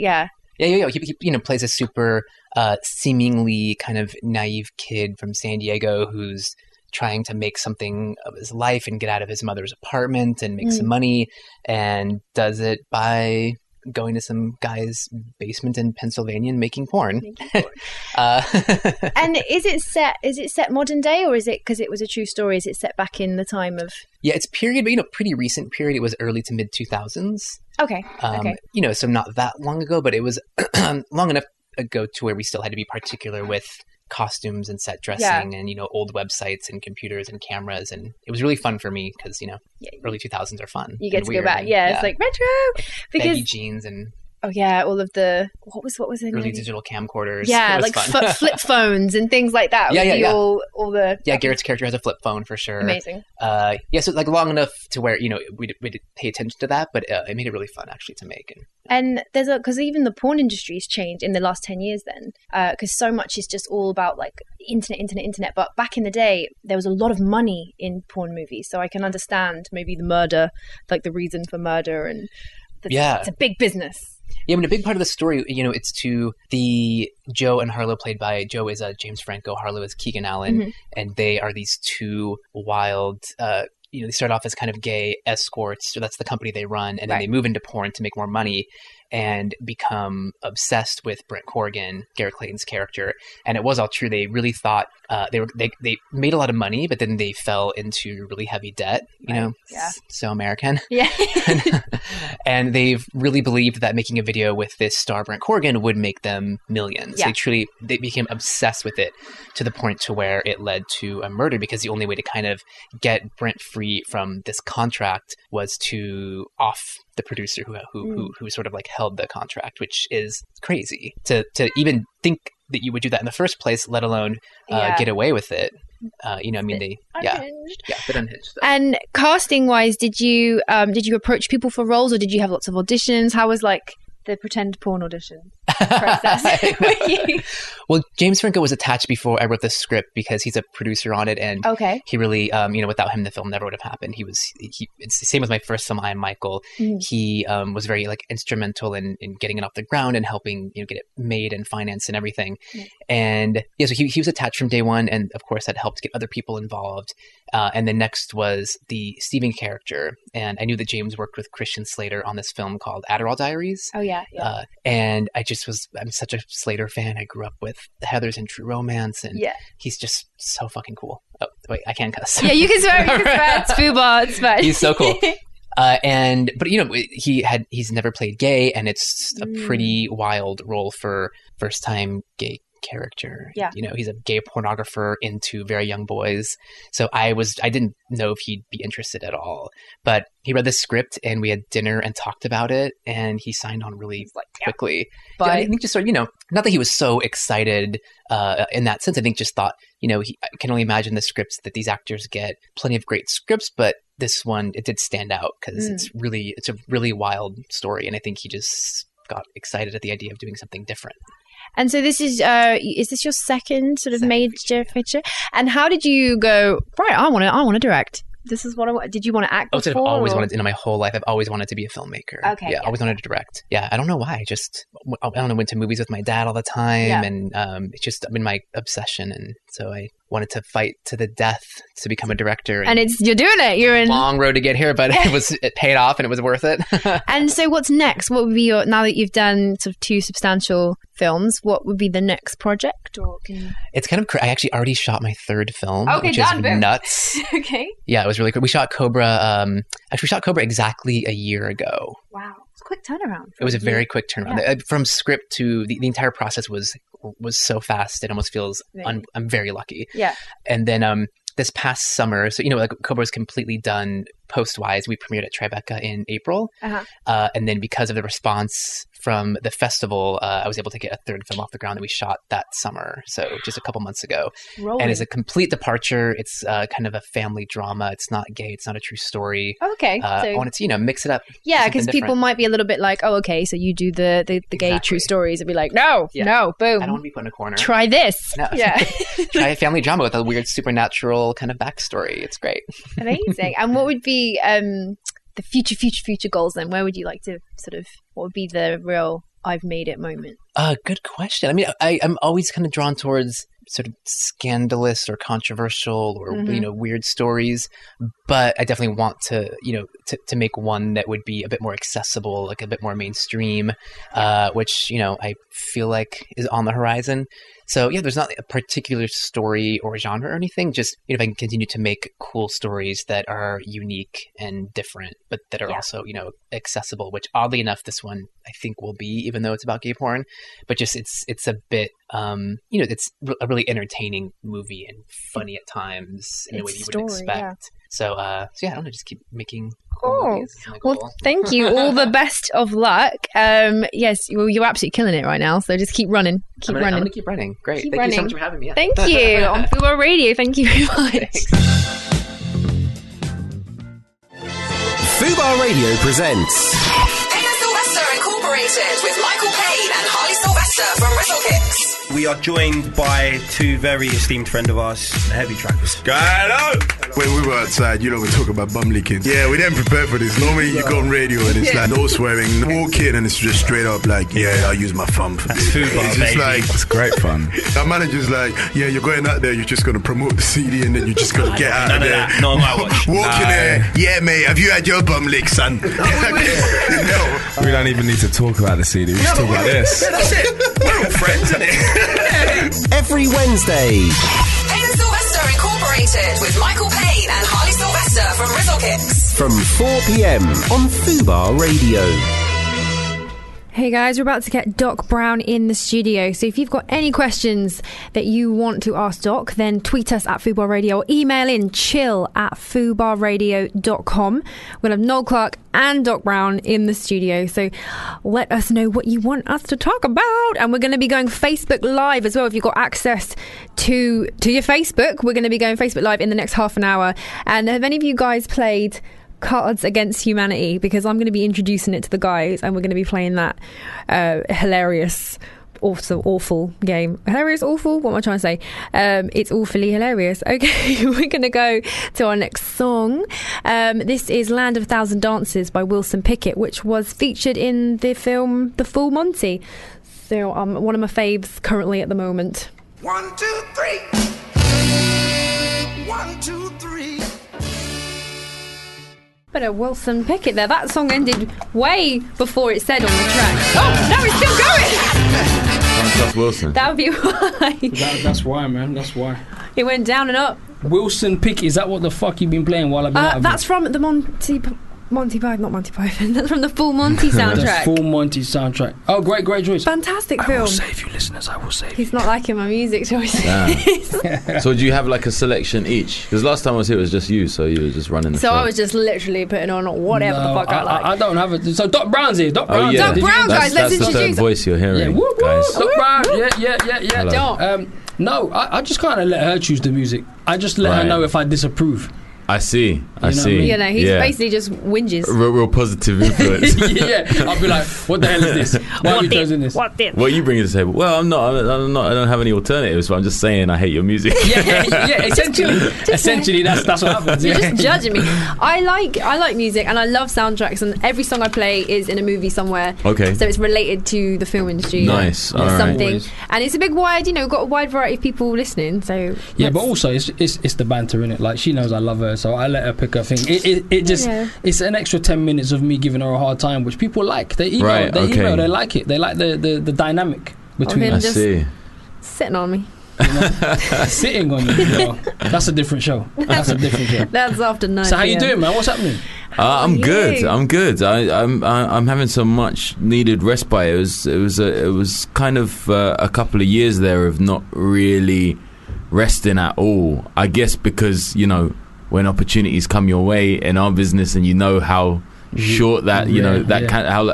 Speaker 12: <laughs>
Speaker 2: yeah,
Speaker 12: Yeah, yeah, yeah. He, he you know plays a super uh, seemingly kind of naive kid from San Diego who's trying to make something of his life and get out of his mother's apartment and make some
Speaker 7: Mm.
Speaker 12: money and does it by going to some guy's basement in Pennsylvania and making porn. <laughs> uh,
Speaker 2: and is it set? Is it set modern day, or is it because it was a true story? Is it set back in the time of?
Speaker 12: yeah, it's period, but you know, pretty recent period. It was early to mid two thousands.
Speaker 2: Okay,
Speaker 12: um,
Speaker 2: okay,
Speaker 12: you know, so not that long ago, but it was <clears throat> long enough ago to where we still had to be particular with costumes and set dressing and you know old websites and computers and cameras and it was really fun for me because you know early 2000s are fun
Speaker 2: you get
Speaker 12: and
Speaker 2: to go
Speaker 12: weird
Speaker 2: back.
Speaker 12: and-
Speaker 2: yeah, it's like retro because
Speaker 12: baggy jeans and
Speaker 2: oh yeah, all of the what was what was in
Speaker 12: early
Speaker 2: it?
Speaker 12: digital camcorders
Speaker 2: Yeah,
Speaker 12: It was
Speaker 2: like
Speaker 12: fun.
Speaker 2: fl-
Speaker 12: <laughs>
Speaker 2: flip phones and things like that.
Speaker 12: Yeah,
Speaker 2: with
Speaker 12: yeah,
Speaker 2: the
Speaker 12: yeah.
Speaker 2: All, all the
Speaker 12: yeah garrett's character has a flip phone for sure
Speaker 2: Amazing.
Speaker 12: uh yeah so like long enough to where you know we we did pay attention to that but uh, it made it really fun actually to make and
Speaker 2: and there's a because even the porn industry's changed in the last ten years. Then because so much is just all about like internet, internet, internet. But back in the day, there was a lot of money in porn movies, so I can understand maybe the murder, like the reason for murder, and the,
Speaker 12: Yeah.
Speaker 2: it's a big business.
Speaker 12: Yeah, I mean, a big part of the story, you know, it's to the Joe and Harlow, played by Joe is uh, James Franco, Harlow is Keegan Allen,
Speaker 13: Mm-hmm.
Speaker 7: Mhm.
Speaker 12: and they are these two wild. Uh, you know, they start off as kind of gay escorts, so that's the company they run, and then they move into porn to make more money. and become obsessed with Brent Corrigan, Garrett Clayton's character. And it was all true. They really thought uh, they were they, they made a lot of money, but then they fell into really heavy debt. You know,
Speaker 13: Yeah.
Speaker 12: so American.
Speaker 13: Yeah.
Speaker 12: and they've really believed that making a video with this star Brent Corrigan would make them millions.
Speaker 13: Yeah.
Speaker 12: They truly they became obsessed with it to the point to where it led to a murder because the only way to kind of get Brent free from this contract was to off the producer who who, who
Speaker 13: Mm.
Speaker 12: who sort of like held the contract, which is crazy to to even think that you would do that in the first place, let alone uh,
Speaker 2: Yeah.
Speaker 12: get away with it. Uh, you know, I mean, they yeah,
Speaker 2: unhinged.
Speaker 12: yeah, but unhinged.
Speaker 2: And casting wise, did you um, did you approach people for roles, or did you have lots of auditions? How was like the pretend porn audition?
Speaker 12: Well, James Franco was attached before I wrote the script because he's a producer on it, and
Speaker 2: Okay.
Speaker 12: he really, um, you know, without him, the film never would have happened. He was, he, it's the same with my first film, I Am Michael.
Speaker 13: Mhm.
Speaker 12: He um, was very like instrumental in, in getting it off the ground and helping you know get it made and financed and everything.
Speaker 13: Nice.
Speaker 12: And yeah, so he he was attached from day one, and of course that helped get other people involved. Uh, and then next was the Stephen character, and I knew that James worked with Christian Slater on this film called Adderall Diaries.
Speaker 2: Oh yeah, yeah.
Speaker 12: Uh, and I just was, I'm such a Slater fan. I grew up with Heather's and True Romance, and
Speaker 2: Yeah.
Speaker 12: he's just so fucking cool. Oh, wait, I can cuss.
Speaker 2: yeah, you can swear.
Speaker 12: <laughs>
Speaker 2: You can swear. It's foobar. It's fine.
Speaker 12: He's so
Speaker 2: <laughs>
Speaker 12: cool. Uh, and but you know he had he's never played gay and it's a
Speaker 2: Mm.
Speaker 12: pretty wild role for first time gay character
Speaker 13: Yeah.
Speaker 12: you know he's a gay pornographer into very young boys so i was i didn't know if he'd be interested at all but he read the script and we had dinner and talked about it and he signed on really quickly
Speaker 13: But-
Speaker 12: Yeah, i think just sort of you know not that he was so excited uh, in that sense i think just thought you know he, i can only imagine the scripts that these actors get plenty of great scripts but this one it did stand out because
Speaker 13: Mm.
Speaker 12: it's really it's a really wild story and i think he just got excited at the idea of doing something different
Speaker 2: And so this is uh, is this your second sort of major feature? And how did you go? Right, I want to. I want to direct. This is what I want. Did you want to act?
Speaker 12: Oh, so I've
Speaker 2: before,
Speaker 12: always
Speaker 2: or-
Speaker 12: wanted in my whole life. I've always wanted to be a filmmaker.
Speaker 2: Okay,
Speaker 12: Yeah,
Speaker 2: yeah.
Speaker 12: always wanted to direct. Yeah, I don't know why. I Just I don't know. Went to movies with my dad all the time,
Speaker 2: Yeah.
Speaker 12: and um, it's just been my obsession. And so I wanted to fight to the death to become a director.
Speaker 2: And it's you're doing it. You're in.
Speaker 12: long road to get here, but <laughs>
Speaker 2: <laughs>
Speaker 12: it was it paid off and it was worth it. <laughs>
Speaker 2: And so, what's next? What would be your now that you've done sort of two substantial films? What would be the next project? Or can
Speaker 12: it's kind of cra- I actually already shot my third film,
Speaker 2: Okay,
Speaker 12: which
Speaker 2: done,
Speaker 12: is
Speaker 2: boom.
Speaker 12: Oh, nuts.
Speaker 2: <laughs> okay,
Speaker 12: Yeah, it was really cool. We shot Cobra. Um, actually, we shot Cobra exactly a year ago.
Speaker 2: wow, it's a quick turnaround.
Speaker 12: It was a very quick turnaround.
Speaker 2: Mm-hmm. Yeah.
Speaker 12: Uh, From script to the, the entire process was was so fast. It almost feels un-
Speaker 2: Amazing.
Speaker 12: I'm very lucky.
Speaker 2: Yeah.
Speaker 12: And then um, this past summer, so you know, like Cobra was completely done post wise. We premiered at Tribeca in April,
Speaker 2: Uh-huh.
Speaker 12: uh, and then because of the response from the festival, uh, I was able to get a third film off the ground that we shot that summer. So just a couple months ago,
Speaker 2: Rolling.
Speaker 12: and it's a complete departure. It's uh, kind of a family drama. It's not gay. It's not a true story.
Speaker 2: Okay,
Speaker 12: Uh,
Speaker 2: so-
Speaker 12: I wanted to you know mix it up.
Speaker 2: Yeah,
Speaker 12: something
Speaker 2: because people
Speaker 12: different.
Speaker 2: might be a little bit like, oh, okay, so you do the the, the gay true stories, and be like, no, no, boom. I don't want
Speaker 12: to be put in a corner.
Speaker 2: Try this.
Speaker 12: No.
Speaker 2: <laughs>
Speaker 12: <laughs>
Speaker 2: Yeah,
Speaker 12: try a family drama with a weird supernatural kind of backstory. It's great.
Speaker 2: amazing. And what would be um the future, future, future goals? Then, where would you like to sort of? What would be the real I've made it moment?
Speaker 12: Uh, good question. I mean, I, I'm always kind of drawn towards sort of scandalous or controversial or
Speaker 13: Mhm.
Speaker 2: Mm-hmm.
Speaker 12: you know weird stories, but I definitely want to you know to, to make one that would be a bit more accessible, like a bit more mainstream, uh, which you know I feel like is on the horizon. So yeah, there's not a particular story or genre or anything. Just you know, if I can continue to make cool stories that are unique and different, but that are also you know accessible. Which oddly enough, this one I think will be, even though it's about gay porn, but just it's it's a bit um you know it's re- a really entertaining movie and funny at times in a way
Speaker 2: It's
Speaker 12: you
Speaker 2: story,
Speaker 12: wouldn't expect.
Speaker 2: yeah.
Speaker 12: So uh, so yeah, I don't know, just keep making
Speaker 2: Cool.
Speaker 12: goal.
Speaker 2: Well, thank
Speaker 12: <laughs>
Speaker 2: you. All the best of luck. Um, yes, well, you're absolutely killing it right now. So just keep running. Keep
Speaker 12: I'm gonna,
Speaker 2: running.
Speaker 12: I'm gonna keep running. Great.
Speaker 2: Keep
Speaker 12: Thank you so
Speaker 2: running.
Speaker 12: much for having me. Yeah. <laughs>
Speaker 2: Thank you Um, on Fubar Radio. Thank you very much.
Speaker 1: Fubar Radio presents
Speaker 5: Payne Sylvester Incorporated with Michael Payne and Harley Sylvester
Speaker 3: <laughs>
Speaker 5: from WrestleKicks.
Speaker 14: We are joined by two very esteemed friend of ours, heavy trackers. Hello!
Speaker 13: <laughs> When we were outside, you know, we talk about bum licking. Yeah, we didn't prepare for this. Normally, you go on radio and it's
Speaker 14: Yeah.
Speaker 13: like no swearing, no walk in, and it's just straight up like, yeah, I use my thumb. for
Speaker 14: That's
Speaker 13: this."
Speaker 14: food bar,
Speaker 13: It's just
Speaker 14: baby.
Speaker 13: like
Speaker 14: That's great
Speaker 13: <laughs>
Speaker 14: fun.
Speaker 13: Our manager's like, yeah, you're going out there, you're just gonna promote the CD, and then you're just gonna get out
Speaker 14: None
Speaker 13: of
Speaker 14: of
Speaker 13: there.
Speaker 14: that. Not on my watch.
Speaker 13: Walk in
Speaker 14: No.
Speaker 13: there, yeah, mate. Have you had your bum lick, son? no.
Speaker 14: We don't even need to talk about the CD. We just talk about this.
Speaker 13: that's it. We're all friends, isn't
Speaker 1: it? Every Wednesday.
Speaker 5: Payne and Sylvester Incorporated with Michael Payne and Harley Sylvester from Rizzlekicks.
Speaker 1: From 4 pm on Fubar Radio.
Speaker 2: Hey guys, we're about to get Doc Brown in the studio. So if you've got any questions that you want to ask Doc, then tweet us at Fubar Radio or email in chill at foobarradio.com. We'll have Noel Clark and Doc Brown in the studio. So let us know what you want us to talk about. And we're going to be going Facebook Live as well. If you've got access to, to your Facebook, we're going to be going Facebook Live in the next half an hour. And have any of you guys played Cards Against Humanity because I'm going to be introducing it to the guys and we're going to be playing that uh, hilarious, also awful game. Hilarious, awful? What am I trying to say? Um, it's awfully hilarious. <laughs> Okay, we're going to go to our next song. Um, this is Land of a Thousand Dances by Wilson Pickett, which was featured in the film The Full Monty. So, um, one of my faves currently at the moment.
Speaker 7: One, two, three. One, two, three.
Speaker 2: But a Wilson Pickett there. That song ended way before it said on the track. Oh, no, it's still going!
Speaker 14: Francis Wilson.
Speaker 2: That would be <laughs> why.
Speaker 3: That, that's why, man. That's why.
Speaker 2: It went down and up.
Speaker 3: Wilson Pick, is that what the fuck you've been playing while I've been out
Speaker 2: Uh,
Speaker 3: of
Speaker 2: that's
Speaker 3: it?
Speaker 2: from the Monty P- Monty Python, not Monty Python. <laughs> That's from the Full
Speaker 3: <laughs>
Speaker 2: Monty
Speaker 3: The
Speaker 2: soundtrack.
Speaker 3: full Monty soundtrack. Oh, great, great choice.
Speaker 2: Fantastic film.
Speaker 3: you listeners. I will save.
Speaker 2: He's not liking my music choices. <laughs>
Speaker 15: <laughs> so do you have like a selection each? Because last time I was here, it was just you, so you were just running the
Speaker 2: so
Speaker 15: show.
Speaker 2: I was just literally putting on whatever the
Speaker 3: No,
Speaker 2: fuck I, like.
Speaker 3: I don't have it. So Doc Brown's here. Doc
Speaker 15: oh
Speaker 3: Brown's
Speaker 15: yeah,
Speaker 3: here. Did you-
Speaker 2: Brown,
Speaker 15: that's,
Speaker 2: guys, let's
Speaker 15: that's the third
Speaker 2: introduce-
Speaker 15: voice you're
Speaker 3: Yeah,
Speaker 15: hearing,
Speaker 3: woo, woo,
Speaker 2: <laughs>
Speaker 15: guys.
Speaker 3: Doc Brown. Yeah, yeah, yeah, yeah.
Speaker 15: Hello. Doc.
Speaker 3: Um, no, I, I just kind of let her choose the music. I just let her
Speaker 15: Right.
Speaker 3: know if I disapprove.
Speaker 15: I see, I
Speaker 3: You know what I
Speaker 15: see.
Speaker 3: mean?
Speaker 2: you know, he's
Speaker 15: yeah.
Speaker 2: basically just whinges.
Speaker 15: real, real positive influence.
Speaker 3: <laughs> yeah, I'll be like, what the hell
Speaker 2: <laughs>
Speaker 3: is this? Why have you chosen this?
Speaker 2: What this?
Speaker 15: What are you bringing to the table? Well, I'm not. I'm not- I'm not. I don't have any alternatives. But I'm just saying, I hate your music.
Speaker 3: yeah,
Speaker 15: <laughs>
Speaker 3: yeah, essentially, essentially, that's that's what happens.
Speaker 2: You're
Speaker 3: yeah.
Speaker 2: just judging me. I like I like music and I love soundtracks and every song I play is in a movie somewhere.
Speaker 15: Okay.
Speaker 2: So it's related to the film industry.
Speaker 15: Nice,
Speaker 2: Or
Speaker 15: all right.
Speaker 2: something.
Speaker 15: Always.
Speaker 2: And it's a big wide, you know, got a wide variety of people listening. So
Speaker 3: Yeah, but also it's, it's it's the banter in it. Like she knows I love her, so I let her pick her thing. It it, it just
Speaker 2: Yeah.
Speaker 3: it's an extra ten minutes of me giving her a hard time, which people like. They email,
Speaker 15: Right,
Speaker 3: they
Speaker 15: okay.
Speaker 3: email, they like it. They like the the, the dynamic between
Speaker 2: him
Speaker 15: I
Speaker 3: us.
Speaker 2: just-
Speaker 15: see.
Speaker 2: sitting on me.
Speaker 3: <laughs> Sitting on you, bro. That's a different show. That's
Speaker 15: <laughs>
Speaker 3: a different show.
Speaker 2: <laughs> That's after nine.
Speaker 3: So how you
Speaker 2: PM.
Speaker 3: doing, man? What's happening?
Speaker 15: Uh, I'm
Speaker 2: are
Speaker 15: good.
Speaker 2: you?
Speaker 15: I'm good. I, I'm I- I'm having some much needed respite. It was it was a, it was kind of uh, a couple of years there of not really resting at all. I guess because you know when opportunities come your way in our business, and you know how short that you know
Speaker 14: Mm-hmm. Yeah,
Speaker 15: that
Speaker 14: yeah.
Speaker 15: can, how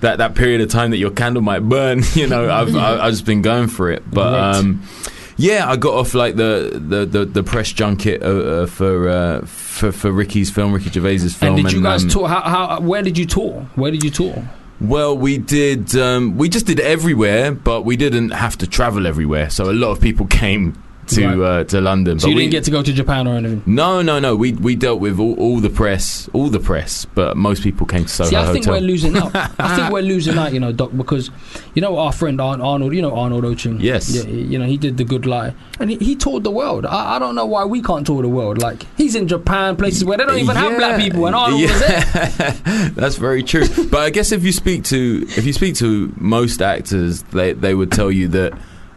Speaker 15: that that period of time that your candle might burn. <laughs> You know, I've I- I've just been going for it, but.
Speaker 14: Mm-hmm. Right.
Speaker 15: um yeah, I got off like the the, the, the press junket uh, uh, for, uh, for for Ricky's film, Ricky Gervais's film.
Speaker 3: And did you guys
Speaker 15: um,
Speaker 3: tour? How, how where did you tour? Where did you tour?
Speaker 15: Well, we did. Um, we just did everywhere, but we didn't have to travel everywhere. So a lot of people <laughs> came to
Speaker 3: Right.
Speaker 15: uh, to London.
Speaker 3: So
Speaker 15: but
Speaker 3: you
Speaker 15: we,
Speaker 3: didn't get to go to Japan or anything.
Speaker 15: No, no, no. We we dealt with all, all the press, all the press, but most people came to Soho
Speaker 3: See, I think
Speaker 15: Hotel.
Speaker 3: we're losing out.
Speaker 15: <laughs>
Speaker 3: I think we're losing out, you know, Doc, because you know our friend Ar- Arnold. You know Arnold Ocean.
Speaker 15: Yes.
Speaker 3: Yeah, you know he did the Good Lie, and he, he toured the world. I, I don't know why we can't tour the world. Like he's in Japan, places where they don't even have
Speaker 15: Yeah.
Speaker 3: black people, and Arnold was
Speaker 15: <laughs>
Speaker 3: there.
Speaker 15: That's very true. but I guess if you speak to if you speak to most actors, they they would tell you that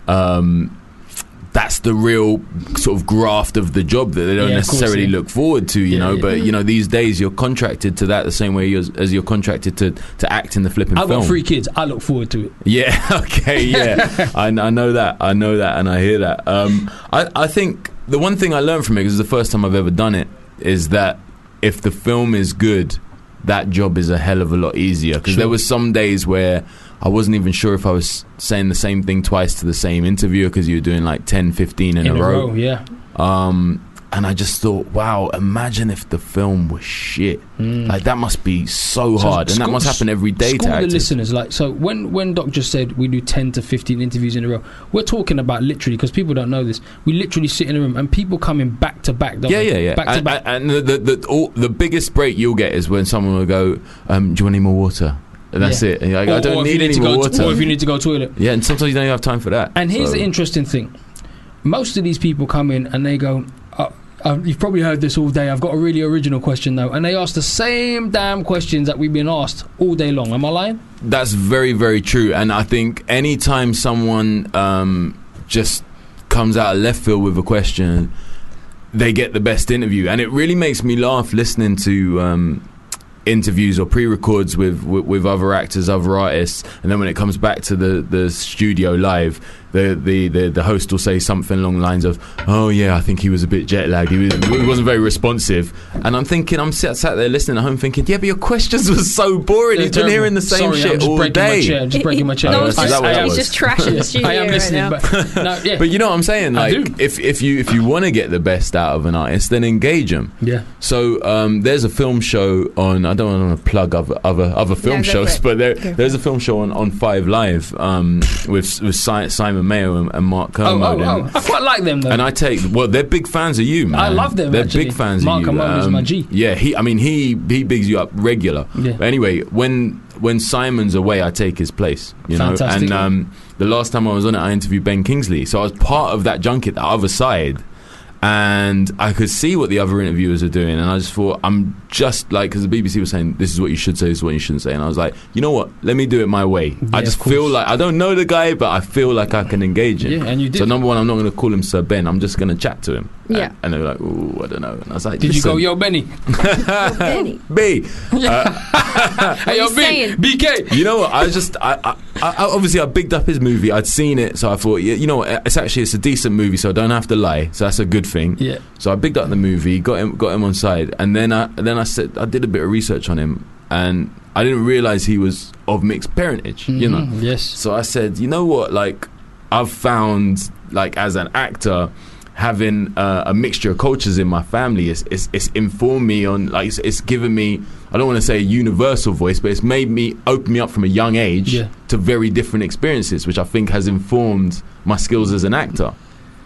Speaker 15: um, that's the real sort of graft of the job that they don't
Speaker 14: Yeah, of course,
Speaker 15: necessarily
Speaker 14: yeah.
Speaker 15: look forward to. You
Speaker 14: Yeah,
Speaker 15: know,
Speaker 14: yeah.
Speaker 15: but you know these days you're contracted to that the same way you're, as you're contracted to to act in the flipping
Speaker 3: I've
Speaker 15: film.
Speaker 3: got three kids. I look forward to it.
Speaker 15: Yeah. <laughs> Okay. <laughs> Yeah. I, I know that. I know that, and I hear that. Um, I, I think the one thing I learned from it, because it's the first time I've ever done it, is that if the film is good, that job is a hell of a lot easier. Because there
Speaker 14: Sure.
Speaker 15: were some days where I wasn't even sure if I was saying the same thing twice to the same interviewer because you were doing like 10, 15 in, a,
Speaker 3: In a
Speaker 15: row.
Speaker 3: row, yeah.
Speaker 15: Um, and I just thought, wow, imagine if the film was shit. Like that must be Mm. so,
Speaker 3: So
Speaker 15: hard, and that
Speaker 3: school-
Speaker 15: must happen every day
Speaker 3: school
Speaker 15: to
Speaker 3: the
Speaker 15: actors.
Speaker 3: listeners, like so, when when Doc just said we do ten to fifteen interviews in a row, we're talking about literally because people don't know this. We literally sit in a room and people coming back to back. don't
Speaker 15: Yeah,
Speaker 3: they?
Speaker 15: yeah, yeah.
Speaker 3: Back to
Speaker 15: and
Speaker 3: back.
Speaker 15: and the the, the, all, the biggest break you'll get is when someone will go, um, "Do you want any more water?" And that's
Speaker 3: Yeah.
Speaker 15: it. And you're like,
Speaker 3: Or-
Speaker 15: I don't
Speaker 3: or if you
Speaker 15: need any
Speaker 3: to
Speaker 15: more
Speaker 3: go
Speaker 15: water.
Speaker 3: To, or if you need to go toilet.
Speaker 15: yeah, and sometimes you don't even have time for that.
Speaker 3: And here's
Speaker 15: So-
Speaker 3: the interesting thing: most of these people come in and they go, uh, uh, "You've probably heard this all day. I've got a really original question though," and they ask the same damn questions that we've been asked all day long. Am I lying?
Speaker 15: That's very, very true. And I think anytime someone um, just comes out of left field with a question, they get the best interview. And it really makes me laugh listening to um, interviews or pre records with, with, with other actors, other artists. And then when it comes back to the, the studio live, the, the, the, the host will say something along the lines of, Oh, yeah, I think he was a bit jet lagged. He, was, he wasn't very responsive. And I'm thinking, I'm sat, sat there listening at home thinking, Yeah, but your questions were so boring.
Speaker 3: They're
Speaker 15: You've been
Speaker 3: terrible.
Speaker 15: hearing the same
Speaker 3: um, Sorry,
Speaker 15: shit
Speaker 3: I'm just
Speaker 15: all
Speaker 3: breaking
Speaker 15: day.
Speaker 3: My chair. I'm just breaking my
Speaker 15: <laughs>
Speaker 3: chair.
Speaker 15: Oh, that's- that was- that was. <laughs>
Speaker 3: I am listening, but no, yeah.
Speaker 15: But you know what I'm saying?
Speaker 3: I
Speaker 15: Like, if if you if you want to get the best out of an artist, then engage them.
Speaker 3: Yeah.
Speaker 15: So um, there's a film show on. I don't want to plug other other, other film
Speaker 3: go for
Speaker 15: shows,
Speaker 3: it.
Speaker 15: but there
Speaker 3: Go for
Speaker 15: there's a film show on, on Five Live um, with with Si- Simon Mayo and, and Mark
Speaker 3: Oh,
Speaker 15: Kermode.
Speaker 3: oh, oh, I quite like them though.
Speaker 15: And I take well, they're big fans of you, man.
Speaker 3: I love them,
Speaker 15: They're
Speaker 3: actually.
Speaker 15: big fans
Speaker 3: Mark
Speaker 15: of you. um,
Speaker 3: Amon is my G.
Speaker 15: Yeah, he. I mean, he he bigs you up regular.
Speaker 3: Yeah.
Speaker 15: But anyway, when when Simon's away, I take his place. You
Speaker 3: Fantastic.
Speaker 15: know, and um, the last time I was on it, I interviewed Ben Kingsley, so I was part of that junket, the other side. And I could see what the other interviewers are doing, and I just thought, I'm just like, because the BBC was saying, this is what you should say, this is what you shouldn't say. And I was like, you know what? Let me do it my way. I
Speaker 3: Yeah,
Speaker 15: just
Speaker 3: of course.
Speaker 15: feel like, I don't know the guy, but I feel like I can engage him.
Speaker 3: Yeah, and you did.
Speaker 15: So, number one, I'm not going to call him Sir Ben. I'm just going to chat to him.
Speaker 3: Yeah.
Speaker 15: And they were like, "Ooh, I don't know." And I was like,
Speaker 3: Did you go,
Speaker 15: "Listen, <laughs>
Speaker 3: yo, <laughs> Benny?
Speaker 2: Benny.
Speaker 3: <laughs>
Speaker 15: B?" Uh,
Speaker 3: Hey, yo, B, BK.
Speaker 15: you know what? I just, I, I, I, obviously, I bigged up his movie. I'd seen it, so I thought, yeah, you know what? It's actually it's a decent movie, so I don't have to lie. So that's a good thing.
Speaker 3: Yeah.
Speaker 15: So I bigged up the movie, got him, got him on side, and then I, then I said, I did a bit of research on him, and I didn't realize he was of mixed parentage. You know.
Speaker 3: Mhm, Yes.
Speaker 15: So I said, you know what? Like, I've found like as an actor. Having uh, a mixture of cultures in my family, it's, it's, it's informed me on, like, it's, it's given me, I don't want to say a universal voice, but it's made me open me up from a young age
Speaker 3: Yeah.
Speaker 15: to very different experiences, which I think has informed my skills as an actor.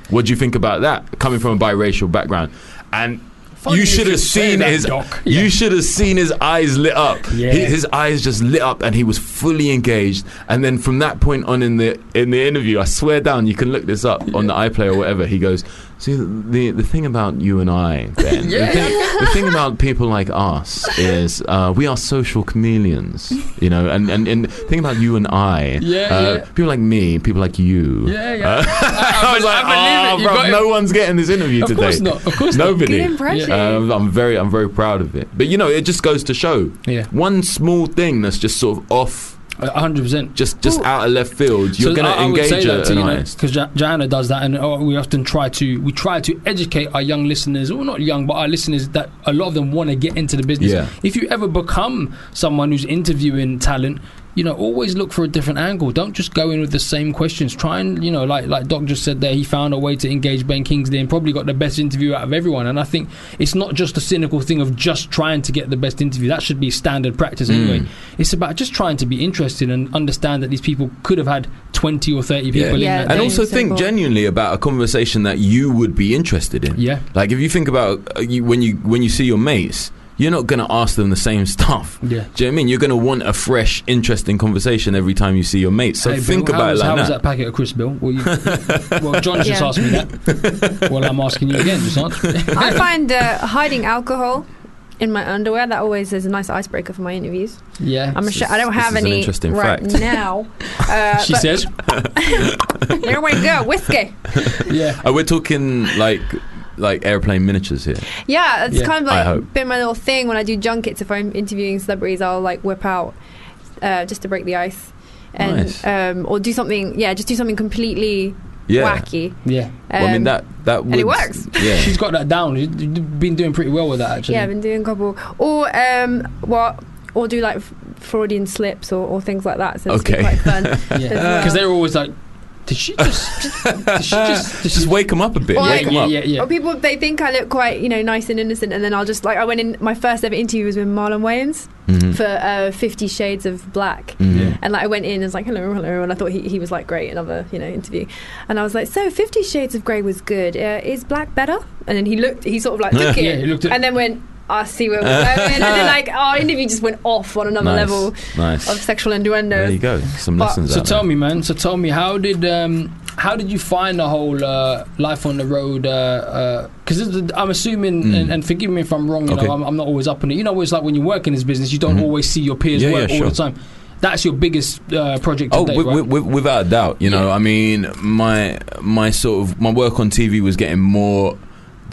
Speaker 15: What do you think about that? Coming from a biracial background. And you
Speaker 3: you
Speaker 15: should
Speaker 3: should
Speaker 15: have
Speaker 3: say
Speaker 15: seen
Speaker 3: that,
Speaker 15: his
Speaker 3: Doc.
Speaker 15: you should have seen his eyes lit up.
Speaker 3: Yeah.
Speaker 15: He- his eyes just lit up and he was fully engaged. And then from that point on in the in the interview, I swear down, you can look this up on the iPlayer or whatever. He goes, "See the the thing about you and I, Ben.
Speaker 3: <laughs> Yeah.
Speaker 15: the, thing, the thing about people like us is uh, we are social chameleons, you know. And and and think about you and I.
Speaker 3: Yeah,
Speaker 15: uh,
Speaker 3: yeah.
Speaker 15: People like me, people like you.
Speaker 3: Yeah, yeah. <laughs>
Speaker 15: Uh, I, was like, <laughs>
Speaker 3: I
Speaker 15: oh,
Speaker 3: believe it. You got
Speaker 15: bruv,
Speaker 3: it."
Speaker 15: no one's getting this interview
Speaker 3: Of
Speaker 15: today.
Speaker 3: course not. Of course not.
Speaker 15: Nobody.
Speaker 3: Good impression.
Speaker 15: Um, I'm very, I'm very proud of it. But you know, it just goes to show.
Speaker 3: Yeah.
Speaker 15: One small thing that's just sort of off.
Speaker 3: hundred percent.
Speaker 15: Just, just out of left field. You're
Speaker 3: So
Speaker 15: going
Speaker 3: I-
Speaker 15: to
Speaker 3: I would say
Speaker 15: engage
Speaker 3: that
Speaker 15: a,
Speaker 3: to,
Speaker 15: an
Speaker 3: you know,
Speaker 15: artist.
Speaker 3: 'cause Jo- Joanna does that, and oh, we often try to we try to educate our young listeners, or not young, but our listeners that a lot of them want to get into the business.
Speaker 15: Yeah.
Speaker 3: If you ever become someone who's interviewing talent, you know, always look for a different angle. Don't just go in with the same questions. Try and you know, like like Doc just said there, he found a way to engage Ben Kingsley and probably got the best interview out of everyone. And I think it's not just a cynical thing of just trying to get the best interview. That should be standard practice anyway.
Speaker 15: Hmm.
Speaker 3: It's about just trying to be interested and understand that these people could have had twenty or thirty people in that
Speaker 15: and
Speaker 3: day.
Speaker 15: also think genuinely about a conversation that you would be interested in.
Speaker 3: Yeah.
Speaker 15: Like if you think about uh, you, when you when you see your mates, you're not going to ask them the same <laughs> stuff.
Speaker 3: Yeah.
Speaker 15: Do you know what I mean? You're going to want a fresh, interesting conversation every time you see your mates. So
Speaker 3: Hey, Bill,
Speaker 15: think
Speaker 3: how
Speaker 15: about
Speaker 3: was-
Speaker 15: it
Speaker 3: how
Speaker 15: like
Speaker 3: was
Speaker 15: that.
Speaker 3: that packet of crisps, Bill?
Speaker 15: <laughs>
Speaker 3: Well, you, well John just
Speaker 2: Yeah.
Speaker 3: asked me that. Well, I'm asking you again, just answer. it.
Speaker 2: <laughs> I
Speaker 3: <laughs>
Speaker 2: find uh, hiding alcohol in my underwear that always is a nice icebreaker for my interviews.
Speaker 3: Yeah,
Speaker 2: I'm
Speaker 3: This
Speaker 2: ashamed. I don't
Speaker 3: is- this
Speaker 2: have
Speaker 3: is an
Speaker 2: any
Speaker 3: interesting
Speaker 2: right
Speaker 3: fact.
Speaker 2: now.
Speaker 3: <laughs>
Speaker 2: Uh,
Speaker 15: She
Speaker 2: but-
Speaker 15: says-
Speaker 2: "There we go, whiskey."
Speaker 15: <laughs>
Speaker 3: yeah.
Speaker 15: Uh, we're talking like like airplane miniatures here.
Speaker 2: Yeah, it's
Speaker 15: Yeah.
Speaker 2: kind of
Speaker 15: I
Speaker 2: like
Speaker 15: hope.
Speaker 2: been my little thing when I do junkets. If I'm interviewing celebrities, I'll like whip out uh, just to break the ice, and
Speaker 15: Nice.
Speaker 2: um, or do something. Yeah, just do something completely
Speaker 15: Yeah.
Speaker 2: wacky.
Speaker 3: Yeah.
Speaker 15: well, I mean
Speaker 2: Um,
Speaker 15: that that
Speaker 2: and
Speaker 15: would,
Speaker 2: it works.
Speaker 15: Yeah.
Speaker 3: <laughs> She's got that down. She's d- been doing pretty well with that, actually.
Speaker 2: Yeah, I've been doing a couple. Or um, what? Or do like Freudian slips or, or things like that. So it's been
Speaker 3: Okay.
Speaker 15: <laughs>
Speaker 2: quite fun.
Speaker 3: Yeah. <laughs>
Speaker 2: as well.
Speaker 3: Because they're always like Did she just? did she just?
Speaker 15: just wake him up a bit.
Speaker 2: Or
Speaker 15: wake him up.
Speaker 2: Or people they think I look quite you know nice and innocent, and then I'll just like I went in my first ever interview was with Marlon Wayans
Speaker 15: Mhm.
Speaker 2: for uh, Fifty Shades of Black,
Speaker 15: Mhm. Yeah.
Speaker 2: and like I went in and was like hello hello, and I thought he, he was like great another you know interview, and I was like so Fifty Shades of Grey was good. Uh, is black better? And then he looked he sort of like took
Speaker 7: Yeah,
Speaker 2: it,
Speaker 7: he looked at-
Speaker 2: and then went. I see where we're going, and then like our interview just went off on another
Speaker 15: Nice,
Speaker 2: level
Speaker 15: nice.
Speaker 2: of sexual innuendo.
Speaker 15: There you go. Some
Speaker 3: But-
Speaker 15: lessons
Speaker 3: so
Speaker 15: out
Speaker 3: tell
Speaker 15: there.
Speaker 3: me, man. So tell me, how did um, how did you find the whole uh, life on the road? Because uh, uh 'cause I'm assuming,
Speaker 15: Mm.
Speaker 3: and, and forgive me if I'm wrong. You
Speaker 15: Okay. Mm-hmm.
Speaker 3: know, I'm, I'm not always up on it. You know, what it's like when you work in this business, you don't always see your peers
Speaker 15: Yeah,
Speaker 3: work
Speaker 15: yeah,
Speaker 3: all the
Speaker 15: sure.
Speaker 3: time. That's your biggest uh, project. To
Speaker 15: Oh,
Speaker 3: date,
Speaker 15: wi-
Speaker 3: right?
Speaker 15: wi- wi- without a doubt. You know, I mean, my my sort of my work on TV was getting more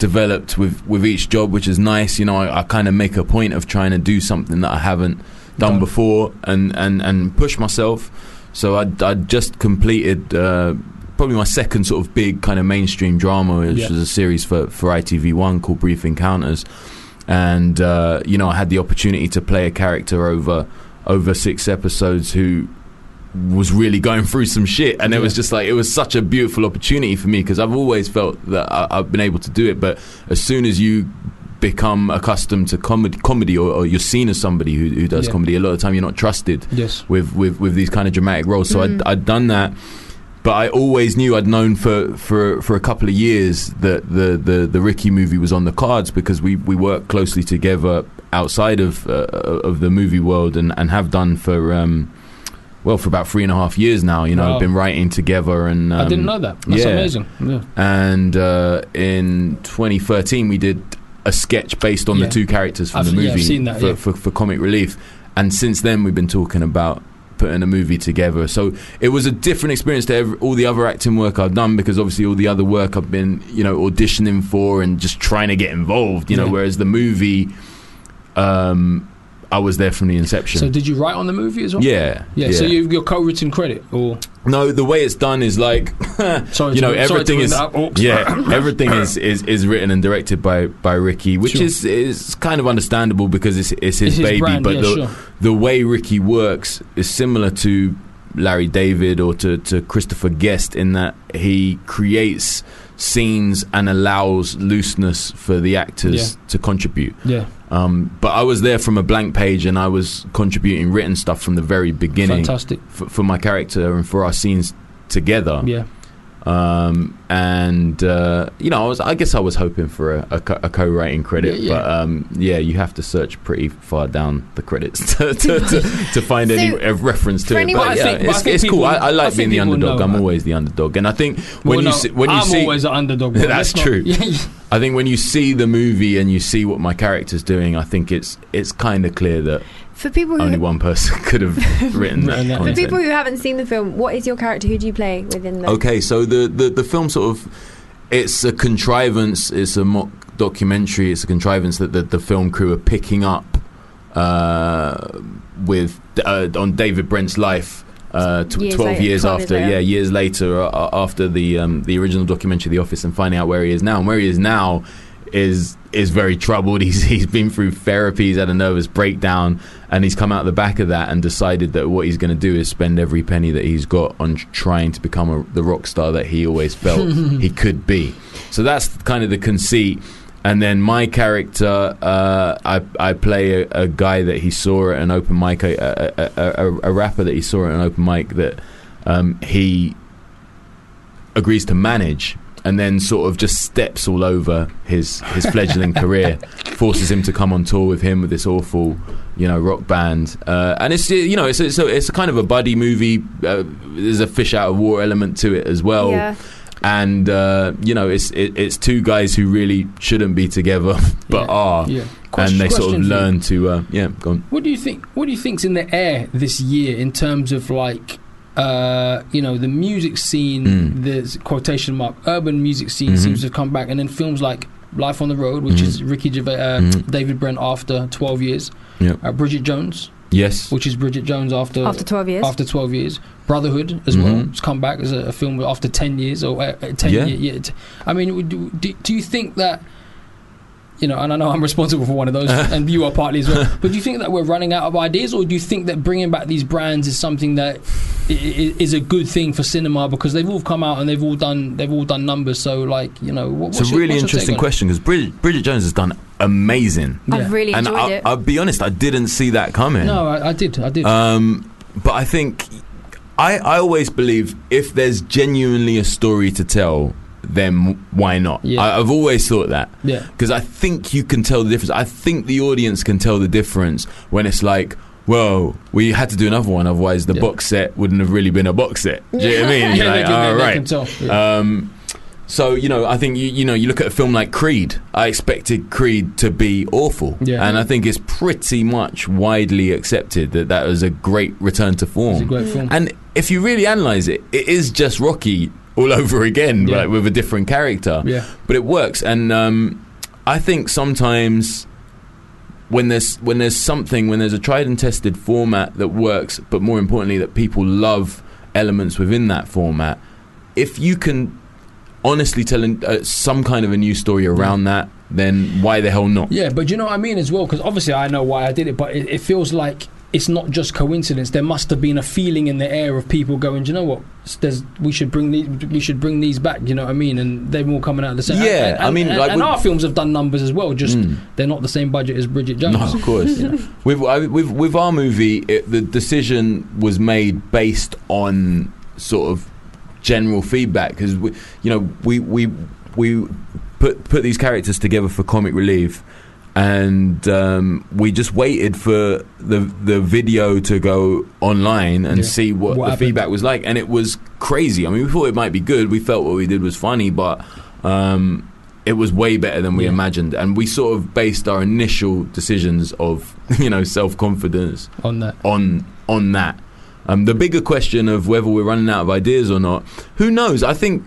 Speaker 15: developed with with each job, which is nice. You know, I, I kind of make a point of trying to do something that I haven't done before and and and push myself. So I I just completed. Uh, Probably my second sort of big kind of mainstream drama, which
Speaker 14: Yeah.
Speaker 15: was a series for, for ITV1 called Brief Encounters, and uh, you know I had the opportunity to play a character over over six episodes who was really going through some shit and it was just like it was such a beautiful opportunity for me because i've always felt that I, i've been able to do it but as soon as you become accustomed to comedy comedy or, or you're seen as somebody who, who does
Speaker 14: Yeah.
Speaker 15: comedy a lot of the time you're not trusted
Speaker 3: Yes.
Speaker 15: with, with, with these kind of dramatic roles so
Speaker 14: Mm.
Speaker 15: I'd, I'd done that but I always knew I'd known for, for, for a couple of years that the, the, the Ricky movie was on the cards because we, we work closely together outside of uh, of the movie world and, and have done for um, well for about three and a half years now. You know,
Speaker 3: Wow.
Speaker 15: I've been writing together and
Speaker 3: I didn't
Speaker 15: um,
Speaker 3: know that. That's
Speaker 15: yeah.
Speaker 3: amazing. Yeah.
Speaker 15: And uh, in 2013, we did a sketch based on
Speaker 3: Yeah.
Speaker 15: the two characters from
Speaker 3: I've-
Speaker 15: the
Speaker 3: yeah,
Speaker 15: movie
Speaker 3: I've seen that,
Speaker 15: for,
Speaker 3: yeah.
Speaker 15: for, for comic relief. And since then, we've been talking about putting a movie together. So it was a different experience to every, all the other acting work I've done because obviously all the other work I've been, you know, auditioning for and just trying to get involved. You know,
Speaker 3: Yeah.
Speaker 15: whereas the movie, um, I was there from the inception.
Speaker 3: So did you write on the movie as well?
Speaker 15: Yeah,
Speaker 3: Yeah. So
Speaker 15: yeah.
Speaker 3: you your co-written credit or
Speaker 15: No, the way it's done is like,
Speaker 3: Sorry
Speaker 15: <laughs> you
Speaker 3: to-
Speaker 15: know,
Speaker 3: sorry
Speaker 15: everything
Speaker 3: to
Speaker 15: is
Speaker 3: interrupt, Hawks. <coughs>
Speaker 15: yeah, everything is, is is written and directed by by Ricky, which
Speaker 3: Sure.
Speaker 15: is is kind of understandable because it's it's his
Speaker 3: It's his
Speaker 15: baby.
Speaker 3: brand,
Speaker 15: but
Speaker 3: yeah,
Speaker 15: the
Speaker 3: sure.
Speaker 15: the way Ricky works is similar to Larry David or to to Christopher Guest in that he creates scenes and allows looseness for the actors
Speaker 3: Yeah.
Speaker 15: to contribute.
Speaker 3: yeah.
Speaker 15: Um, but I was there from a blank page and I was contributing written stuff from the very beginning.
Speaker 3: Fantastic.
Speaker 15: For, for my character and for our scenes together.
Speaker 3: Yeah.
Speaker 15: Um, and, uh, you know, I, was, I guess I was hoping for a, a, co- a co writing credit.
Speaker 3: Yeah, yeah.
Speaker 15: But um, yeah, you have to search pretty far down the credits <laughs> to, to, to, to find any
Speaker 14: So,
Speaker 15: uh, reference to
Speaker 14: for
Speaker 15: it. But
Speaker 14: anyone- But I
Speaker 15: yeah,
Speaker 14: think- but I
Speaker 15: it's,
Speaker 14: think
Speaker 15: it's cool.
Speaker 14: people-
Speaker 15: I, I
Speaker 14: I
Speaker 15: like
Speaker 14: think
Speaker 15: being the
Speaker 14: people know
Speaker 15: underdog. I'm
Speaker 14: that.
Speaker 15: always the underdog. And I think when
Speaker 3: Well,
Speaker 15: you
Speaker 3: no,
Speaker 15: see. When you
Speaker 3: I'm
Speaker 15: see
Speaker 3: always the underdog. bro.
Speaker 15: <laughs> that's
Speaker 3: Let's not-
Speaker 15: true.
Speaker 3: Yeah,
Speaker 15: I think when you see the movie and you see what my character's doing, I think it's it's kind of clear that
Speaker 2: For people who
Speaker 15: only one person <laughs> could have written that
Speaker 2: For
Speaker 15: content.
Speaker 2: people who haven't seen the film, what is your character? Who do you play within the?
Speaker 15: Okay, so the, the the film sort of it's a contrivance. It's a mock documentary. It's a contrivance that the, the film crew are picking up uh, with uh, on David Brent's life. Uh, tw-
Speaker 14: Years
Speaker 15: 12
Speaker 14: later,
Speaker 15: years
Speaker 14: 12 years
Speaker 15: after,
Speaker 14: later.
Speaker 15: yeah, years later, uh, after the um, the original documentary, The Office, and finding out where he is now, and where he is now is is very troubled. <laughs> He's he's been through therapy, he's had a nervous breakdown, and he's come out the back of that and decided that what he's going to do is spend every penny that he's got on tr- trying to become a, the rock star that he always felt he could be. So that's kind of the conceit. And then my character, uh, I, I play a, a guy that he saw at an open mic, a, a, a, a, a rapper that he saw at an open mic that um, he agrees to manage and then sort of just steps all over his his fledgling career forces him to come on tour with him with this awful you know rock band uh, and it's uh, you know it's it's a, it's a kind of a buddy movie uh, there's a fish out of water element to it as well
Speaker 14: Yeah.
Speaker 15: and uh, you know it's it, it's two guys who really shouldn't be together <laughs> but are
Speaker 3: yeah.
Speaker 15: and
Speaker 3: Question-
Speaker 15: they sort of
Speaker 3: question for you.
Speaker 15: learn to uh, yeah go on
Speaker 3: What do you think? What do you think's in the air this year in terms of like, uh, you know, the music scene?
Speaker 15: Mm.
Speaker 3: The quotation mark urban music scene
Speaker 15: Mhm.
Speaker 3: seems to have come back, and then films like Life on the Road, which
Speaker 15: Mhm.
Speaker 3: is Ricky Gervais, uh,
Speaker 15: Mhm.
Speaker 3: David Brent after twelve years,
Speaker 15: yeah
Speaker 3: uh, Bridget Jones,
Speaker 15: yes
Speaker 3: which is Bridget Jones after
Speaker 2: After 12 years.
Speaker 3: After twelve years, Brotherhood as well.
Speaker 15: Mhm.
Speaker 3: It's come back as a, a film after ten years or uh, uh, ten
Speaker 15: Yeah.
Speaker 3: year. yeah, t- I mean, would- do, do you think that you know, and I know I'm <laughs> responsible for
Speaker 15: <laughs>
Speaker 3: one of those, and you are partly as well. But do you think that we're running out of ideas, or do you think that bringing back these brands is something that i- i- is a good thing for cinema because they've all come out and they've all done they've all done numbers? So like, you know, what,
Speaker 15: It's
Speaker 3: what's
Speaker 15: a
Speaker 3: your-
Speaker 15: really
Speaker 3: what's your take
Speaker 15: interesting
Speaker 3: on it?
Speaker 15: question because Bridget, Bridget Jones has done amazing.
Speaker 3: I've Yeah. really
Speaker 15: and
Speaker 3: enjoyed
Speaker 15: I,
Speaker 3: it.
Speaker 15: I'll be honest, I didn't see that coming.
Speaker 3: No, I, I did, I did.
Speaker 15: Um, but I think I, I always believe if there's genuinely a story to tell, then why not? I, I've always thought that.
Speaker 3: Yeah.
Speaker 15: Because I think you can tell the difference. I think the audience can tell the difference when it's like, well, we had to do another one, otherwise the box set wouldn't have really been a box set. Do you know what I mean?
Speaker 3: <laughs> Yeah, they
Speaker 15: Like,
Speaker 3: can- they-
Speaker 15: all
Speaker 3: they
Speaker 15: right.
Speaker 3: can tell,
Speaker 15: Um, so you know, I think you you know you look at a film like Creed. I expected Creed to be awful,
Speaker 3: Yeah.
Speaker 15: and I think it's pretty much widely accepted that that was a great return to form.
Speaker 3: It's a great film.
Speaker 15: And if you really analyze it, it is just Rocky all <laughs> over again,
Speaker 3: Yeah.
Speaker 15: like with a different character.
Speaker 3: Yeah.
Speaker 15: but it works, and um, I think sometimes when there's when there's something when there's a tried and tested format that works, but more importantly that people love elements within that format. If you can honestly tell an, uh, some kind of a new story around that, then why the hell not?
Speaker 3: Yeah, but you know what I mean as well, because obviously I know why I did it, but it, it feels like it's not just coincidence. There must have been a feeling in the air of people going, "Do you know what? S- There's, we should bring these, we should bring these back. You know what I mean? And they're all coming out the same.
Speaker 15: Yeah,
Speaker 3: and,
Speaker 15: I mean,
Speaker 3: and,
Speaker 15: like,
Speaker 3: and
Speaker 15: we- Mm.
Speaker 3: our films have done numbers as well. Just they're not the same budget as Bridget Jones.
Speaker 15: No, of course.
Speaker 14: <laughs>
Speaker 3: <laughs> You know?
Speaker 15: with, I, with with our movie, it, the decision was made based on sort of general feedback because you know we we we put put these characters together for comic relief. And um, we just waited for the the video to go online and
Speaker 14: Yeah.
Speaker 15: see what,
Speaker 14: What
Speaker 15: the
Speaker 14: happened?
Speaker 15: feedback was like, and it was crazy. I mean, we thought it might be good. We felt what we did was funny, but um, it was way better than we imagined. And we sort of based our initial decisions of <laughs> you know self confidence
Speaker 3: on that
Speaker 15: on on that. Um, the bigger question of whether we're running out of ideas or not, who knows? I think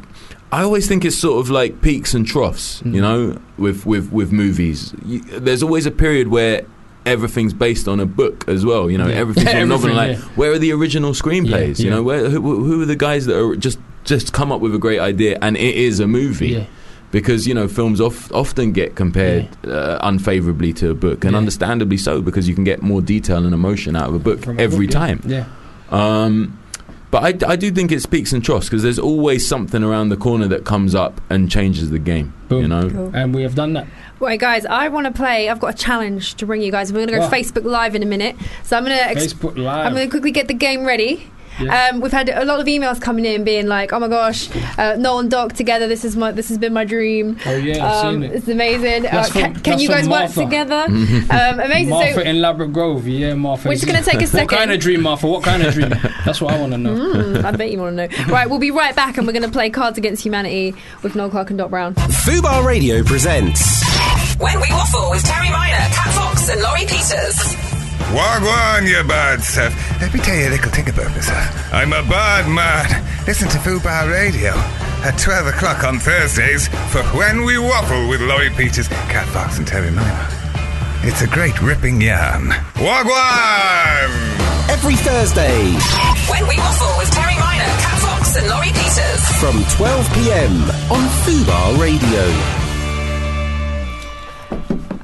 Speaker 15: I always think it's sort of like peaks and troughs,
Speaker 14: Mm.
Speaker 15: you know, with with with movies. You, there's always a period where everything's based on a book as well, you know.
Speaker 14: Yeah. <laughs>
Speaker 15: Everything's on a novel.
Speaker 14: Everything,
Speaker 15: Like,
Speaker 14: yeah.
Speaker 15: where are the original screenplays?
Speaker 14: Yeah,
Speaker 15: You know, where who, who are the guys that are just just come up with a great idea and it is a movie? Because you know films of, often get compared uh, unfavorably to a book, and understandably so, because you can get more detail and emotion out of a book every time.
Speaker 3: Yeah.
Speaker 15: Um, but I, I do think it speaks and troughs because there's always something around the corner that comes up and changes the game. You know,
Speaker 3: and we have done that.
Speaker 2: Right, guys, I want to play. I've got a challenge to bring you guys. We're going to go
Speaker 3: Wow.
Speaker 2: Facebook Live in a minute. So I'm going to.
Speaker 3: Facebook Live.
Speaker 2: I'm going to quickly get the game ready.
Speaker 3: Yeah.
Speaker 2: Um, we've had a lot of emails coming in being like, "Oh my gosh, uh, Noel and Doc together. This is my. This has been my dream.
Speaker 3: Oh, yeah, I've
Speaker 2: um,
Speaker 3: seen it.
Speaker 2: it's amazing. Uh,
Speaker 3: That's
Speaker 2: ca-
Speaker 3: from-
Speaker 2: can
Speaker 3: that's
Speaker 2: you
Speaker 3: from
Speaker 2: guys
Speaker 3: Martha.
Speaker 15: <laughs>
Speaker 3: <laughs>
Speaker 2: work together? um, amazing.
Speaker 3: Martha
Speaker 2: so,
Speaker 3: in Labrador Grove. Yeah, Martha.
Speaker 2: We're
Speaker 3: <laughs>
Speaker 2: just gonna take a
Speaker 3: What kind
Speaker 2: second.
Speaker 3: of dream, Martha? What kind
Speaker 15: <laughs>
Speaker 3: of dream? That's what I want to know.
Speaker 2: Mm, I bet
Speaker 3: <laughs>
Speaker 2: you want to know. Right, we'll be right back, and we're going to play Cards Against Humanity with Noel Clark and Doc Brown.
Speaker 1: Fubar Radio presents
Speaker 5: When we waffle with Terry Miner, Kat Fox, and Laurie Peters.
Speaker 16: Wagwan, you bad stuff. Let me tell you a little thing about myself. I'm a bad man. Listen to Fubar Radio at 12 o'clock on Thursdays for When We Waffle with Laurie Peters, Cat Fox, and Terry Miner. It's a great ripping yarn. Wagwan!
Speaker 1: Every Thursday
Speaker 5: When we waffle with Terry Miner, Kat Fox, and Laurie Peters.
Speaker 1: from 12 p.m. on Fubar Radio.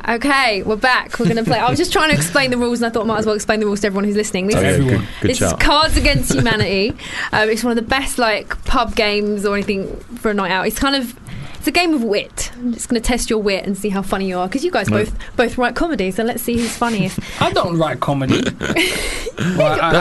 Speaker 2: Okay, we're back. We're going to play. I was just trying to explain the rules, and I thought I might as well explain the rules to everyone who's listening. This,
Speaker 15: Okay,
Speaker 2: is,
Speaker 15: Everyone. Oh, good- good
Speaker 2: this is
Speaker 15: shout.
Speaker 2: Cards Against Humanity. <laughs> um, it's one of the best like pub games or anything for a night out. It's kind of it's a game of wit. It's going to test your wit and see how funny you are because you guys
Speaker 3: Yeah.
Speaker 2: both both write comedy, so let's see who's funniest.
Speaker 3: I don't
Speaker 15: <laughs>
Speaker 3: write comedy.
Speaker 15: that's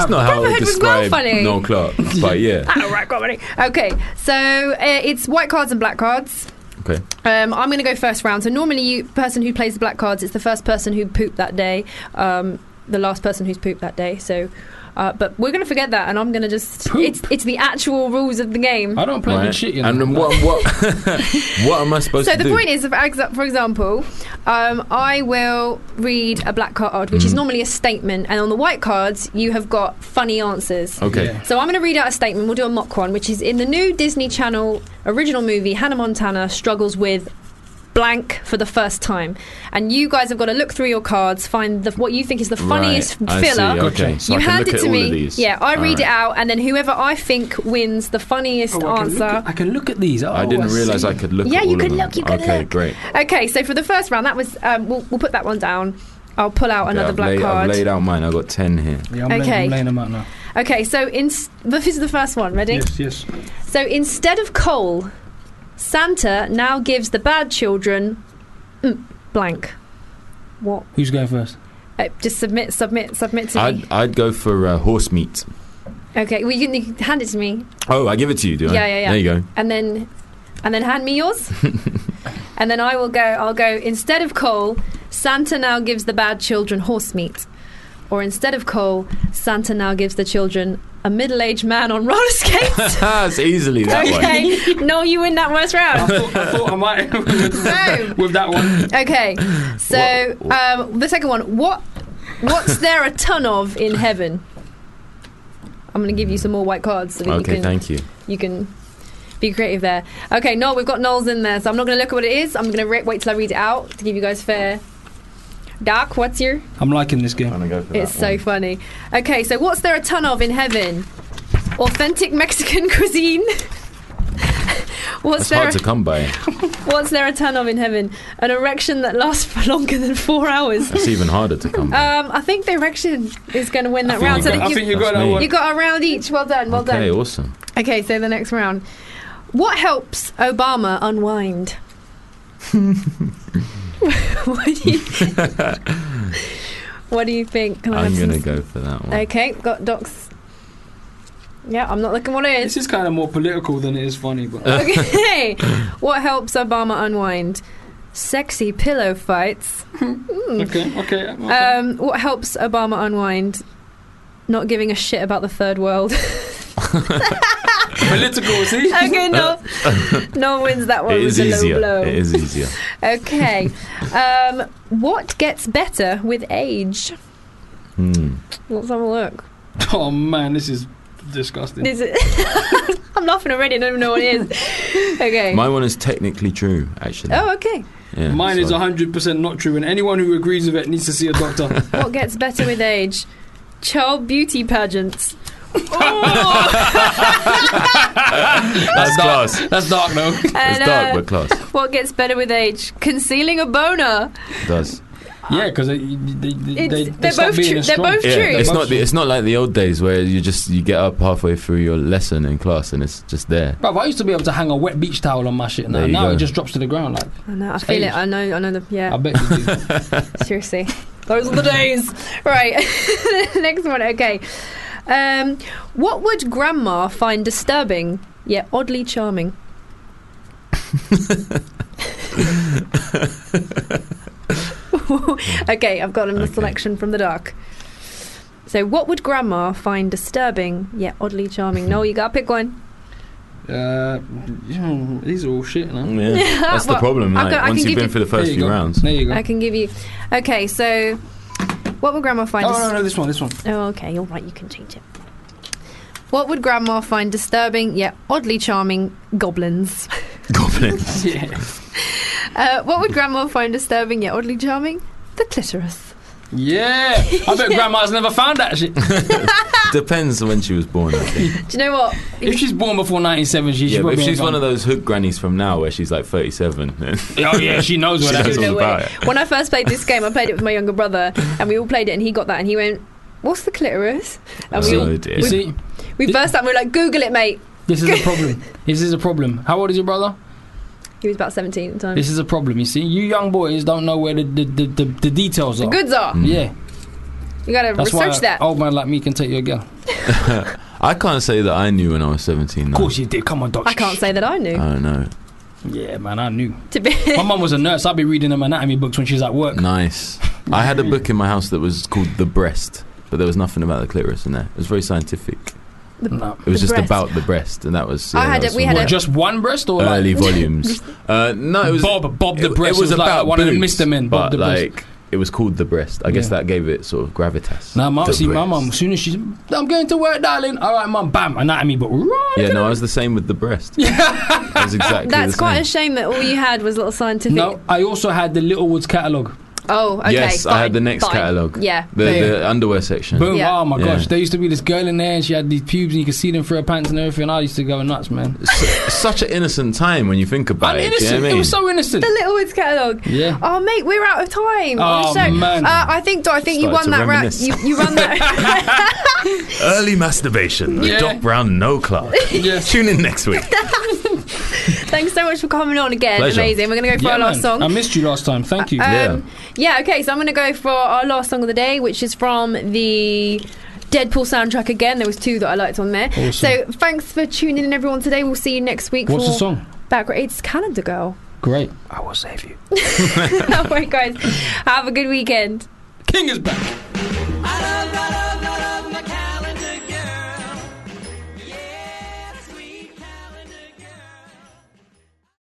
Speaker 15: not how I would
Speaker 2: Uh, Brotherhood was
Speaker 15: describe
Speaker 2: well funny.
Speaker 15: Noel Clark. <laughs> But
Speaker 2: <laughs>
Speaker 15: yeah,
Speaker 2: I don't write comedy. Okay, so uh, it's white cards and black cards.
Speaker 15: okay.
Speaker 2: Um, I'm going to go first round. So normally, you person who plays the black cards, it's the first person who pooped that day, um, the last person who's pooped that day. So, uh, but we're going to forget that, and I'm going to just it's it's the actual rules of the game.
Speaker 3: I don't play with shit. You know.
Speaker 15: And then what what <laughs> what am I supposed
Speaker 2: So
Speaker 15: to
Speaker 2: the
Speaker 15: do?
Speaker 2: point is, for exa- for example, um, I will read a black card, which is
Speaker 15: Mhm.
Speaker 2: normally a statement, and on the white cards, you have got funny answers.
Speaker 15: Okay. Yeah.
Speaker 2: So I'm going to read out a statement. We'll do a mock one, which is in the new Disney Channel original movie Hannah Montana struggles with blank for the first time, and you guys have got to look through your cards, find the, what you think is the
Speaker 15: Right,
Speaker 2: funniest
Speaker 15: I see,
Speaker 2: filler.
Speaker 15: okay. So
Speaker 2: you
Speaker 15: I can
Speaker 2: hand
Speaker 15: look
Speaker 2: it
Speaker 15: at
Speaker 2: to
Speaker 15: all
Speaker 2: me.
Speaker 15: of these.
Speaker 2: Yeah, I
Speaker 15: All
Speaker 2: read
Speaker 15: right.
Speaker 2: it out, and then whoever I think wins the funniest
Speaker 3: I can look
Speaker 2: answer.
Speaker 3: at- I can look at these. Oh,
Speaker 15: I didn't realize
Speaker 3: see.
Speaker 15: I could look.
Speaker 2: Yeah,
Speaker 15: at
Speaker 2: you
Speaker 15: all
Speaker 2: could
Speaker 15: of them.
Speaker 2: look, you could
Speaker 15: Okay,
Speaker 2: look.
Speaker 15: great.
Speaker 2: Okay, so for the first round, that was um, we'll, we'll put that one down. I'll pull out
Speaker 15: Yeah,
Speaker 2: another
Speaker 15: I've
Speaker 2: black
Speaker 15: laid,
Speaker 2: card.
Speaker 15: I've laid out mine. I've got ten here.
Speaker 3: Yeah,
Speaker 2: I'm laying- Okay. I'm laying
Speaker 3: them out now.
Speaker 2: Okay, so in, this is the first one. Ready?
Speaker 3: yes.
Speaker 2: So instead of coal, Santa now gives the bad children mm, blank. What?
Speaker 3: Who's going first?
Speaker 2: Uh, just submit, submit, submit to me.
Speaker 15: I'd, I'd go for uh, horse meat.
Speaker 2: Okay, well you can, you can hand it to me.
Speaker 15: Oh, I give it to you, do I?
Speaker 2: yeah, yeah, yeah.
Speaker 15: There you go. <laughs>
Speaker 2: And then, and then hand me yours. and then I will go. I'll go. Instead of coal, Santa now gives the bad children horse meat. Or instead of coal, Santa now gives the children a middle-aged man on roller
Speaker 15: <laughs>
Speaker 2: skates.
Speaker 15: That's easily that
Speaker 2: <laughs>
Speaker 15: one.
Speaker 2: okay, no, you win that first round.
Speaker 15: <laughs>
Speaker 3: I thought I might with that one.
Speaker 2: Okay, so um, the second one. What? What's there a ton of in heaven? I'm going to give you some more white cards so that you
Speaker 15: Okay,
Speaker 2: can
Speaker 15: thank you.
Speaker 2: you can be creative there. Okay, Noel, we've got Noel's in there, so I'm not going to look at what it is. I'm going to re- wait till I read it out to give you guys fair. Doc, what's your?
Speaker 3: I'm liking this game. I'm
Speaker 15: gonna go for
Speaker 2: It's so funny. Okay, so what's there a ton of in heaven? Authentic Mexican <laughs> cuisine. what's
Speaker 15: That's hard
Speaker 2: there?
Speaker 15: to come by.
Speaker 2: <laughs> What's there a ton of in heaven? An erection that lasts for <laughs> longer than four hours.
Speaker 15: That's even harder to come.
Speaker 2: Um, I think the erection is going to win that
Speaker 15: think
Speaker 2: round.
Speaker 15: you got- I think you got that one.
Speaker 2: You got a round each. Well done. Well
Speaker 15: Okay,
Speaker 2: done. <laughs>
Speaker 15: awesome.
Speaker 2: Okay, so the next round. What helps Obama
Speaker 15: <laughs>
Speaker 2: unwind? what, do you, what do you think? Can I
Speaker 15: I'm
Speaker 2: have some-
Speaker 15: gonna go for that one.
Speaker 2: Okay, got docs. Yeah, I'm not looking what it is.
Speaker 3: This is kind of more political than it is
Speaker 15: <laughs>
Speaker 3: funny, but
Speaker 2: <laughs> Okay. what helps Obama unwind? Sexy pillow fights. Mm. <laughs>
Speaker 3: okay, okay.
Speaker 2: Um, what helps Obama unwind? Not giving a shit about the third world.
Speaker 3: political. See,
Speaker 2: <laughs> okay, no, no wins that one.
Speaker 15: Uh, it is
Speaker 2: with
Speaker 15: <laughs>
Speaker 2: a low
Speaker 15: easier.
Speaker 2: blow.
Speaker 15: It is easier.
Speaker 2: Okay. um, what gets better with age?
Speaker 15: Hmm.
Speaker 2: Let's have a look.
Speaker 3: Oh man, this is disgusting.
Speaker 2: Is it? <laughs> I'm laughing already. I don't even know what it is. Okay.
Speaker 15: My one is technically true, actually.
Speaker 2: oh, okay.
Speaker 15: Yeah,
Speaker 3: Mine is
Speaker 15: so-
Speaker 3: 100% not true, and anyone who agrees with it needs to see a doctor. <laughs>
Speaker 2: What gets better with age? Child beauty pageants.
Speaker 15: That's class.
Speaker 3: That's dark, no.
Speaker 15: It's
Speaker 2: And,
Speaker 15: dark,
Speaker 2: uh,
Speaker 15: but class.
Speaker 2: What gets better with age? Concealing a boner.
Speaker 15: It does.
Speaker 3: yeah, because they, they, they,
Speaker 2: It's-
Speaker 3: they
Speaker 2: they're
Speaker 3: stop
Speaker 2: both
Speaker 3: being
Speaker 2: true-
Speaker 3: as
Speaker 2: they're
Speaker 3: strong.
Speaker 2: both true.
Speaker 15: It's
Speaker 3: They're
Speaker 15: not.
Speaker 3: both
Speaker 15: The, it's not like the old days where you just you get up halfway through your lesson in class and it's just
Speaker 3: <laughs>
Speaker 15: there.
Speaker 3: Bruv, I used to be able to hang a wet beach towel on my shit. Now,
Speaker 15: There you
Speaker 3: now
Speaker 15: go.
Speaker 3: it just drops to the ground. Like
Speaker 2: I know. I feel it. I know. I know. The, yeah.
Speaker 3: I bet
Speaker 15: <laughs>
Speaker 3: you do.
Speaker 2: Seriously. Those are the days. Right. <laughs> Next one. Okay. Um, what would grandma find disturbing yet
Speaker 15: <laughs>
Speaker 2: oddly charming? okay, I've got a selection from the dark. So, what would grandma find disturbing yet oddly charming? No, you gotta pick one.
Speaker 3: uh, yeah, these are all shit.
Speaker 15: <laughs>
Speaker 3: No?
Speaker 2: <laughs>
Speaker 15: Yeah, that's the
Speaker 2: Well,
Speaker 15: problem.
Speaker 2: I've
Speaker 15: Like,
Speaker 2: got- I
Speaker 15: once
Speaker 2: can
Speaker 15: you've
Speaker 2: give
Speaker 15: been
Speaker 2: you-
Speaker 15: through the
Speaker 3: There
Speaker 15: first
Speaker 3: you
Speaker 15: few
Speaker 3: go.
Speaker 15: rounds,
Speaker 3: There you
Speaker 15: <laughs>
Speaker 3: go.
Speaker 2: I can give you. Okay, so what would grandma find?
Speaker 3: Oh
Speaker 2: dis-
Speaker 3: no, no, this one, this one.
Speaker 2: Oh, okay, you're right, you can change it. What would grandma find disturbing yet oddly charming goblins?
Speaker 15: goblins.
Speaker 3: <laughs> yeah.
Speaker 2: Uh, what would grandma find disturbing yet oddly charming? The clitoris.
Speaker 3: Yeah, I
Speaker 2: <laughs>
Speaker 3: bet grandma's never found that shit.
Speaker 15: Depends when she was born. I think.
Speaker 3: <laughs>
Speaker 2: Do you know what?
Speaker 3: If she's born before 97, she, she
Speaker 15: yeah, but
Speaker 3: won't
Speaker 15: if
Speaker 3: be
Speaker 15: she's
Speaker 3: around.
Speaker 15: one of those hood grannies from now where she's like 37, <laughs> then
Speaker 3: Oh, yeah, she knows what
Speaker 15: she
Speaker 3: that
Speaker 15: knows
Speaker 3: is.
Speaker 15: all
Speaker 2: No way.
Speaker 15: about it.
Speaker 2: When I first played this game, I played it with my younger brother, and we all played it, and he got that, and he went, "What's the clitoris?" And we
Speaker 15: Oh,
Speaker 2: all,
Speaker 15: dear.
Speaker 3: You see,
Speaker 2: we burst out, and we were like, "Google it, mate."
Speaker 3: this
Speaker 2: <laughs>
Speaker 3: is a problem. This is a problem. How old is your brother?
Speaker 2: He was about seventeen at the time.
Speaker 3: This is a problem. You see, you young boys don't know where the the, the, the, the details
Speaker 2: the
Speaker 3: are.
Speaker 2: goods
Speaker 15: Mm.
Speaker 2: are.
Speaker 3: Yeah,
Speaker 2: You gotta
Speaker 3: that's
Speaker 2: research
Speaker 3: why
Speaker 2: that.
Speaker 3: old man like me can take your girl.
Speaker 15: <laughs> I can't say that I knew when I was 17.
Speaker 3: Of course you did. Come on, doc.
Speaker 2: I can't say that I knew.
Speaker 15: I don't know.
Speaker 3: Yeah, man, I knew.
Speaker 2: to be
Speaker 3: My mum was a nurse. I'd be reading them anatomy books when she's at work.
Speaker 15: Nice. I had a book in my house that was called The Breast, but there was nothing about the clitoris in there. It was very scientific.
Speaker 2: The-
Speaker 3: No.
Speaker 15: It was
Speaker 2: The
Speaker 15: just
Speaker 2: breast.
Speaker 15: about the breast, and that was.
Speaker 2: I
Speaker 15: yeah,
Speaker 2: had
Speaker 15: that
Speaker 2: a-
Speaker 15: was
Speaker 2: we
Speaker 15: from
Speaker 2: had
Speaker 15: one
Speaker 2: a-
Speaker 3: Just one breast or
Speaker 15: early
Speaker 3: like, <laughs>
Speaker 15: volumes. Uh, no, it was
Speaker 3: Bob, Bob the
Speaker 15: it-
Speaker 3: breast
Speaker 15: It was
Speaker 3: was like
Speaker 15: about
Speaker 3: one of the
Speaker 15: boobs,
Speaker 3: Mr. Men, Bob
Speaker 15: but
Speaker 3: the breast.
Speaker 15: like it was called the breast. I guess
Speaker 3: Yeah.
Speaker 15: that gave it sort of gravitas.
Speaker 3: Now, mum,
Speaker 15: The
Speaker 3: see, my
Speaker 15: breast.
Speaker 3: mum, as soon as she's, I'm going to work, darling. All right, mum, bam, anatomy, but
Speaker 2: Oh,
Speaker 3: right.
Speaker 15: Yeah, no, I was the same with the
Speaker 3: <laughs>
Speaker 15: breast. I was exactly
Speaker 2: That's
Speaker 15: the
Speaker 2: quite
Speaker 15: same.
Speaker 2: a shame that all you had was little scientific.
Speaker 3: No, I also had the Littlewoods catalogue.
Speaker 2: Oh, okay.
Speaker 15: yes, I had the next
Speaker 2: fine.
Speaker 15: catalogue.
Speaker 2: Yeah.
Speaker 15: The, the underwear section.
Speaker 3: Boom! Oh my
Speaker 15: Yeah.
Speaker 3: gosh, there used to be this girl in there, and she had these pubes, and you could see them through her pants and everything. I used to go nuts, man.
Speaker 15: <laughs> Such an innocent time when you think about it. do you know what
Speaker 3: innocent.
Speaker 15: I
Speaker 3: It
Speaker 15: mean?
Speaker 3: was so innocent.
Speaker 2: The Littlewoods catalogue.
Speaker 15: Yeah.
Speaker 2: Oh mate, we're out of time.
Speaker 15: Oh,
Speaker 2: on the show.
Speaker 15: man.
Speaker 2: Uh, I think I think
Speaker 14: Started
Speaker 2: you won
Speaker 14: to
Speaker 2: that round.
Speaker 14: reminisce.
Speaker 2: You, you won
Speaker 3: <laughs>
Speaker 2: that.
Speaker 14: Early masturbation with
Speaker 2: Yeah.
Speaker 14: Doc Brown, no
Speaker 3: <laughs>
Speaker 14: Clark. Tune in next week.
Speaker 2: Thanks so much for coming on again.
Speaker 3: Pleasure.
Speaker 2: Amazing. We're gonna go for
Speaker 3: Yeah,
Speaker 2: our last
Speaker 3: man.
Speaker 2: song.
Speaker 3: I missed you last time. Thank you.
Speaker 2: Um, yeah. Okay. So I'm gonna go for our last song of the day, which is from the. Deadpool soundtrack again. There was two that I liked on there.
Speaker 3: Awesome.
Speaker 2: So thanks for tuning in, everyone. Today we'll see you next week.
Speaker 3: What's
Speaker 2: for
Speaker 3: the song?
Speaker 2: Background. It's Calendar Girl. <laughs>
Speaker 3: Great. I will save you.
Speaker 15: <laughs>
Speaker 2: All right, guys. Have a good weekend.
Speaker 3: King is back.